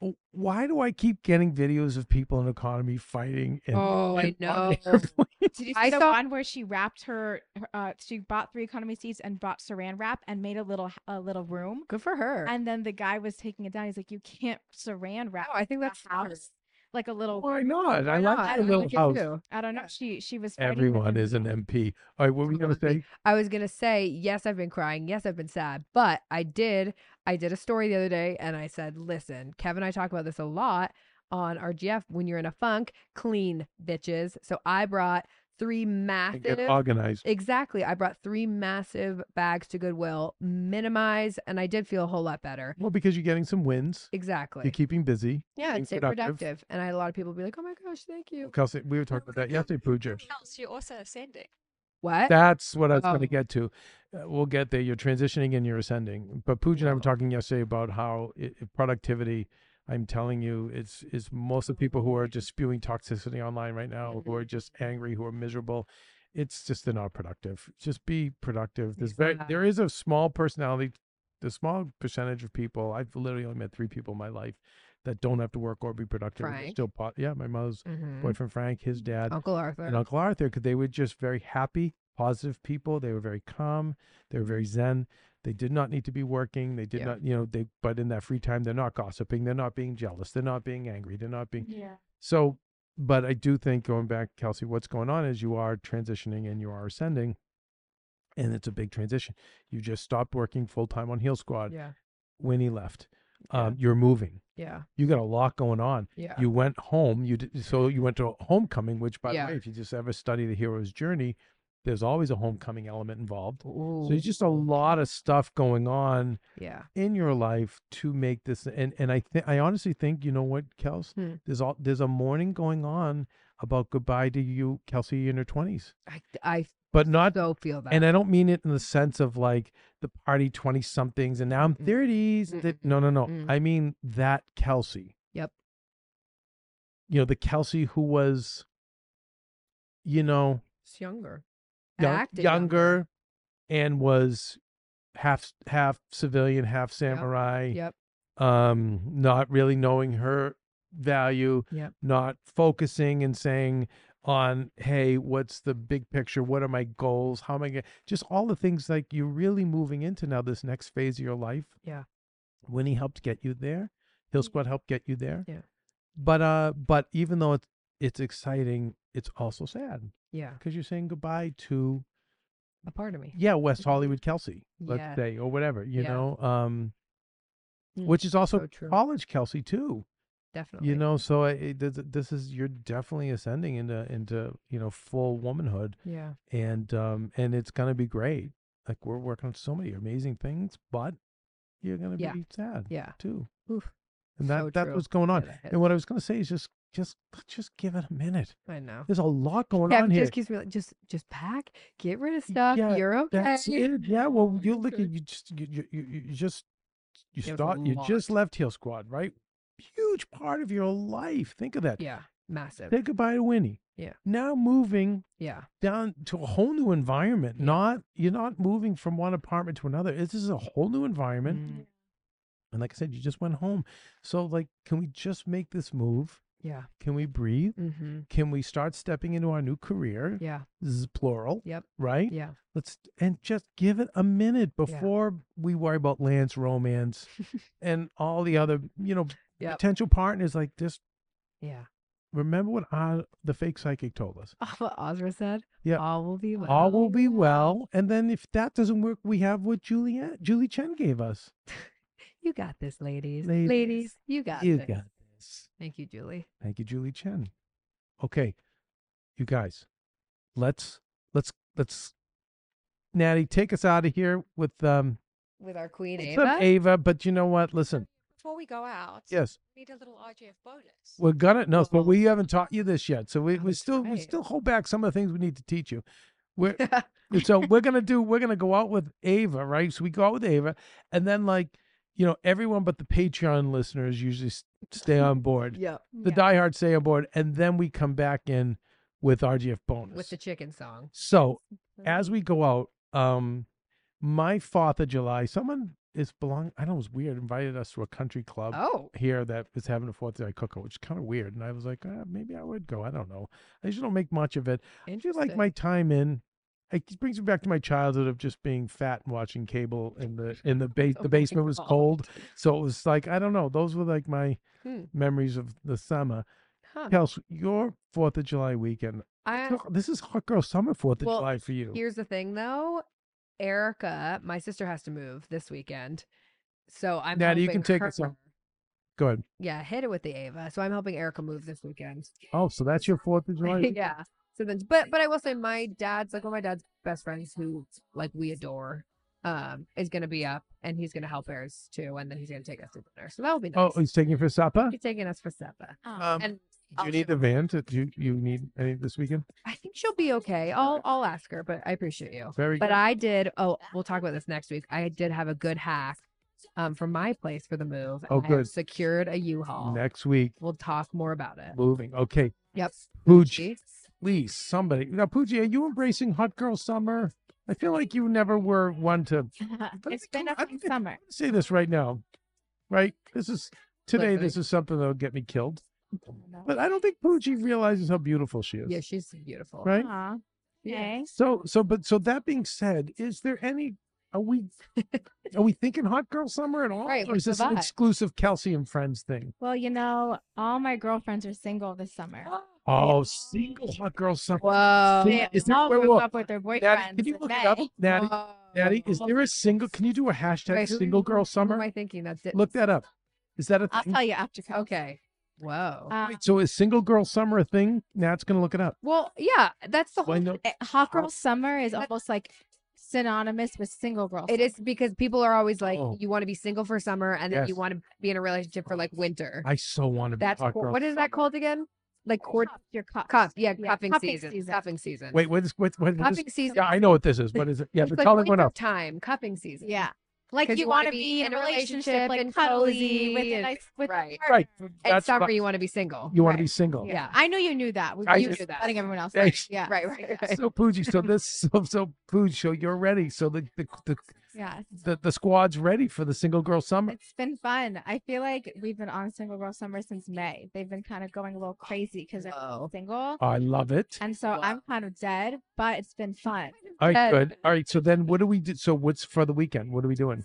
Speaker 2: W- Why do I keep getting videos of people in economy fighting? And,
Speaker 1: Oh, I
Speaker 2: and on
Speaker 1: know.
Speaker 2: airplanes?
Speaker 3: Did you see
Speaker 1: I
Speaker 3: the
Speaker 1: saw-
Speaker 3: one where she wrapped her, her, uh, she bought three economy seats and bought saran wrap and made a little h- a little room,
Speaker 1: Good for her.
Speaker 3: and then the guy was taking it down. He's like, "You can't saran wrap
Speaker 1: I think
Speaker 3: the
Speaker 1: that's smart.
Speaker 3: house." like a little.
Speaker 2: Why not? I
Speaker 1: Why
Speaker 2: like
Speaker 1: not?
Speaker 2: the
Speaker 3: I
Speaker 2: little
Speaker 3: like it
Speaker 2: house.
Speaker 1: too.
Speaker 3: I don't know. She she was. fighting with
Speaker 2: Everyone
Speaker 3: her-
Speaker 2: is an MP. All right, what were you gonna
Speaker 1: Absolutely.
Speaker 2: say?
Speaker 1: I was gonna say, yes, I've been crying, yes, I've been sad, but I did I did a story the other day and I said, listen, Kevin and I talk about this a lot on RGF when you're in a funk, clean bitches. So I brought three
Speaker 2: And Get
Speaker 1: massive
Speaker 2: organized.
Speaker 1: Exactly. I brought three massive bags to Goodwill, minimize, and I did feel a whole lot better.
Speaker 2: Well, because you're getting some wins,
Speaker 1: Exactly.
Speaker 2: you're keeping busy.
Speaker 1: yeah,
Speaker 2: being
Speaker 1: it's productive. productive. And I had a lot of people be like, Oh my gosh, thank you.
Speaker 2: Kelsey, we were talking about that yesterday, Pooja.
Speaker 4: Something else, you're also ascending.
Speaker 1: What?
Speaker 2: That's what I was going
Speaker 1: Oh.
Speaker 2: to get to. Uh, we'll get there. You're transitioning and you're ascending. But Pooja and I were
Speaker 1: Wow.
Speaker 2: talking yesterday about how i i- productivity. I'm telling you, it's it's most of the people who are just spewing toxicity online right now, who are just angry, who are miserable. It's just they're not productive. Just be productive. There's very there is a small personality, the small percentage of people. I've literally only met three people in my life that don't have to work or be productive. and they're
Speaker 1: Frank.
Speaker 2: Still, po- yeah, my mother's
Speaker 1: Mhm.
Speaker 2: boyfriend Frank, his dad,
Speaker 1: Uncle Arthur.
Speaker 2: and Uncle Arthur because they were just very happy, positive people. They were very calm. They were very zen. They did not need to be working. They did
Speaker 1: Yeah.
Speaker 2: not, you know, they, but in that free time, they're not gossiping. They're not being jealous. They're not being angry. They're not being,
Speaker 3: Yeah.
Speaker 2: so, but I do think going back, Kelsey, what's going on is you are transitioning and you are ascending. And it's a big transition. You just stopped working full time on Heel Squad
Speaker 1: yeah.
Speaker 2: when he left.
Speaker 1: Yeah.
Speaker 2: Um, you're moving.
Speaker 1: Yeah.
Speaker 2: You got a lot going on
Speaker 1: Yeah.
Speaker 2: you went home you did, so you went to homecoming which by
Speaker 1: Yeah.
Speaker 2: the way if you just ever study the hero's journey there's always a homecoming element involved
Speaker 1: Ooh.
Speaker 2: so there's just a lot of stuff going on
Speaker 1: yeah.
Speaker 2: in your life to make this and and i think i honestly think you know what kels
Speaker 1: Hmm.
Speaker 2: there's all there's a mourning going on about goodbye to you kelsey in her 20s
Speaker 1: I I
Speaker 2: but not
Speaker 1: so feel that.
Speaker 2: and I don't mean it in the sense of like the party 20 somethings and now I'm
Speaker 1: Mm-mm.
Speaker 2: 30s.
Speaker 1: mm,
Speaker 2: That- no, no, no.
Speaker 1: Mm-mm.
Speaker 2: I mean that Kelsey.
Speaker 1: Yep.
Speaker 2: You know, the Kelsey who was, you know,
Speaker 1: it's younger.
Speaker 2: young-
Speaker 1: Acted
Speaker 2: younger and was half half civilian, half samurai.
Speaker 1: Yep.
Speaker 2: Um, not really knowing her value,
Speaker 1: Yep.
Speaker 2: not focusing and saying on, hey, what's the big picture? What are my goals? How am I gonna just all the things like you're really moving into now this next phase of your life.
Speaker 1: Yeah. Mm.
Speaker 2: Winnie helped get you there. Hill Squad helped get you there.
Speaker 1: Yeah.
Speaker 2: But uh but even though it's it's exciting, it's also sad
Speaker 1: Yeah.
Speaker 2: because you're saying goodbye to
Speaker 1: A part of me.
Speaker 2: yeah, West Hollywood Kelsey, let's
Speaker 1: Yeah.
Speaker 2: say, or whatever, you
Speaker 1: Yeah.
Speaker 2: know. Um
Speaker 1: Mm,
Speaker 2: which is also
Speaker 1: so true.
Speaker 2: college Kelsey too.
Speaker 1: Definitely.
Speaker 2: You know, so I, it, this- this is you're definitely ascending into into you know full womanhood,
Speaker 1: Yeah.
Speaker 2: and um and it's gonna be great. Like we're working on so many amazing things, but you're gonna
Speaker 1: Yeah.
Speaker 2: be sad
Speaker 1: Yeah.
Speaker 2: too,
Speaker 1: Oof.
Speaker 2: and that
Speaker 1: So
Speaker 2: that's
Speaker 1: true.
Speaker 2: what's going on.
Speaker 1: Yeah, that
Speaker 2: and what I was gonna say is just just let's just give it a minute.
Speaker 1: I know.
Speaker 2: There's a lot going
Speaker 1: Yeah,
Speaker 2: on
Speaker 1: it
Speaker 2: here.
Speaker 1: just keeps me like just just pack, get rid of stuff.
Speaker 2: yeah,
Speaker 1: You're okay.
Speaker 2: That's it. Yeah.
Speaker 1: Oh,
Speaker 2: Well, you look
Speaker 1: okay.
Speaker 2: at you just you you, you, you just you
Speaker 1: It was a
Speaker 2: start you just
Speaker 1: lot.
Speaker 2: left Hill Squad, right? Huge part of your life. Think of that.
Speaker 1: Yeah. Massive.
Speaker 2: Say goodbye to Winnie.
Speaker 1: Yeah.
Speaker 2: Now moving
Speaker 1: Yeah.
Speaker 2: down to a whole new environment.
Speaker 1: Yeah.
Speaker 2: Not you're not moving from one apartment to another. This is a whole new environment.
Speaker 1: Mm,
Speaker 2: And like I said, you just went home. So like, can we just make this move?
Speaker 1: yeah.
Speaker 2: Can we breathe?
Speaker 1: Mm-hmm.
Speaker 2: Can we start stepping into our new career?
Speaker 1: Yeah.
Speaker 2: This is plural,
Speaker 1: Yep.
Speaker 2: right?
Speaker 1: Yeah.
Speaker 2: Let's and just give it a minute before we worry about Lance romance and all the other, you know,
Speaker 1: Yep.
Speaker 2: potential partners. Like just
Speaker 1: Yeah.
Speaker 2: remember what I, the fake psychic told us.
Speaker 1: Oh, what Ozra said.
Speaker 2: Yeah.
Speaker 1: All will be well.
Speaker 2: All will be well. And then if that doesn't work, we have what Juliet Julie Chen gave us.
Speaker 1: You got this, ladies.
Speaker 2: Ladies,
Speaker 1: Ladies, you got
Speaker 2: you
Speaker 1: this.
Speaker 2: got this.
Speaker 1: Thank you, Julie.
Speaker 2: Thank you, Julie Chen. Okay, you guys, let's let's let's Natty take us out of here with um
Speaker 1: With our queen
Speaker 2: Ava? Ava. But you know what? Listen,
Speaker 4: Before we go out,
Speaker 2: yes,
Speaker 4: we need a little RGF bonus.
Speaker 2: we're gonna no, but
Speaker 1: Well-
Speaker 2: we haven't taught you this yet, so we,
Speaker 1: Oh,
Speaker 2: we
Speaker 1: that's
Speaker 2: still we
Speaker 1: right.
Speaker 2: still hold back some of the things we need to teach you. We're And so we're gonna do we're gonna go out with Ava, right? So we go out with Ava, and then like you know everyone but the Patreon listeners usually s- stay on board.
Speaker 1: yep.
Speaker 2: The diehards stay on board, and then we come back in with RGF bonus.
Speaker 1: With the chicken song.
Speaker 2: so as we go out, um, my Fourth of July, someone is belong. I know it was weird. Invited us to a country club
Speaker 1: Oh.
Speaker 2: here that is having a Fourth of July cookout, which is kind of weird. And I was like, uh, maybe I would go. I don't know. I usually don't make much of it. I do
Speaker 1: Interesting.
Speaker 2: like my time in. It just brings me back to my childhood of just being fat and watching cable, and the in the ba-
Speaker 1: Oh
Speaker 2: the
Speaker 1: my
Speaker 2: basement was
Speaker 1: God.
Speaker 2: cold, so it was like I don't know. Those were like my
Speaker 1: Hmm.
Speaker 2: memories of the summer,
Speaker 1: Huh.
Speaker 2: Kels, your Fourth of July weekend.
Speaker 1: I,
Speaker 2: Look, This is hot girl summer Fourth of
Speaker 1: Well,
Speaker 2: July for you.
Speaker 1: Here's the thing though. Erica, my sister has to move this weekend. So I'm
Speaker 2: Natty, you
Speaker 1: helping
Speaker 2: can take
Speaker 1: her.
Speaker 2: us on- Go ahead.
Speaker 1: Yeah, hit it with the Ava. So I'm helping Erica move this weekend.
Speaker 2: Oh, so that's your Fourth of July. weekend?
Speaker 1: yeah. So then, but but I will say, my dad's like one of my dad's best friends who like we adore, um, is gonna be up and he's gonna help ours too, and then he's gonna take us to dinner. So that'll be nice.
Speaker 2: Oh, he's taking you for supper.
Speaker 1: he's taking us for supper.
Speaker 2: Um,
Speaker 1: And
Speaker 2: do you need the van? To, do you, you need any this weekend?
Speaker 1: I think she'll be okay. I'll I'll ask her, but I appreciate you.
Speaker 2: Very
Speaker 1: But
Speaker 2: good.
Speaker 1: I did. Oh, we'll talk about this next week. I did have a good hack, um, for my place for the move.
Speaker 2: Oh,
Speaker 1: I have
Speaker 2: good.
Speaker 1: secured a U-Haul.
Speaker 2: Next week,
Speaker 1: We'll talk more about it.
Speaker 2: moving. Okay.
Speaker 1: Yep.
Speaker 2: Pooch,
Speaker 1: Gee.
Speaker 2: please, somebody. Now, Poochie, are you embracing hot girl summer? I feel like you never were one to I
Speaker 3: it's
Speaker 2: think
Speaker 3: been
Speaker 2: I'm-
Speaker 3: up
Speaker 2: I
Speaker 3: in
Speaker 2: think-
Speaker 3: summer.
Speaker 2: say this right now, right? This is today. This is something that'll get me killed. But I don't think Poochie realizes how beautiful she is.
Speaker 1: Yeah, she's beautiful.
Speaker 2: right?
Speaker 3: Aw,
Speaker 1: Yeah.
Speaker 3: okay.
Speaker 2: So, so, but so that being said, is there any? Are we? are we thinking hot girl summer at all,
Speaker 1: Right,
Speaker 2: or is this
Speaker 1: what's the
Speaker 2: an
Speaker 1: vibe?
Speaker 2: exclusive Kelsey and Friends thing?
Speaker 3: Well, you know, all my girlfriends are single this summer.
Speaker 2: Oh, single hot girl summer.
Speaker 1: Whoa.
Speaker 2: See,
Speaker 3: They
Speaker 2: is there-
Speaker 3: all
Speaker 2: whoa, whoa,
Speaker 3: move
Speaker 2: whoa.
Speaker 3: up with their boyfriends.
Speaker 2: Natty, can you
Speaker 3: in
Speaker 2: look
Speaker 3: May.
Speaker 2: it up, Natty? Natty, is
Speaker 1: Whoa.
Speaker 2: there a single? Can you do a hashtag
Speaker 1: Wait, Oh, who-
Speaker 2: single girl
Speaker 1: Who am
Speaker 2: summer?
Speaker 1: I thinking? That's it.
Speaker 2: Look that up. Is that a
Speaker 3: I'll
Speaker 2: thing?
Speaker 3: tell you after. Kels.
Speaker 1: Okay. Whoa.
Speaker 3: Um,
Speaker 2: Wait, so is single girl summer a thing? Nat's gonna look it up.
Speaker 1: well, yeah, that's the
Speaker 2: Why
Speaker 1: whole.
Speaker 2: no?
Speaker 3: eh, hot girl
Speaker 2: Hot-
Speaker 3: summer is
Speaker 1: That-
Speaker 3: almost like synonymous with single girl.
Speaker 1: It is because people are always like,
Speaker 2: Oh.
Speaker 1: you want to be single for summer, and then
Speaker 2: Yes.
Speaker 1: you want to be in a relationship for like winter.
Speaker 2: I so want to be
Speaker 1: that's
Speaker 2: hot
Speaker 1: cor-
Speaker 2: girl.
Speaker 1: what is that called again? Like
Speaker 3: summer.
Speaker 1: court
Speaker 3: Cuff, your cuff.
Speaker 1: cuff. Yeah,
Speaker 3: Yeah,
Speaker 1: cuffing,
Speaker 3: cuffing
Speaker 1: season.
Speaker 3: season.
Speaker 1: Cuffing season.
Speaker 2: Wait, what is what? what what is,
Speaker 1: cuffing season.
Speaker 2: yeah, I know what this is. What is it? Yeah,
Speaker 1: It's
Speaker 2: the
Speaker 1: like
Speaker 2: color went
Speaker 1: winter
Speaker 2: up.
Speaker 1: Time cuffing season.
Speaker 3: Yeah. Like
Speaker 1: 'Cause
Speaker 3: you,
Speaker 1: you wanna
Speaker 3: want to
Speaker 1: be
Speaker 3: be in a relationship, like
Speaker 1: and
Speaker 3: cozy with
Speaker 1: cozy
Speaker 3: a
Speaker 1: and-
Speaker 3: nice with a
Speaker 1: right.
Speaker 3: partner.
Speaker 2: Right.
Speaker 1: And
Speaker 2: That's
Speaker 1: summer,
Speaker 2: what-
Speaker 1: you want to be single.
Speaker 2: you want to
Speaker 3: right.
Speaker 2: be single.
Speaker 1: Yeah.
Speaker 3: I know you knew that. We
Speaker 2: I
Speaker 3: you
Speaker 2: just-
Speaker 3: knew that. letting everyone else. know.
Speaker 2: Thanks.
Speaker 3: Yeah.
Speaker 1: Right, right, right.
Speaker 2: So Pooji, so this, so so Pooji, so you're ready. So the the the,
Speaker 3: Yeah.
Speaker 2: the the squad's ready for the single girl summer.
Speaker 3: It's been fun. I feel like we've been on Single Girl Summer since May. They've been kind of going a little crazy because they're
Speaker 1: Whoa.
Speaker 3: single.
Speaker 2: I love it.
Speaker 3: And so I'm kind of dead, but it's been fun.
Speaker 2: All right,
Speaker 1: Ted.
Speaker 2: good. All right, so then what do we do? So what's for the weekend? What are we doing?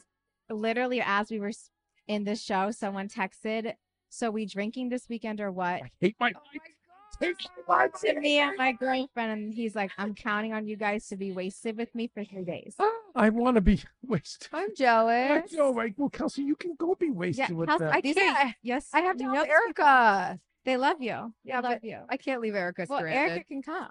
Speaker 3: Literally, as we were s- in this show, someone texted, "So we drinking this weekend or what?" Oh
Speaker 2: I hate
Speaker 1: Oh
Speaker 2: my. Take my life.
Speaker 3: To me and my girlfriend, and he's like, "I'm counting on you guys to be wasted with me for three days."
Speaker 2: I want to be wasted.
Speaker 1: I'm
Speaker 2: I
Speaker 1: jealous.
Speaker 2: know, right? Well, Kelsey, you can go be wasted
Speaker 3: Yeah,
Speaker 2: with
Speaker 3: Kelsey,
Speaker 2: them.
Speaker 1: I
Speaker 3: These are-
Speaker 1: can't.
Speaker 3: Yes,
Speaker 1: I have to
Speaker 3: you
Speaker 1: help
Speaker 3: these people.
Speaker 1: Erica.
Speaker 3: They love you.
Speaker 1: Yeah,
Speaker 3: they love
Speaker 1: but
Speaker 3: you.
Speaker 1: I can't leave Erica
Speaker 3: well,
Speaker 1: stranded
Speaker 3: Erica can come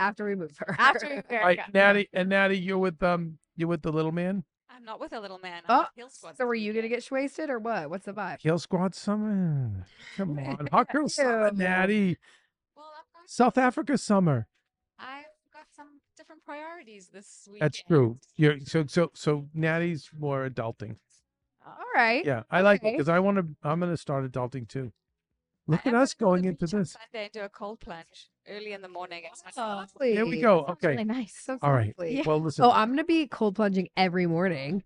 Speaker 1: after we move her.
Speaker 3: after Erica.
Speaker 2: All right, Natty and Natty, you're with um, you're with the little man.
Speaker 4: I'm not with a little man. I'm with Hill Squad
Speaker 1: Uh, So
Speaker 4: this
Speaker 1: were you gonna
Speaker 4: weekend.
Speaker 1: get wasted or what? What's the vibe?
Speaker 2: Kill Squad Summer. Come on, Hot Girl Summer,
Speaker 1: Ew.
Speaker 2: Natty.
Speaker 4: Well, I've got,
Speaker 2: South Africa Summer.
Speaker 4: I've got some different priorities this week.
Speaker 2: That's true. You're so so so. Natty's more adulting.
Speaker 1: All right.
Speaker 2: Yeah, I like it
Speaker 1: Okay.
Speaker 2: because I want to. I'm going to start adulting too. Look at
Speaker 4: am
Speaker 2: us
Speaker 4: gonna go
Speaker 2: going
Speaker 4: to the
Speaker 2: into
Speaker 4: beach on
Speaker 2: this.
Speaker 4: Sunday and do a cold plunge early in the morning. It's like,
Speaker 3: Oh,
Speaker 1: Lovely.
Speaker 2: There we go.
Speaker 3: sounds
Speaker 2: Okay.
Speaker 3: Really nice.
Speaker 1: So
Speaker 2: All right.
Speaker 1: lovely.
Speaker 2: Well, listen.
Speaker 1: Oh, I'm gonna be cold plunging every morning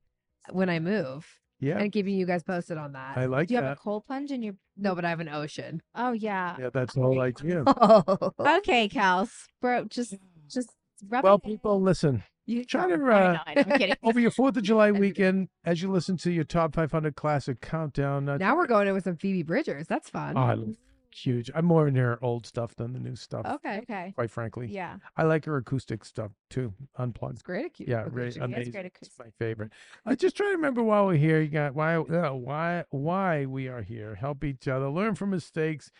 Speaker 1: when I move
Speaker 2: yeah,
Speaker 1: and keeping you guys posted on that.
Speaker 2: I like
Speaker 3: Do you have
Speaker 2: that.
Speaker 3: a cold plunge in your?
Speaker 1: no, but I have an ocean.
Speaker 3: Oh yeah.
Speaker 2: Yeah, that's the whole idea.
Speaker 1: Oh,
Speaker 3: Okay, Kels, bro, just just rub
Speaker 2: Well,
Speaker 3: it in.
Speaker 2: people, listen.
Speaker 1: you
Speaker 2: Try to
Speaker 3: I
Speaker 2: uh,
Speaker 3: know, I know, I'm kidding.
Speaker 2: over your Fourth of July weekend as you listen to your top 500 classic countdown. Uh,
Speaker 1: now we're going in with some Phoebe Bridgers. That's fun.
Speaker 2: oh, I love- huge. I'm more into her old stuff than the new stuff.
Speaker 1: okay.
Speaker 3: Okay.
Speaker 2: Quite frankly,
Speaker 3: Yeah.
Speaker 2: I like her acoustic stuff too, unplugged.
Speaker 1: It's great. acu-
Speaker 2: Yeah, really
Speaker 1: acoustic.
Speaker 3: That's
Speaker 2: amazing.
Speaker 3: great
Speaker 2: It's my favorite. I just try to remember while we're here, you got why uh, why why we are here. Help each other, learn from mistakes,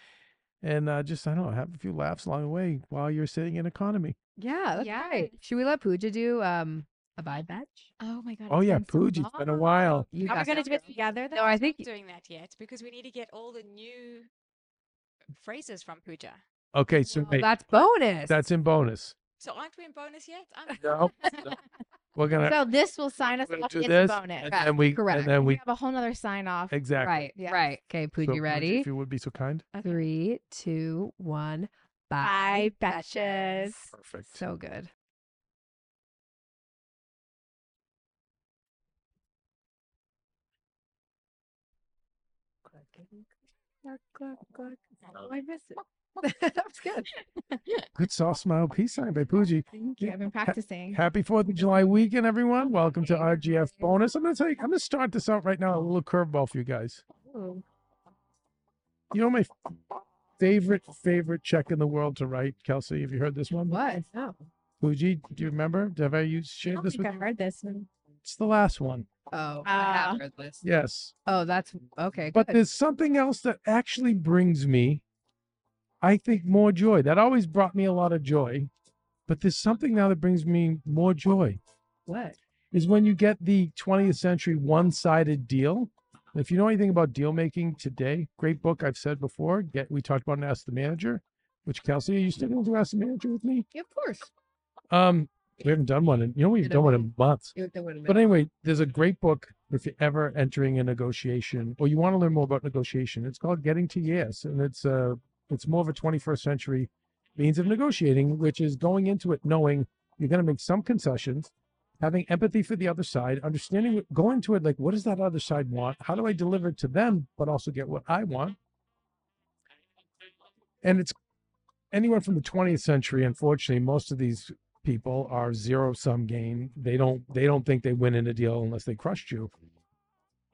Speaker 2: and uh, just I don't know, have a few laughs along the way while you're sitting in economy.
Speaker 1: Yeah, that's
Speaker 3: Yeah.
Speaker 1: right. Should we let Pooja do um a vibe batch?
Speaker 3: Oh my god.
Speaker 2: Oh
Speaker 3: it's
Speaker 2: yeah,
Speaker 3: been so
Speaker 2: Pooja, it's been a
Speaker 3: long.
Speaker 2: while.
Speaker 1: You
Speaker 3: Are we
Speaker 1: guys
Speaker 3: gonna
Speaker 1: have
Speaker 3: do it together?
Speaker 4: No,
Speaker 3: then?
Speaker 1: I
Speaker 4: I think
Speaker 1: think-
Speaker 4: not doing that yet because we need to get all the new phrases from Pooja.
Speaker 2: Okay, so
Speaker 4: Well,
Speaker 2: wait,
Speaker 1: That's bonus.
Speaker 2: uh, that's in bonus.
Speaker 4: So aren't we in bonus yet? I'm
Speaker 2: No, no. we're gonna
Speaker 3: So this will sign us
Speaker 2: we're gonna
Speaker 3: up.
Speaker 2: do
Speaker 3: It's
Speaker 2: this,
Speaker 3: a bonus.
Speaker 2: and then we
Speaker 1: Correct.
Speaker 2: and then
Speaker 3: We
Speaker 2: we
Speaker 3: have a whole nother sign off.
Speaker 2: exactly.
Speaker 1: right.
Speaker 3: Yeah.
Speaker 1: Right. Okay, Pooja,
Speaker 2: So,
Speaker 1: you
Speaker 2: Pooja,
Speaker 1: ready?
Speaker 2: if you would be so kind.
Speaker 1: Three, two, one.
Speaker 3: Bye,
Speaker 1: Bye,
Speaker 3: betches.
Speaker 1: betches.
Speaker 2: Perfect.
Speaker 1: So good. Oh, I miss it. that was good.
Speaker 2: Good soft smile, peace sign by Pooji.
Speaker 3: Thank you. I've been
Speaker 2: Ha-
Speaker 3: practicing.
Speaker 2: Happy Fourth of July weekend, everyone. Welcome to RGF bonus. I'm gonna tell you, I'm gonna start this out right now. A little curveball for you guys.
Speaker 3: Ooh.
Speaker 2: You know my favorite, favorite check in the world to write, Kelsey? Have you heard this one?
Speaker 1: What? No.
Speaker 2: Fuji, do you remember? Have I used
Speaker 3: I
Speaker 2: shared
Speaker 3: don't
Speaker 2: this
Speaker 3: think
Speaker 2: with
Speaker 3: I've
Speaker 2: you?
Speaker 3: heard this.
Speaker 2: It's the last one.
Speaker 1: Oh, I
Speaker 3: Ah.
Speaker 1: have heard this.
Speaker 2: Yes.
Speaker 1: Oh, that's okay.
Speaker 2: But
Speaker 1: good.
Speaker 2: there's something else that actually brings me, I think, more joy. That always brought me a lot of joy. But there's something now that brings me more joy
Speaker 1: what?
Speaker 2: is when you get the 20th century one sided deal. And If you know anything about deal making today, great book I've said before. Get we talked about in Ask the Manager, which Kelsey, are you still going to Ask the Manager with me?
Speaker 1: Yeah, of course.
Speaker 2: Um, we haven't done one, in you know we've
Speaker 1: In a
Speaker 2: done one in
Speaker 1: minute.
Speaker 2: months.
Speaker 1: You would- that would've
Speaker 2: But
Speaker 1: been-
Speaker 2: anyway, there's a great book if you're ever entering a negotiation or you want to learn more about negotiation. It's called Getting to Yes, and it's uh it's more of a 21st century means of negotiating, which is going into it knowing you're going to make some concessions, having empathy for the other side, understanding what- going to it like what does that other side want? How do I deliver it to them, but also get what I want? And it's anyone from the 20th century. Unfortunately, most of these people are zero sum game. They don't they don't think they win in a deal unless they crushed you.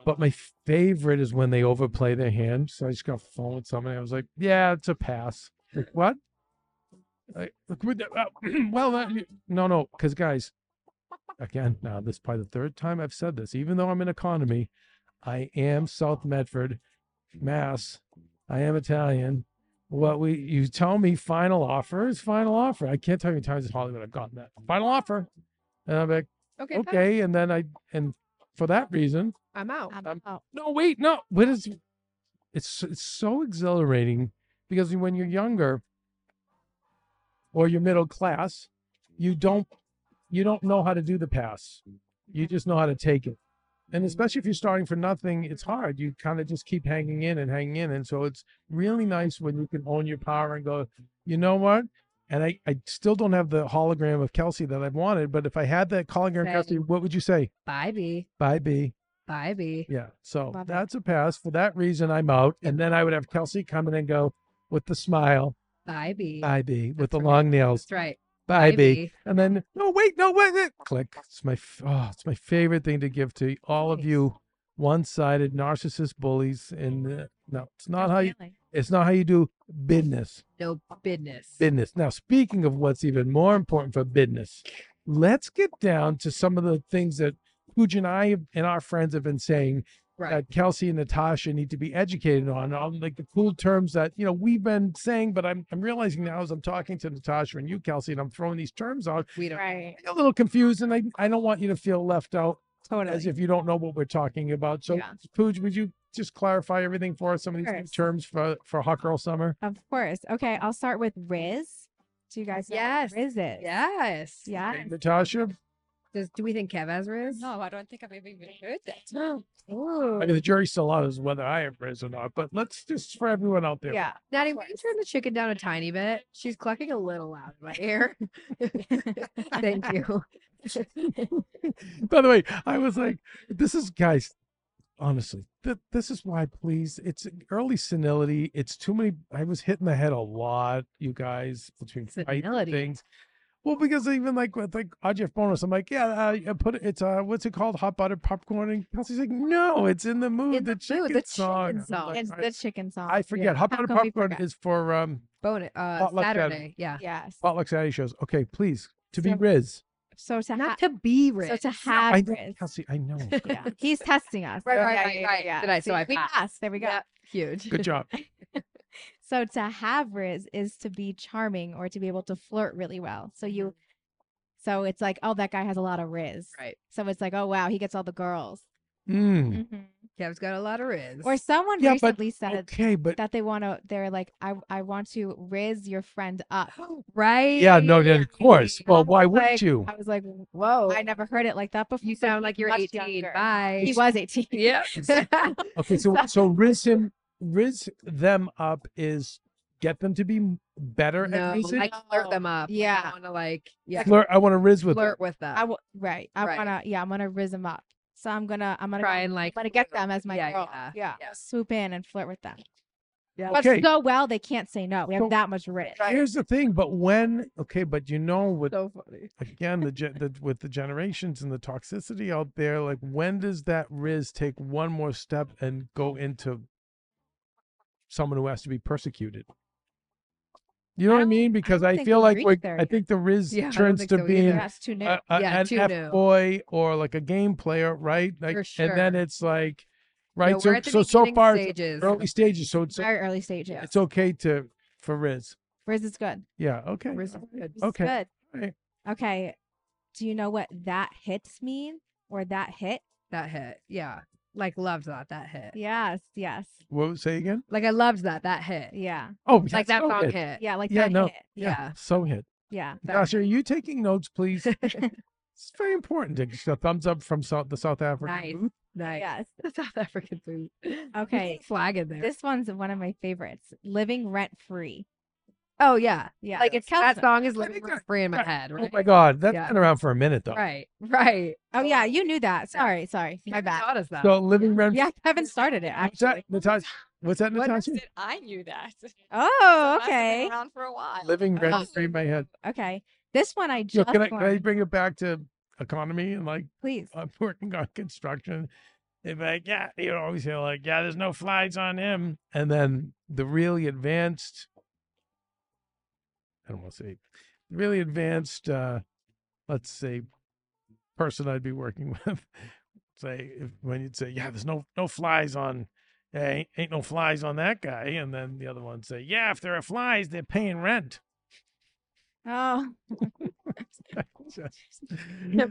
Speaker 2: But my favorite is when they overplay their hand. So I just got off the phone with somebody. I was like, "Yeah, it's a pass." Like what? Like, "Look, we- uh, well, uh, no, no, because guys, again, now this is probably the third time I've said this. Even though I'm in economy, I am South Medford, Mass. I am Italian what we you tell me final offer is final offer. I can't tell you how many times in Hollywood I've gotten that final offer, and I'm like,
Speaker 1: okay, fine.
Speaker 2: okay, and then I and for that reason,
Speaker 1: I'm out.
Speaker 3: Um,
Speaker 2: Um,
Speaker 3: oh,
Speaker 2: no, wait, no, but it's it's it's so exhilarating because when you're younger or you're middle class, you don't you don't know how to do the pass. You just know how to take it. And especially if you're starting for nothing, it's hard. You kind of just keep hanging in and hanging in. And so it's really nice when you can own your power and go, you know what? And I, I still don't have the hologram of Kelsey that I've wanted, but if I had that hologram of
Speaker 1: Say.
Speaker 2: Kelsey, what would you say?
Speaker 1: Bye, B.
Speaker 2: Bye, B.
Speaker 1: Bye, B.
Speaker 2: Yeah. So
Speaker 3: Love it.
Speaker 2: that's a pass. For that reason, I'm out. And then I would have Kelsey come in and go with the smile,
Speaker 1: Bye, B.
Speaker 2: bye B, with
Speaker 1: That's
Speaker 2: the
Speaker 1: right.
Speaker 2: long nails,
Speaker 1: That's right.
Speaker 2: bye B.
Speaker 1: Bye, B.
Speaker 2: And then, no, wait, no, wait, wait. click. It's my, f- oh, it's my favorite thing to give to all of
Speaker 1: Nice.
Speaker 2: you one-sided narcissist bullies. And uh, no, it's not how you,
Speaker 3: definitely.
Speaker 2: it's not how you do business
Speaker 1: No business.
Speaker 2: business. Now, speaking of what's even more important for business, let's get down to some of the things that Pooja and I have- and our friends have been saying
Speaker 1: Right.
Speaker 2: that Kelsey and Natasha need to be educated on, on like the cool terms that you know we've been saying. But I'm I'm realizing now as I'm talking to Natasha and you, Kelsey, and I'm throwing these terms out,
Speaker 1: we don't.
Speaker 3: Right.
Speaker 2: I'm a little confused, and I I don't want you to feel left out
Speaker 3: Totally.
Speaker 2: as if you don't know what we're talking about. So,
Speaker 3: Yeah.
Speaker 2: Pooj, would you just clarify everything for us? Some of these new
Speaker 3: Sure.
Speaker 2: terms for for hot girl summer.
Speaker 3: Of course. Okay, I'll start with Riz. Do you guys know what
Speaker 1: Yes.
Speaker 3: Riz is?
Speaker 1: Yes.
Speaker 3: Yeah.
Speaker 2: Natasha,
Speaker 1: Does do we think Kev has riz?
Speaker 4: No, I don't think I've ever even heard that.
Speaker 3: Ooh.
Speaker 2: I mean, the jury's still out as whether I have riz or not, but let's just for everyone out there.
Speaker 3: Yeah.
Speaker 1: Natty, will you turn the chicken down a tiny bit? She's clucking a little loud in my ear. Thank you.
Speaker 2: By the way, I was like, this is, guys, honestly, th- this is why, please. It's early senility. It's too many. I was hitting the head a lot, you guys, between fights and
Speaker 1: Senility.
Speaker 2: things. Well, because even like with like Ajif bonus, I'm like, yeah, uh, I put it, it's uh, what's it called, hot buttered popcorn, and Kelsey's like, no, it's in the mood,
Speaker 1: In
Speaker 2: the,
Speaker 1: the
Speaker 2: chicken
Speaker 1: mood, the
Speaker 2: song.
Speaker 1: chicken
Speaker 2: I'm like,
Speaker 3: It's
Speaker 2: "All
Speaker 3: the
Speaker 2: right."
Speaker 3: chicken song.
Speaker 2: I forget. Hot
Speaker 3: How
Speaker 2: buttered
Speaker 3: come we
Speaker 2: popcorn
Speaker 3: forgot?
Speaker 2: is for um
Speaker 1: Bonus uh,
Speaker 2: Potluck Saturday.
Speaker 1: Saturday. Yeah.
Speaker 3: Yes.
Speaker 2: potluck Saturday shows. Okay, please to be
Speaker 3: So-
Speaker 2: Riz.
Speaker 3: So to have
Speaker 1: Not to be
Speaker 3: so
Speaker 1: riz.
Speaker 3: to
Speaker 2: I
Speaker 3: have
Speaker 2: know,
Speaker 3: Riz.
Speaker 2: Kelsey, I know.
Speaker 3: Yeah. He's testing us.
Speaker 1: Right,
Speaker 3: Yeah,
Speaker 1: right,
Speaker 3: yeah,
Speaker 1: right,
Speaker 3: yeah,
Speaker 1: right.
Speaker 3: yeah.
Speaker 1: Did I- so
Speaker 3: See,
Speaker 1: I
Speaker 3: we
Speaker 1: passed.
Speaker 3: passed. There we go.
Speaker 1: Yep. Huge.
Speaker 2: Good job.
Speaker 3: So to have Riz is to be charming or to be able to flirt really well. So you so it's like, oh, that guy has a lot of Riz.
Speaker 1: Right.
Speaker 3: So it's like, oh wow, he gets all the girls.
Speaker 2: Mm.
Speaker 3: Mm-hmm.
Speaker 1: Kev's got a lot of riz.
Speaker 3: Or someone
Speaker 2: Yeah, but-
Speaker 3: recently said
Speaker 2: Okay, but
Speaker 3: that they want to. They're like, I I want to riz your friend up.
Speaker 1: Oh, right.
Speaker 2: yeah, no, then of course. Well, why wouldn't
Speaker 3: Like,
Speaker 2: you?
Speaker 3: I was like, "W-
Speaker 1: Whoa.
Speaker 3: I never heard it like that before.
Speaker 1: You sound like you're
Speaker 3: much
Speaker 1: 18.
Speaker 3: younger.
Speaker 1: Bye.
Speaker 3: He was 18.
Speaker 1: Yep.
Speaker 2: Okay, so so riz him, riz them up is get them to be m- better
Speaker 1: no,
Speaker 2: at rizzing.
Speaker 1: like flirt them up.
Speaker 3: Yeah.
Speaker 1: I want to like yeah
Speaker 2: flirt. I want to riz with. them.
Speaker 1: flirt with them.
Speaker 3: I w- right. I
Speaker 1: Right.
Speaker 3: wanna. Yeah, I'm gonna riz them up. So I'm gonna. I'm gonna.
Speaker 1: try
Speaker 3: go-
Speaker 1: and like
Speaker 3: I'm gonna get them as my
Speaker 1: Yeah,
Speaker 3: girl.
Speaker 1: yeah, yeah.
Speaker 3: Swoop in and flirt with them.
Speaker 1: Yeah.
Speaker 3: But
Speaker 2: Okay.
Speaker 3: so well they can't say no. We have
Speaker 2: So-
Speaker 3: that much riz.
Speaker 2: Here's the thing, but when okay, but you know with
Speaker 1: so funny.
Speaker 2: again the, gen- the with the generations and the toxicity out there, like when does that riz take one more step and go into someone who has to be persecuted? You know
Speaker 3: I
Speaker 2: what I
Speaker 3: don't-
Speaker 2: mean?
Speaker 3: I
Speaker 2: Because
Speaker 3: don't
Speaker 2: I
Speaker 3: think
Speaker 2: feel
Speaker 3: we've
Speaker 2: like
Speaker 3: reached
Speaker 2: we're,
Speaker 3: there
Speaker 2: I
Speaker 3: yet.
Speaker 2: think the Riz
Speaker 1: Yeah, I don't
Speaker 2: turns
Speaker 1: think
Speaker 2: to
Speaker 1: so either.
Speaker 2: being
Speaker 3: That's too new.
Speaker 2: a, a-
Speaker 1: Eh, Yeah,
Speaker 2: an
Speaker 1: too
Speaker 2: F
Speaker 1: new.
Speaker 2: boy or like a game player, right? Like, and then
Speaker 1: sure.
Speaker 2: it's like,
Speaker 1: No,
Speaker 2: right?
Speaker 1: we're
Speaker 2: so,
Speaker 1: at the
Speaker 2: so so
Speaker 1: beginning
Speaker 2: far, it's
Speaker 1: stages.
Speaker 2: early stages. So it's
Speaker 3: Very early stage. Yeah.
Speaker 2: it's okay to for Riz.
Speaker 3: Riz is good.
Speaker 2: Yeah. Okay.
Speaker 1: Riz is good.
Speaker 3: Riz
Speaker 2: Okay.
Speaker 3: Is good.
Speaker 2: Alright.
Speaker 3: Okay. Do you know what that hits mean or that hit?
Speaker 1: That hit. Yeah. Like loved that. That hit.
Speaker 3: Yes. Yes.
Speaker 2: What say again?
Speaker 1: Like I loved that. That hit.
Speaker 3: Yeah.
Speaker 2: Oh, yeah,
Speaker 1: Like that
Speaker 2: so
Speaker 1: song
Speaker 2: hit.
Speaker 1: hit.
Speaker 3: Yeah. Like
Speaker 2: Yeah,
Speaker 3: that
Speaker 2: no.
Speaker 3: hit.
Speaker 1: Yeah.
Speaker 2: So hit.
Speaker 3: Yeah.
Speaker 1: That
Speaker 2: Gosh, are you taking notes, please? it's very important to get a thumbs up from South, the South African
Speaker 1: Nice.
Speaker 2: booth.
Speaker 1: Nice.
Speaker 3: Yes.
Speaker 1: The South African food.
Speaker 3: Okay.
Speaker 1: Flag in there.
Speaker 3: This one's one of my favorites. Living rent free.
Speaker 1: oh yeah.
Speaker 3: Yeah.
Speaker 1: Like it's
Speaker 3: Kelso.
Speaker 1: that song is living
Speaker 2: think that-
Speaker 1: free in my
Speaker 2: that-
Speaker 1: head.
Speaker 2: Oh
Speaker 1: Right.
Speaker 2: my God, that's
Speaker 1: Yeah.
Speaker 2: been around for a minute though.
Speaker 1: Right. Right.
Speaker 3: Oh yeah, you knew that. Sorry, sorry. My
Speaker 1: Kevin
Speaker 3: bad.
Speaker 1: Taught us that.
Speaker 2: So living rent.
Speaker 3: Yeah, Kevin started it
Speaker 2: What's that,
Speaker 3: actually.
Speaker 2: Natasha? What's that,
Speaker 4: I
Speaker 2: Natasha?
Speaker 4: said I knew that. So it
Speaker 3: Oh,
Speaker 4: must have been
Speaker 3: okay.
Speaker 4: Around for a while.
Speaker 2: Living
Speaker 4: Oh.
Speaker 1: Uh,
Speaker 2: rent free in my head.
Speaker 3: Okay. This one I
Speaker 2: Yo,
Speaker 3: just
Speaker 2: can I uh can I
Speaker 3: learned.
Speaker 2: bring it back to economy and like
Speaker 3: please.
Speaker 2: I'm working on construction? And like, yeah, you always hear like, yeah, there's no flies on him. And then the really advanced, I don't want to say, really advanced, uh, let's say, person I'd be working with, say if, when you'd say, yeah, there's no no flies on, yeah, ain't, ain't no flies on that guy. And then the other one say, yeah, if there are flies, they're paying rent.
Speaker 3: Oh,
Speaker 2: Just-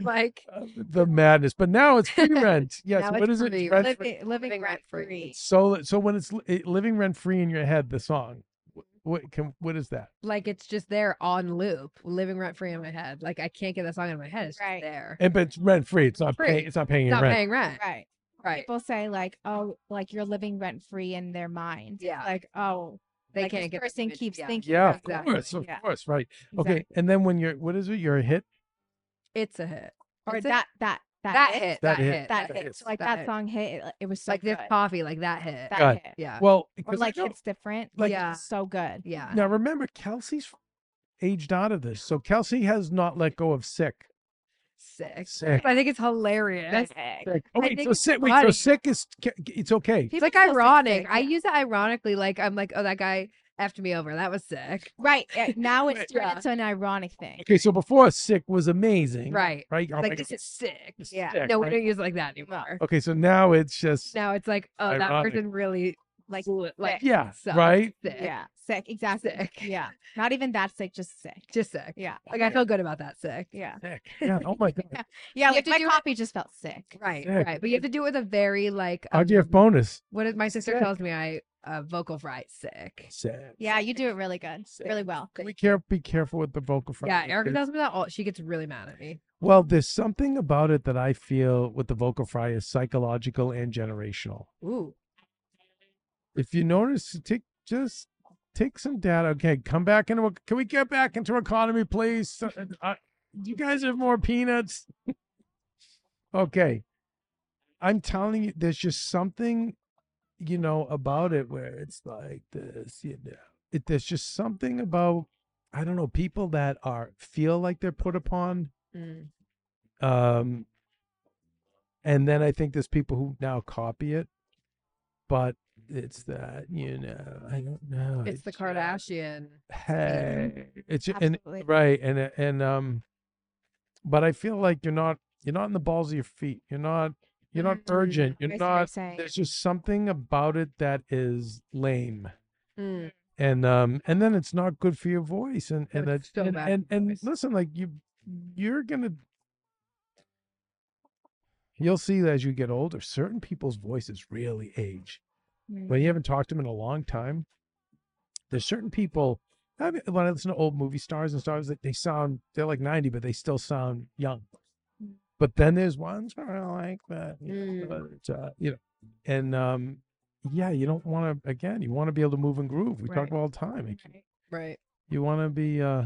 Speaker 1: like
Speaker 2: Uh, the madness. But now it's free rent. Yes.
Speaker 1: Now
Speaker 2: what is
Speaker 1: it's
Speaker 2: it?
Speaker 1: free.
Speaker 2: Rent
Speaker 3: living,
Speaker 2: free.
Speaker 3: living,
Speaker 1: living
Speaker 3: rent
Speaker 1: rent-free.
Speaker 3: free.
Speaker 2: So so when it's li- it, living rent free in your head, the song. wh- What can what is that?
Speaker 1: like it's just there on loop, living rent free in my head. Like I can't get that song out of my head. It's
Speaker 3: Right.
Speaker 1: just there.
Speaker 2: And but it's rent free. It's not
Speaker 1: Free.
Speaker 2: paying. It's not paying
Speaker 1: It's
Speaker 2: your
Speaker 1: not
Speaker 2: rent.
Speaker 1: paying rent.
Speaker 3: Right.
Speaker 1: Right.
Speaker 3: People say like, oh, like you're living rent free in their mind. It's
Speaker 1: Yeah.
Speaker 3: Like, oh,
Speaker 1: They
Speaker 3: like,
Speaker 1: can't
Speaker 3: this
Speaker 1: get
Speaker 3: person
Speaker 1: image-
Speaker 3: keeps
Speaker 1: yeah.
Speaker 3: thinking.
Speaker 2: Yeah, of
Speaker 3: about that.
Speaker 2: course, of
Speaker 3: Yeah,
Speaker 2: course, right. Okay,
Speaker 3: exactly.
Speaker 2: and then when you're, what is it? You're a hit.
Speaker 1: It's a hit.
Speaker 3: Or
Speaker 1: It's a-
Speaker 3: that, that, that,
Speaker 1: that
Speaker 3: hit,
Speaker 1: hit.
Speaker 2: That hit.
Speaker 3: That,
Speaker 2: that
Speaker 3: hit.
Speaker 2: hit.
Speaker 3: So like
Speaker 1: That
Speaker 3: that,
Speaker 1: hit.
Speaker 3: song hit. It, it was so
Speaker 1: like
Speaker 3: good.
Speaker 1: this coffee, like that hit.
Speaker 3: that
Speaker 2: God.
Speaker 3: hit.
Speaker 1: yeah.
Speaker 2: Well,
Speaker 3: Or
Speaker 2: because I
Speaker 3: like
Speaker 2: know-
Speaker 3: it's different.
Speaker 2: like-
Speaker 1: Yeah.
Speaker 3: it's so good.
Speaker 1: yeah.
Speaker 2: now remember, Kelsey's aged out of this, so Kelsey has not let go of sick.
Speaker 1: Sick.
Speaker 2: Sick.
Speaker 1: I think it's hilarious.
Speaker 2: Sick. Oh
Speaker 1: I
Speaker 2: wait,
Speaker 1: think
Speaker 2: so
Speaker 1: it's
Speaker 2: sick. Wait, so
Speaker 1: funny.
Speaker 2: sick is it's okay.
Speaker 1: it's
Speaker 3: People
Speaker 1: like
Speaker 3: still say
Speaker 1: ironic.
Speaker 3: sick,
Speaker 1: I
Speaker 3: yeah.
Speaker 1: use it ironically. Like I'm like, oh, that guy effed me over. That was sick.
Speaker 3: Right. yeah, Now
Speaker 2: Right.
Speaker 3: it's turned
Speaker 1: Yeah.
Speaker 3: into an ironic thing.
Speaker 2: Okay, so before sick was amazing,
Speaker 1: Right.
Speaker 2: Right? Oh my
Speaker 1: like
Speaker 2: God,
Speaker 1: this is sick.
Speaker 2: it's
Speaker 3: yeah.
Speaker 2: sick,
Speaker 1: No, we
Speaker 2: right?
Speaker 1: don't use it like that anymore.
Speaker 2: Okay, so now it's just
Speaker 1: Now it's like, oh, that
Speaker 2: Ironic.
Speaker 1: person really like blew it, like
Speaker 2: yeah,
Speaker 1: sucks.
Speaker 2: right?
Speaker 1: Sick.
Speaker 3: Yeah. Sick. Exactly.
Speaker 1: Sick.
Speaker 3: Yeah. Not even that sick, just sick.
Speaker 1: Just sick.
Speaker 3: Yeah.
Speaker 1: Like I feel good about that. Sick.
Speaker 3: Yeah.
Speaker 2: Sick. Yeah. Oh my god.
Speaker 3: Yeah.
Speaker 1: You
Speaker 3: Like
Speaker 1: have to
Speaker 3: my
Speaker 1: do it-
Speaker 3: coffee just felt sick.
Speaker 1: Right.
Speaker 2: Sick.
Speaker 1: Right. But you have to do it with a very like.
Speaker 2: RGF
Speaker 1: um,
Speaker 2: bonus.
Speaker 1: What did my sister
Speaker 2: Sick.
Speaker 1: tells me? I uh, vocal fry. Sick.
Speaker 2: Sick.
Speaker 3: Yeah. You do it really good. Really
Speaker 2: Sick.
Speaker 3: well.
Speaker 2: Can we care be careful with the vocal fry?
Speaker 1: Yeah, Erica
Speaker 2: okay?
Speaker 1: tells me that all. She gets really mad at me.
Speaker 2: Well, there's something about it that I feel with the vocal fry is psychological and generational.
Speaker 1: Oooo.
Speaker 2: If you notice, take just take some data. Okay, come back into. Can we get back into economy, please? So- uh, you guys have more peanuts. okay, I'm telling you, there's just something, you know, about it where it's like this. You know, it, there's just something about I don't know people that are feel like they're put upon
Speaker 1: Mm.
Speaker 2: um and then i think there's people who now copy it but it's that you know i don't know
Speaker 1: It's the
Speaker 2: just-
Speaker 1: Kardashian.
Speaker 2: hey it's ju- and
Speaker 3: Absolutely.
Speaker 2: right and it- and um but i feel like you're not you're not in the balls of your feet you're not you're not
Speaker 1: Mm,
Speaker 2: urgent you're
Speaker 3: I see what you're
Speaker 2: not
Speaker 3: saying.
Speaker 2: there's just something about it that is lame
Speaker 1: Mm.
Speaker 2: and um and then it's not good for your voice and
Speaker 1: No,
Speaker 2: and
Speaker 1: it's
Speaker 2: that's
Speaker 1: so
Speaker 2: and,
Speaker 1: bad
Speaker 2: and,
Speaker 1: for your
Speaker 2: and
Speaker 1: voice.
Speaker 2: listen like you you're gonna you'll see as you get older certain people's voices really age
Speaker 3: Mm.
Speaker 2: when you haven't talked to them in a long time there's certain people I mean, when i listen to old movie stars and stars that they sound they're like 90 but they still sound young but then there's ones where i like that you know, but, uh, you know and um yeah you don't want to again you want to be able to move and groove we
Speaker 3: Right.
Speaker 2: talk about all the time Like,
Speaker 3: Right.
Speaker 1: Right.
Speaker 2: you want to be uh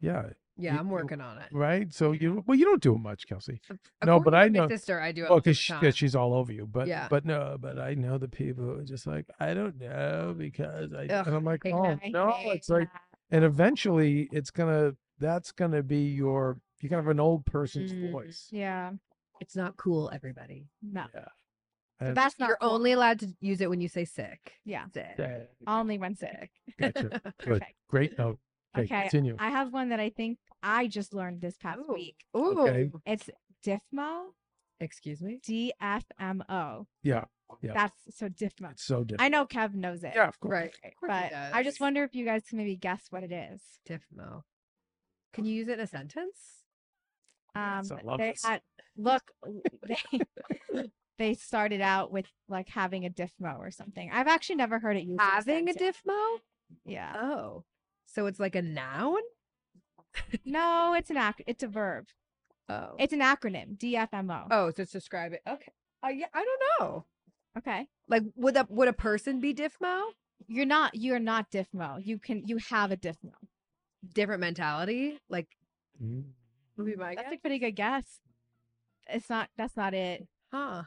Speaker 2: yeah
Speaker 1: Yeah,
Speaker 2: You-
Speaker 1: I'm
Speaker 2: you-
Speaker 1: working on it.
Speaker 2: right so you well you don't do it much kelsey No,
Speaker 1: According
Speaker 2: but I
Speaker 1: to my
Speaker 2: know-
Speaker 1: sister. I do it
Speaker 2: well
Speaker 1: all the
Speaker 2: because she, 'cause
Speaker 1: time.
Speaker 2: she's all over you but
Speaker 1: Yeah.
Speaker 2: but no but i know the people who are just like i don't know because i
Speaker 1: Ugh,
Speaker 2: and i'm like
Speaker 1: hate
Speaker 2: oh
Speaker 1: that.
Speaker 2: no
Speaker 3: hate
Speaker 2: it's like and eventually it's gonna that's gonna be your you kind of an old person's
Speaker 1: Mm.
Speaker 2: voice
Speaker 3: Yeah.
Speaker 1: It's not cool, everybody.
Speaker 3: No. So
Speaker 2: And-
Speaker 3: that's not
Speaker 1: You're
Speaker 3: cool.
Speaker 1: only allowed to use it when you say sick.
Speaker 3: Yeah.
Speaker 1: Sick.
Speaker 3: only when sick.
Speaker 2: Gotcha. Good.
Speaker 3: Perfect.
Speaker 2: Great note. Okay.
Speaker 3: Okay,
Speaker 2: Continue.
Speaker 3: I have one that I think I just learned this past
Speaker 1: Ooh.
Speaker 3: week.
Speaker 1: Ooh.
Speaker 2: Okay.
Speaker 3: It's DFMO,
Speaker 1: Excuse me.
Speaker 3: D F M O.
Speaker 2: yeah. Yeah.
Speaker 3: That's so DFMO.
Speaker 2: It's so different.
Speaker 3: I know Kev knows it.
Speaker 2: yeah. Of course.
Speaker 1: Right. Of course he
Speaker 3: But I
Speaker 1: does.
Speaker 3: just wonder if you guys can maybe guess what it is.
Speaker 1: Tiffmo. Can you use it in a sentence?
Speaker 3: Um,
Speaker 2: I love
Speaker 3: they
Speaker 2: this.
Speaker 3: had look w- they they started out with like having a diffmo or something. I've actually never heard it used. in
Speaker 1: Having a
Speaker 3: sentence.
Speaker 1: diffmo?
Speaker 3: Yeah.
Speaker 1: Oh. So it's like a noun?
Speaker 3: No, it's an ac- it's a verb.
Speaker 1: Oh.
Speaker 3: It's an acronym. DFMO.
Speaker 1: oh, so it's describe it. Okay. Uh, yeah, I don't know.
Speaker 3: Okay.
Speaker 1: Like would a would a person be diffmo?
Speaker 3: You're not you're not diffmo. You can you have a diffmo.
Speaker 1: Different mentality? Like
Speaker 2: Mm.
Speaker 1: would be my
Speaker 3: That's
Speaker 1: guess.
Speaker 3: a pretty good guess. It's not that's not it.
Speaker 1: Huh.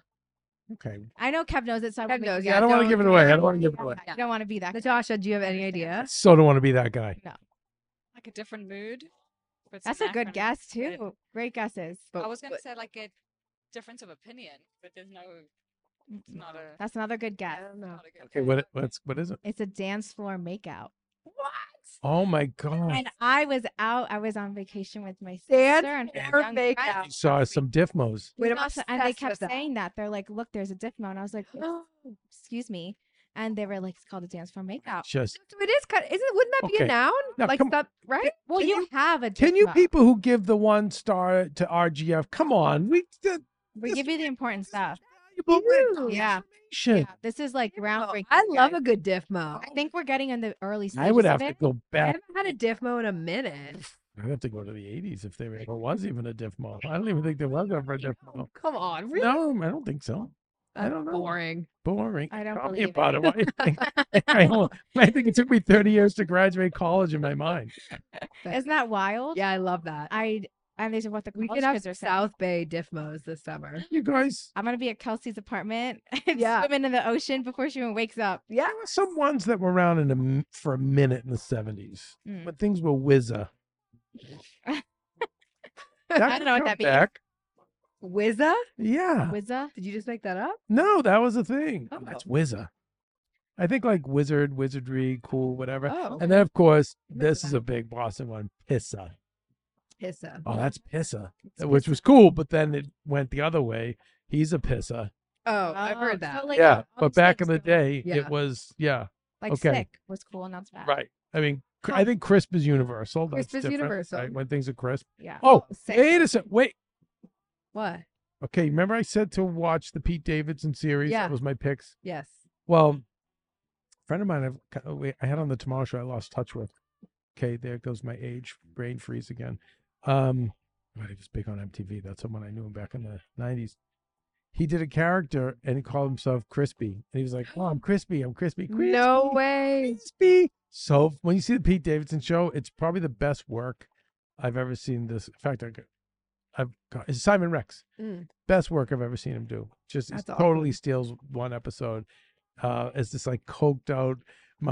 Speaker 2: Okay.
Speaker 3: I know Kev knows it, so I
Speaker 1: Kev
Speaker 3: won't make you
Speaker 1: knows,
Speaker 3: guess.
Speaker 1: yeah,
Speaker 2: I don't want to
Speaker 1: don't-
Speaker 2: give it away. I don't want to give it away.
Speaker 3: Okay, You don't want to be that. guy.
Speaker 1: Natasha, do you have any
Speaker 3: Understand.
Speaker 1: idea?
Speaker 2: So don't want to be that guy.
Speaker 4: like a different mood. but it's
Speaker 3: That's
Speaker 4: an
Speaker 3: a good
Speaker 4: acronym.
Speaker 3: guess
Speaker 4: I didn't-
Speaker 3: too. Great guesses.
Speaker 4: I was going to say like a difference of opinion, but there's no. It's not a.
Speaker 3: That's another good guess.
Speaker 1: don't know.
Speaker 4: not a good
Speaker 2: Okay.
Speaker 4: guess.
Speaker 2: What? it- What's? What is it?
Speaker 3: It's a dance floor makeout.
Speaker 2: Oh my God.
Speaker 3: And I was out. I was on vacation with my sister
Speaker 1: Dance
Speaker 3: and her
Speaker 1: floor
Speaker 3: young friend.
Speaker 1: makeout.
Speaker 2: You saw some diffmos.
Speaker 1: Wait, I'm
Speaker 3: No, so- and they
Speaker 1: obsessed with
Speaker 3: kept
Speaker 1: that.
Speaker 3: saying that they're like, "Look, there's a diffmo," and I was like,
Speaker 1: Oh,
Speaker 3: "Excuse me," and they were like, "It's called a dance floor makeout."
Speaker 2: Just
Speaker 1: so it is kind of, isn't wouldn't that be
Speaker 2: Okay.
Speaker 1: a noun?
Speaker 2: Now,
Speaker 1: like
Speaker 2: come-
Speaker 1: that, right?
Speaker 3: Well,
Speaker 2: Can
Speaker 3: you,
Speaker 2: you-
Speaker 3: have a.
Speaker 2: can you
Speaker 3: diffmo.
Speaker 2: people who give the one star to RGF? Come on. We. th-
Speaker 3: We
Speaker 2: this
Speaker 3: give you the important
Speaker 2: is
Speaker 3: stuff.
Speaker 2: valuable
Speaker 1: Ew.
Speaker 3: Yeah.
Speaker 2: information.
Speaker 3: Yeah, this is like groundbreaking.
Speaker 1: I love
Speaker 3: guys.
Speaker 1: a good diffmo.
Speaker 3: I think we're getting in the early stages.
Speaker 2: I would
Speaker 3: of
Speaker 2: have to
Speaker 3: it.
Speaker 2: go
Speaker 1: I
Speaker 2: back.
Speaker 1: haven't had a diffmo in a minute.
Speaker 2: I'd have to go to the 80s if there ever was even a diffmo. I don't even think there was ever a diffmo.
Speaker 1: Come on, really?
Speaker 2: No, I don't think so. I don't know.
Speaker 1: Boring.
Speaker 2: Boring.
Speaker 3: I don't
Speaker 2: Tell me
Speaker 3: believe it.
Speaker 2: about it. Why you think- I, don't- I think it took me 30 years to graduate college in my mind.
Speaker 3: Isn't that wild?
Speaker 1: Yeah, I love that.
Speaker 3: I and these are what the
Speaker 1: we
Speaker 3: college
Speaker 1: could
Speaker 3: kids
Speaker 1: have
Speaker 3: are saying.
Speaker 1: South Bay diffmos this summer.
Speaker 2: You guys,
Speaker 3: I'm gonna be at Kelsey's apartment and
Speaker 1: Yeah.
Speaker 3: swimming in the ocean before she even wakes up.
Speaker 1: Yeah.
Speaker 2: there were some ones that were around in a, m- for a minute in the 70s
Speaker 3: Mm.
Speaker 2: when things were whizza.
Speaker 3: I don't know what that means.
Speaker 1: Wizza?
Speaker 2: Yeah.
Speaker 3: Wizza.
Speaker 1: Did you just make that up?
Speaker 2: No, that was a thing.
Speaker 1: Oh.
Speaker 2: That's Wizza. I think like wizard, wizardry, cool, whatever.
Speaker 1: Oh,
Speaker 2: And then of course,
Speaker 1: Remember
Speaker 2: this
Speaker 1: that.
Speaker 2: is a big Boston one, Pissa.
Speaker 1: Pissa.
Speaker 2: Oh, that's Pissa, which was cool, but then it went the other way. He's a Pissa.
Speaker 1: Oh, I've
Speaker 3: Oh, so,
Speaker 1: heard that.
Speaker 3: like,
Speaker 2: yeah,
Speaker 3: all
Speaker 2: but
Speaker 3: these
Speaker 2: back in
Speaker 3: things
Speaker 2: the
Speaker 3: that were,
Speaker 2: day,
Speaker 1: Yeah.
Speaker 2: it was yeah,
Speaker 3: like
Speaker 2: okay.
Speaker 3: sick was cool, and that's bad.
Speaker 2: right. I mean, cr- I think crisp is universal. That's
Speaker 1: Crisp is
Speaker 2: different,
Speaker 1: universal.
Speaker 2: right, When things are crisp.
Speaker 3: Yeah.
Speaker 2: Oh,
Speaker 3: sick.
Speaker 2: wait a sec. Wait.
Speaker 1: What?
Speaker 2: Okay, remember I said to watch the Pete Davidson series.
Speaker 1: Yeah.
Speaker 2: That was my picks.
Speaker 1: Yes.
Speaker 2: Well, a friend of mine I've, ki- uh, we- I had on the Tomorrow Show I lost touch with. Okay, there goes my age brain freeze again. Um, but he was big on MTV. That's someone I knew him back in the '90s. He did a character and he called himself Crispy, and he was like, "Oh, I'm Crispy. I'm Crispy. crispy
Speaker 1: No way.
Speaker 2: Crispy." So when you see the Pete Davidson show, it's probably the best work I've ever seen. This, in fact, I, got- I've got it's Simon Rex.
Speaker 1: Mm.
Speaker 2: Best work I've ever seen him do. Just it
Speaker 1: That's
Speaker 2: totally steals one episode uh, as this like coked out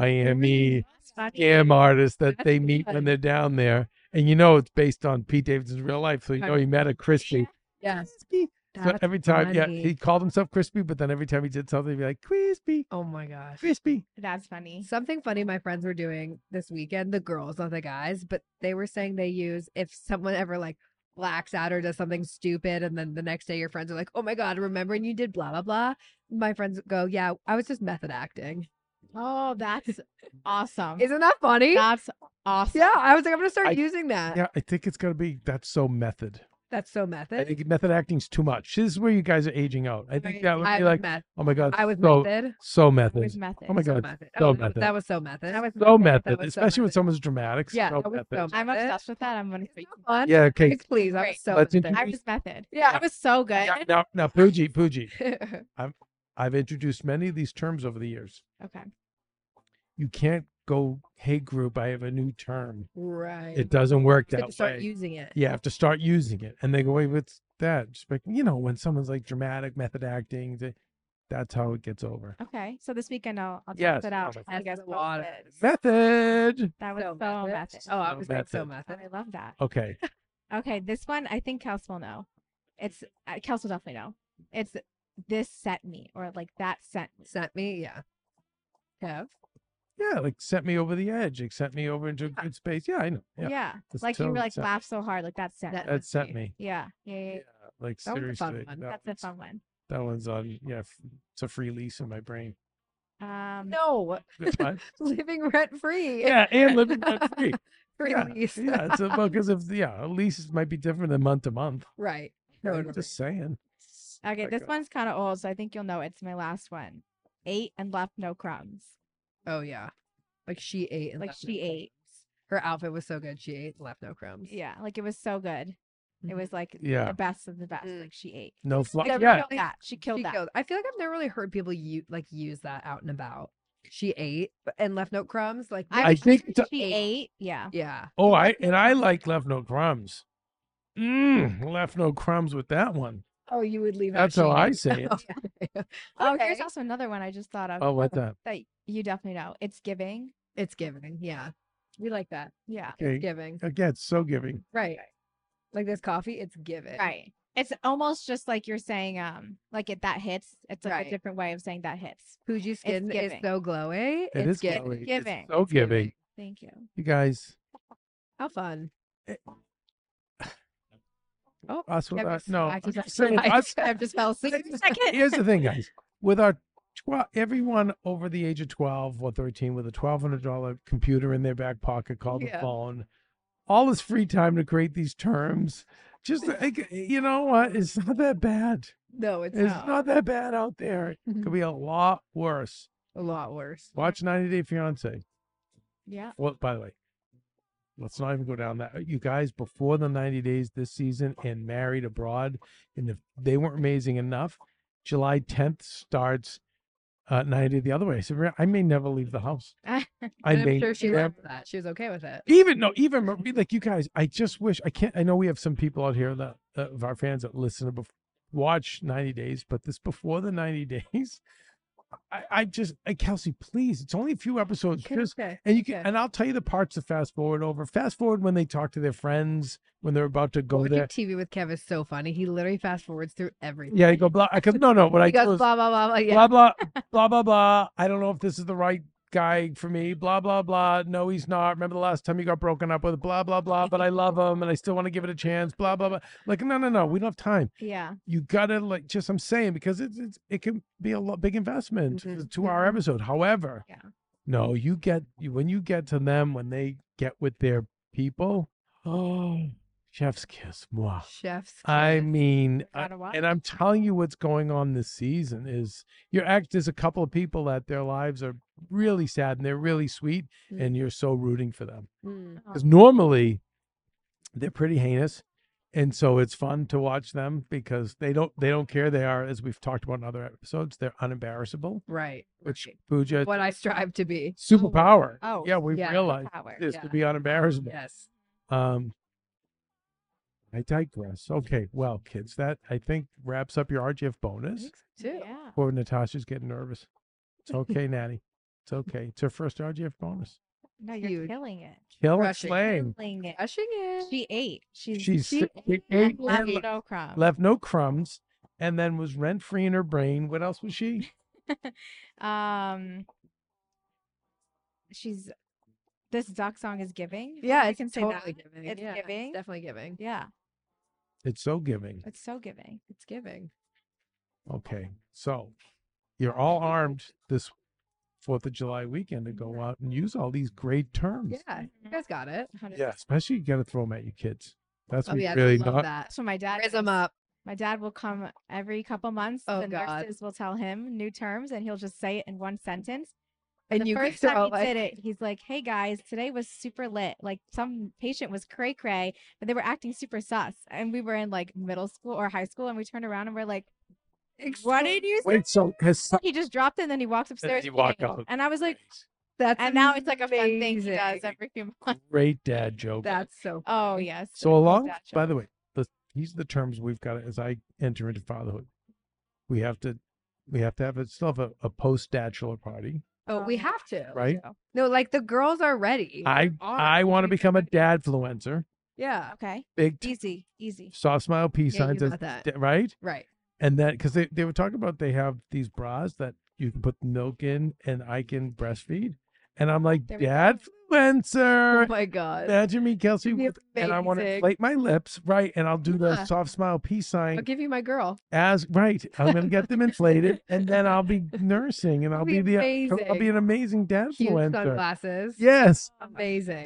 Speaker 2: Miami scam artist that they meet when they're down there. And you know it's based on Pete Davidson's real life, so you know he met a Crispy.
Speaker 1: Yes.
Speaker 2: Crispy. So
Speaker 1: That's
Speaker 2: every time, yeah,
Speaker 1: funny.
Speaker 2: he called himself Crispy, but then every time he did something, he'd be like Crispy,
Speaker 1: Oh my gosh.
Speaker 2: Crispy.
Speaker 3: That's funny.
Speaker 1: Something funny my friends were doing this weekend, the girls, not the guys, but they were saying they use if someone ever like blacks out or does something stupid, and then the next day your friends are like, oh my God, remember when you did blah, blah, blah? My friends go, yeah, I was just method acting.
Speaker 3: Oh, that's awesome.
Speaker 1: Isn't that funny?
Speaker 3: That's awesome.
Speaker 1: Yeah, I was like, I'm gonna start
Speaker 2: I-
Speaker 1: using that.
Speaker 2: Yeah, I think it's gonna be that's so method.
Speaker 1: That's so
Speaker 2: I
Speaker 1: method.
Speaker 2: think method acting's too much. This is where you guys are aging out. I think
Speaker 3: Right.
Speaker 2: that would
Speaker 1: I
Speaker 2: be
Speaker 1: was
Speaker 2: like,
Speaker 1: meth-
Speaker 2: oh my god,
Speaker 1: I was
Speaker 2: so
Speaker 1: method.
Speaker 2: so
Speaker 3: With
Speaker 2: method,
Speaker 3: method.
Speaker 2: Oh my
Speaker 1: So
Speaker 2: God,
Speaker 1: method.
Speaker 2: so
Speaker 1: Oh, that-
Speaker 2: method.
Speaker 1: That was so method.
Speaker 3: That was
Speaker 2: so
Speaker 1: method,
Speaker 2: method,
Speaker 1: that was so
Speaker 2: especially when
Speaker 1: method.
Speaker 2: someone's dramatic.
Speaker 1: Yeah,
Speaker 2: so
Speaker 1: that was
Speaker 2: method.
Speaker 1: so
Speaker 3: I'm
Speaker 1: method.
Speaker 3: obsessed with that. I'm gonna.
Speaker 1: It's
Speaker 3: freak
Speaker 1: so
Speaker 3: you out.
Speaker 1: fun.
Speaker 2: Yeah, okay.
Speaker 1: Like, please, I was
Speaker 3: Great.
Speaker 1: so
Speaker 2: Let's
Speaker 1: method.
Speaker 3: I
Speaker 2: introduce-
Speaker 3: was method.
Speaker 1: Yeah.
Speaker 3: It was so good.
Speaker 2: Yeah, now, now, Pooji, Pooji,
Speaker 1: I-
Speaker 2: I've introduced many of these terms over the years.
Speaker 3: Okay.
Speaker 2: You can't go, hey group, I have a new term.
Speaker 1: right.
Speaker 2: It doesn't work
Speaker 1: You have
Speaker 2: that
Speaker 1: to start
Speaker 2: way.
Speaker 1: using it.
Speaker 2: you have to start using it, and they go away with that. Just like you know, when someone's like dramatic method acting, they, that's how it gets over.
Speaker 3: Okay. So this weekend I'll I'll
Speaker 2: Yes.
Speaker 3: test it out.
Speaker 2: Oh
Speaker 3: and you guys
Speaker 1: Test the
Speaker 3: post
Speaker 1: water.
Speaker 3: it.
Speaker 2: Method.
Speaker 3: That was so, method.
Speaker 1: Oh, I
Speaker 2: So
Speaker 1: was being so
Speaker 3: Oh,
Speaker 1: method.
Speaker 3: I love that.
Speaker 2: Okay.
Speaker 3: Okay, this one I think Kels will know. It's uh, Kels will definitely know. It's this sent me or like that sent me.
Speaker 1: Sent me, yeah. Kev,
Speaker 2: Yeah, like sent me over the edge. It sent me over into a
Speaker 3: Yeah.
Speaker 2: good space. Yeah, I know.
Speaker 3: Yeah.
Speaker 2: Yeah, That's
Speaker 3: Like you were
Speaker 2: totally
Speaker 3: like
Speaker 2: sent-
Speaker 3: laugh so hard. Like that sent
Speaker 1: That-
Speaker 3: me.
Speaker 2: that sent me.
Speaker 3: Yeah. Yeah. yeah, yeah.
Speaker 2: Yeah, like
Speaker 1: That was a fun
Speaker 2: seriously,
Speaker 1: one.
Speaker 2: that,
Speaker 3: That's a
Speaker 2: one's,
Speaker 3: fun one.
Speaker 2: that one's on. Yeah, f- it's a free lease in my brain.
Speaker 3: Um,
Speaker 1: no,
Speaker 2: That's fine.
Speaker 1: living rent free.
Speaker 2: yeah, and living rent free.
Speaker 1: Release.
Speaker 2: Yeah, yeah, it's because if yeah, a lease might be different than month to month.
Speaker 1: Right.
Speaker 2: Yeah, I'm
Speaker 1: Totally.
Speaker 2: just saying.
Speaker 3: Okay,
Speaker 2: Like,
Speaker 3: this
Speaker 2: uh,
Speaker 3: one's kind of old, so I think you'll know it's my last one. Ate and left no crumbs.
Speaker 1: Oh yeah. Like she ate and
Speaker 3: Like
Speaker 1: left
Speaker 3: she
Speaker 1: no
Speaker 3: ate.
Speaker 1: crumbs. Her outfit was so good. She ate and left no crumbs.
Speaker 3: Yeah, like it was so good. It
Speaker 1: Mhm.
Speaker 3: was like
Speaker 2: Yeah.
Speaker 3: the best of the best.
Speaker 6: Mm.
Speaker 3: Like she ate.
Speaker 2: No fly.
Speaker 3: Like,
Speaker 2: Yeah,
Speaker 3: She killed that. She killed
Speaker 1: She
Speaker 3: that.
Speaker 1: killed- I feel like I've never really heard people u- like use that out and about. She ate b- and left no crumbs. Like
Speaker 3: I
Speaker 2: I think.
Speaker 3: She
Speaker 2: the-
Speaker 3: ate.
Speaker 1: ate.
Speaker 3: Yeah.
Speaker 1: yeah.
Speaker 2: oh, I and I like left no crumbs. Mm, left no crumbs with that one.
Speaker 1: Oh, you would leave.
Speaker 2: That's how I say it.
Speaker 1: it.
Speaker 3: Oh, here's
Speaker 1: Okay.
Speaker 3: also another one I just thought of
Speaker 2: Oh, what that?
Speaker 3: that you definitely know. It's giving.
Speaker 1: It's giving. Yeah. We like that.
Speaker 3: Yeah.
Speaker 2: Okay.
Speaker 1: Giving.
Speaker 2: Again, so giving.
Speaker 1: Right. Like this coffee, it's giving.
Speaker 3: Right. It's almost just like you're saying, um, like it that hits. It's like a
Speaker 1: Right.
Speaker 3: different way of saying that hits.
Speaker 1: Fuji skin is
Speaker 3: giving.
Speaker 1: so glowy.
Speaker 2: It
Speaker 1: it's
Speaker 2: is
Speaker 1: giving.
Speaker 2: giving. It's
Speaker 3: giving.
Speaker 2: so
Speaker 1: It's giving.
Speaker 2: giving.
Speaker 3: Thank you.
Speaker 2: You guys,
Speaker 1: How fun.
Speaker 2: us with
Speaker 1: Kev
Speaker 2: our,
Speaker 1: just
Speaker 2: uh, no.
Speaker 1: smacked
Speaker 2: I'm
Speaker 1: his
Speaker 2: just saying,
Speaker 1: mic.
Speaker 2: us,
Speaker 1: Kev just fell asleep.
Speaker 2: Here's the thing, guys. With our twelve, everyone over the age of twelve or thirteen, with a twelve hundred dollar computer in their back pocket called
Speaker 1: Yeah.
Speaker 2: a phone, all this free time to create these terms. Just like, you know what? It's not that bad.
Speaker 1: No, Mm-hmm. it's,
Speaker 2: It's not that bad out there. It could be a lot worse.
Speaker 1: a lot worse.
Speaker 2: Watch 90 Day Fiance.
Speaker 3: Yeah.
Speaker 2: Well, by the way, let's not even go down that. uh, You guys, before the 90 days this season and married abroad, and if they weren't amazing enough, July 10th starts uh, 90 the other way. I said, "Maria, I may never leave the house. I
Speaker 1: And
Speaker 2: may
Speaker 1: I'm sure she
Speaker 2: never-
Speaker 1: loved that. She was okay with it.
Speaker 2: even no, even Marie, like you guys, I just wish I can't. I know we have some people out here that uh, of our fans that listen to bef- watch 90 days, but this before the 90 days, I, I just, I, Kelsey, please, it's only a few episodes. Just
Speaker 1: Okay.
Speaker 2: and you can,
Speaker 1: Okay.
Speaker 2: and I'll tell you the parts to fast forward over. Fast forward when they talk to their friends when they're about to go
Speaker 1: Watching
Speaker 2: there.
Speaker 1: TV with Kev is so funny. He literally fast forwards through everything.
Speaker 2: Yeah, you go blah. Because no, no, what I
Speaker 1: He goes
Speaker 2: do is
Speaker 1: blah blah blah. blah.
Speaker 2: blah
Speaker 1: Yeah.
Speaker 2: blah blah blah blah. I don't know if this is the right guy for me. Blah blah blah. No, he's not. Remember the last time you got broken up with? Blah blah blah. But I love him, and I still want to give it a chance. Blah blah blah. Like no, no, no. We don't have time.
Speaker 3: Yeah.
Speaker 2: You gotta like just I'm saying because it's, it's it can be a lo- big investment.
Speaker 6: Mhm.
Speaker 2: It's a two hour episode. However,
Speaker 3: Mm-hmm, Yeah.
Speaker 2: no, you get you, when you get to them when they get with their people. Oh, chef's kiss. Mwah.
Speaker 1: Chef's.
Speaker 2: I
Speaker 1: kiss.
Speaker 2: mean, I-
Speaker 3: Gotta watch.
Speaker 2: and I'm telling you what's going on this season is you're act there's a couple of people that their lives are really sad and they're really sweet
Speaker 1: Mm.
Speaker 3: Mm-hmm.
Speaker 2: and you're so rooting for them.
Speaker 1: Mm.
Speaker 2: Because
Speaker 3: Oh.
Speaker 2: normally they're pretty heinous. And so it's fun to watch them because they don't they don't care. They are, as we've talked about in other episodes, they're unembarrassable,
Speaker 1: Right.
Speaker 2: which
Speaker 1: right.
Speaker 2: Pooja
Speaker 1: What I strive to be.
Speaker 2: superpower.
Speaker 3: Oh,
Speaker 2: yeah, we
Speaker 1: yeah,
Speaker 2: realized
Speaker 3: power.
Speaker 2: this
Speaker 1: yeah.
Speaker 2: to be unembarrassable.
Speaker 1: Yes.
Speaker 2: Um, I digress. Okay, well, kids, that I think wraps up your RGF bonus.
Speaker 1: Too.
Speaker 3: Yeah.
Speaker 2: Poor Natasha's getting nervous. It's okay, Natty. It's okay. It's her first RGF bonus.
Speaker 3: No, you're
Speaker 1: Huge.
Speaker 3: killing it.
Speaker 2: Kill and
Speaker 1: Crushing.
Speaker 2: slaying.
Speaker 3: Killing it.
Speaker 1: Rushing it.
Speaker 3: She ate. She's
Speaker 2: She's
Speaker 3: she
Speaker 2: si-
Speaker 3: ate
Speaker 2: ate
Speaker 3: and left
Speaker 2: and
Speaker 3: no
Speaker 1: Um,
Speaker 3: crumbs.
Speaker 2: Left no crumbs, and then was rent free in her brain. What else was she?
Speaker 3: um she's this duck song is giving
Speaker 1: yeah,
Speaker 3: I
Speaker 1: it's
Speaker 3: can say
Speaker 1: totally
Speaker 3: that.
Speaker 1: giving.
Speaker 3: It's
Speaker 1: yeah,
Speaker 3: giving.
Speaker 1: definitely giving.
Speaker 3: yeah
Speaker 2: It's so giving.
Speaker 3: it's so giving
Speaker 1: It's giving.
Speaker 2: Okay, so you're all armed this Fourth of July weekend to go out and use all these great terms.
Speaker 1: Yeah, you
Speaker 4: Mm-hmm.
Speaker 1: guys got it.
Speaker 3: 100%.
Speaker 2: Yeah, especially you got to throw them at your kids. That's
Speaker 1: Oh
Speaker 2: what
Speaker 1: yeah, I
Speaker 2: really
Speaker 1: love
Speaker 2: not.
Speaker 1: that.
Speaker 3: that's what my dad
Speaker 1: Raise 'em
Speaker 3: does.
Speaker 1: up.
Speaker 3: my dad will come every couple months
Speaker 1: Oh,
Speaker 3: the
Speaker 1: God.
Speaker 3: nurses will tell him new terms and he'll just say it in one sentence
Speaker 1: And
Speaker 3: the
Speaker 1: you
Speaker 3: first
Speaker 1: guys are
Speaker 3: time
Speaker 1: all
Speaker 3: he did
Speaker 1: like,
Speaker 3: it, he's like, "Hey guys, today was super lit. Like some patient was cray cray, but they were acting super sus." And we were in like middle school or high school, and we turned around and we're like, "What did you say?"
Speaker 2: Wait, so has so-
Speaker 3: He just dropped it, and then he walks upstairs.
Speaker 2: he
Speaker 3: and
Speaker 2: walked
Speaker 3: giggled.
Speaker 2: out.
Speaker 3: and I was like,
Speaker 1: that's
Speaker 3: and now it's like a fun thing he does
Speaker 2: Oh,
Speaker 1: amazing.
Speaker 3: every few months.
Speaker 2: great dad joke.
Speaker 1: That's so.
Speaker 3: Oh yes.
Speaker 2: So along,
Speaker 3: dad
Speaker 2: by
Speaker 3: joke.
Speaker 2: the way, the, these are the terms we've got as I enter into fatherhood. We have to, we have to have a, still have a, a post bachelor party,
Speaker 1: Oh,
Speaker 3: Um,
Speaker 1: we have to.
Speaker 2: right?
Speaker 1: No, like the girls are ready.
Speaker 2: I
Speaker 1: are.
Speaker 2: I want to become a dad fluencer.
Speaker 1: yeah.
Speaker 3: Okay.
Speaker 2: Big t-
Speaker 3: Easy, easy.
Speaker 2: soft smile, peace
Speaker 1: Yeah, you
Speaker 2: signs, as-
Speaker 1: got that.
Speaker 2: d- right?
Speaker 1: Right.
Speaker 2: and that because they, they were talking about they have these bras that you can put milk in and I can breastfeed, and I'm like,
Speaker 3: There we go.
Speaker 1: Oh
Speaker 2: dadfluencer.
Speaker 1: my god.
Speaker 2: Imagine me, Kelsey,
Speaker 1: That'd
Speaker 2: with,
Speaker 1: be
Speaker 2: and I want to
Speaker 1: amazing.
Speaker 2: inflate my lips, right? And I'll do
Speaker 1: Yeah.
Speaker 2: the soft smile peace sign
Speaker 1: I'll give you my girl.
Speaker 2: as right. I'm gonna get them inflated, and then I'll be nursing, and I'll
Speaker 1: be
Speaker 2: be, the I'll be
Speaker 1: amazing.
Speaker 2: an amazing
Speaker 1: Cute
Speaker 2: dadfluencer.
Speaker 1: sunglasses.
Speaker 2: Yes,
Speaker 1: Amazing.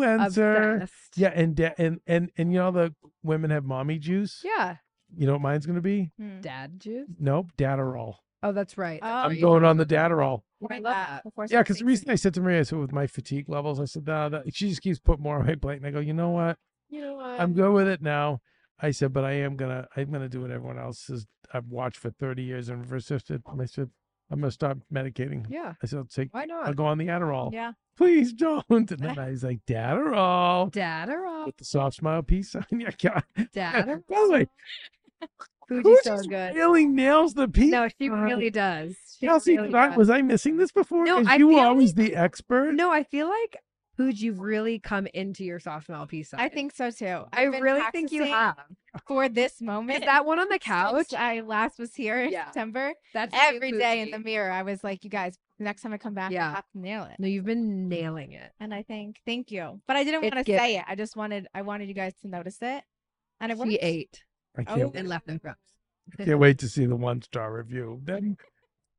Speaker 2: dadfluencer.
Speaker 1: Obsessed.
Speaker 2: Yeah, and da- and and and you know the women have mommy juice.
Speaker 1: Yeah.
Speaker 2: You know what mine's gonna be?
Speaker 7: Hmm.
Speaker 1: Dad juice.
Speaker 2: Nope, Datterall.
Speaker 1: Oh, that's right. that's
Speaker 3: Oh,
Speaker 2: I'm
Speaker 1: right.
Speaker 2: going on the Datterall.
Speaker 1: I
Speaker 3: Like
Speaker 1: love that.
Speaker 3: before
Speaker 2: Yeah, because the
Speaker 3: something
Speaker 2: reason I
Speaker 3: sweet.
Speaker 2: said to Maria, I said with my fatigue levels, I said, nah, that, she just keeps putting more on my plate. And I go, you know what?
Speaker 1: You know what?
Speaker 2: I'm good with it now. I said, but I am gonna, I'm gonna do what everyone else has. I've watched for 30 years and resisted. And I said, I'm gonna stop medicating.
Speaker 1: Yeah.
Speaker 2: I said, I'll take,
Speaker 1: Why
Speaker 2: I'll
Speaker 1: not?
Speaker 2: go on the Adderall.
Speaker 3: Yeah.
Speaker 2: Please don't. And then I was like, Datterall.
Speaker 1: Dad or all.
Speaker 2: With the soft smile peace sign. Yeah, God.
Speaker 1: Dad.
Speaker 2: By the way, who
Speaker 1: Fuji's so
Speaker 2: just
Speaker 1: good.
Speaker 2: really nails the peace?
Speaker 1: No, she
Speaker 2: sign?
Speaker 1: really does. She
Speaker 2: Kelsey,
Speaker 1: really
Speaker 2: did I-
Speaker 1: does.
Speaker 2: was I missing this before?
Speaker 1: No,
Speaker 2: 'Cause
Speaker 1: I
Speaker 2: you were
Speaker 1: feel
Speaker 2: always the expert.
Speaker 1: No, I feel like Pooj, you've really come into your soft mouthpiece.
Speaker 3: I think so too.
Speaker 1: I
Speaker 3: I've been
Speaker 1: really think you
Speaker 3: practicing
Speaker 1: have.
Speaker 3: for this moment.
Speaker 1: Is that one on the couch?
Speaker 3: Since I last was here in
Speaker 1: Yeah.
Speaker 3: September.
Speaker 1: That's you,
Speaker 3: Every day in the
Speaker 1: Pooji.
Speaker 3: mirror, I was like, "You guys, the next time I come back,
Speaker 1: Yeah.
Speaker 3: I have to nail it."
Speaker 1: No, you've been nailing it.
Speaker 3: And I think, thank you, but I didn't
Speaker 1: It's
Speaker 3: want to say it. I just wanted, I wanted you guys to notice it, and it
Speaker 1: She
Speaker 3: worked.
Speaker 1: ate
Speaker 2: I
Speaker 3: Oh,
Speaker 2: can't,
Speaker 3: yeah.
Speaker 1: and left no crumbs. Oh.
Speaker 2: can't wait to see the one star review. Then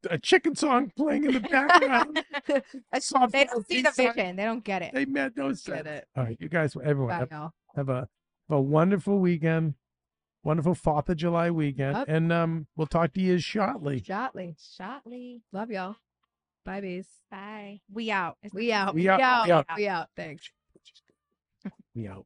Speaker 2: a chicken song playing in the background. Soft
Speaker 3: They don't see the
Speaker 2: peace sign.
Speaker 3: vision; they don't get it.
Speaker 2: They made no
Speaker 1: Get
Speaker 2: sense.
Speaker 1: it.
Speaker 2: All right, you guys, everyone,
Speaker 1: Wow,
Speaker 2: have,
Speaker 1: y'all.
Speaker 2: have a have a wonderful weekend, wonderful Fourth of July weekend,
Speaker 1: Yep.
Speaker 2: and um, we'll talk to you shortly.
Speaker 1: Shotley.
Speaker 3: Shotley,
Speaker 1: Love y'all. Bye, bees.
Speaker 3: bye. We out. It's
Speaker 1: We out.
Speaker 2: We out. We out.
Speaker 1: We out. Thanks.
Speaker 2: We out.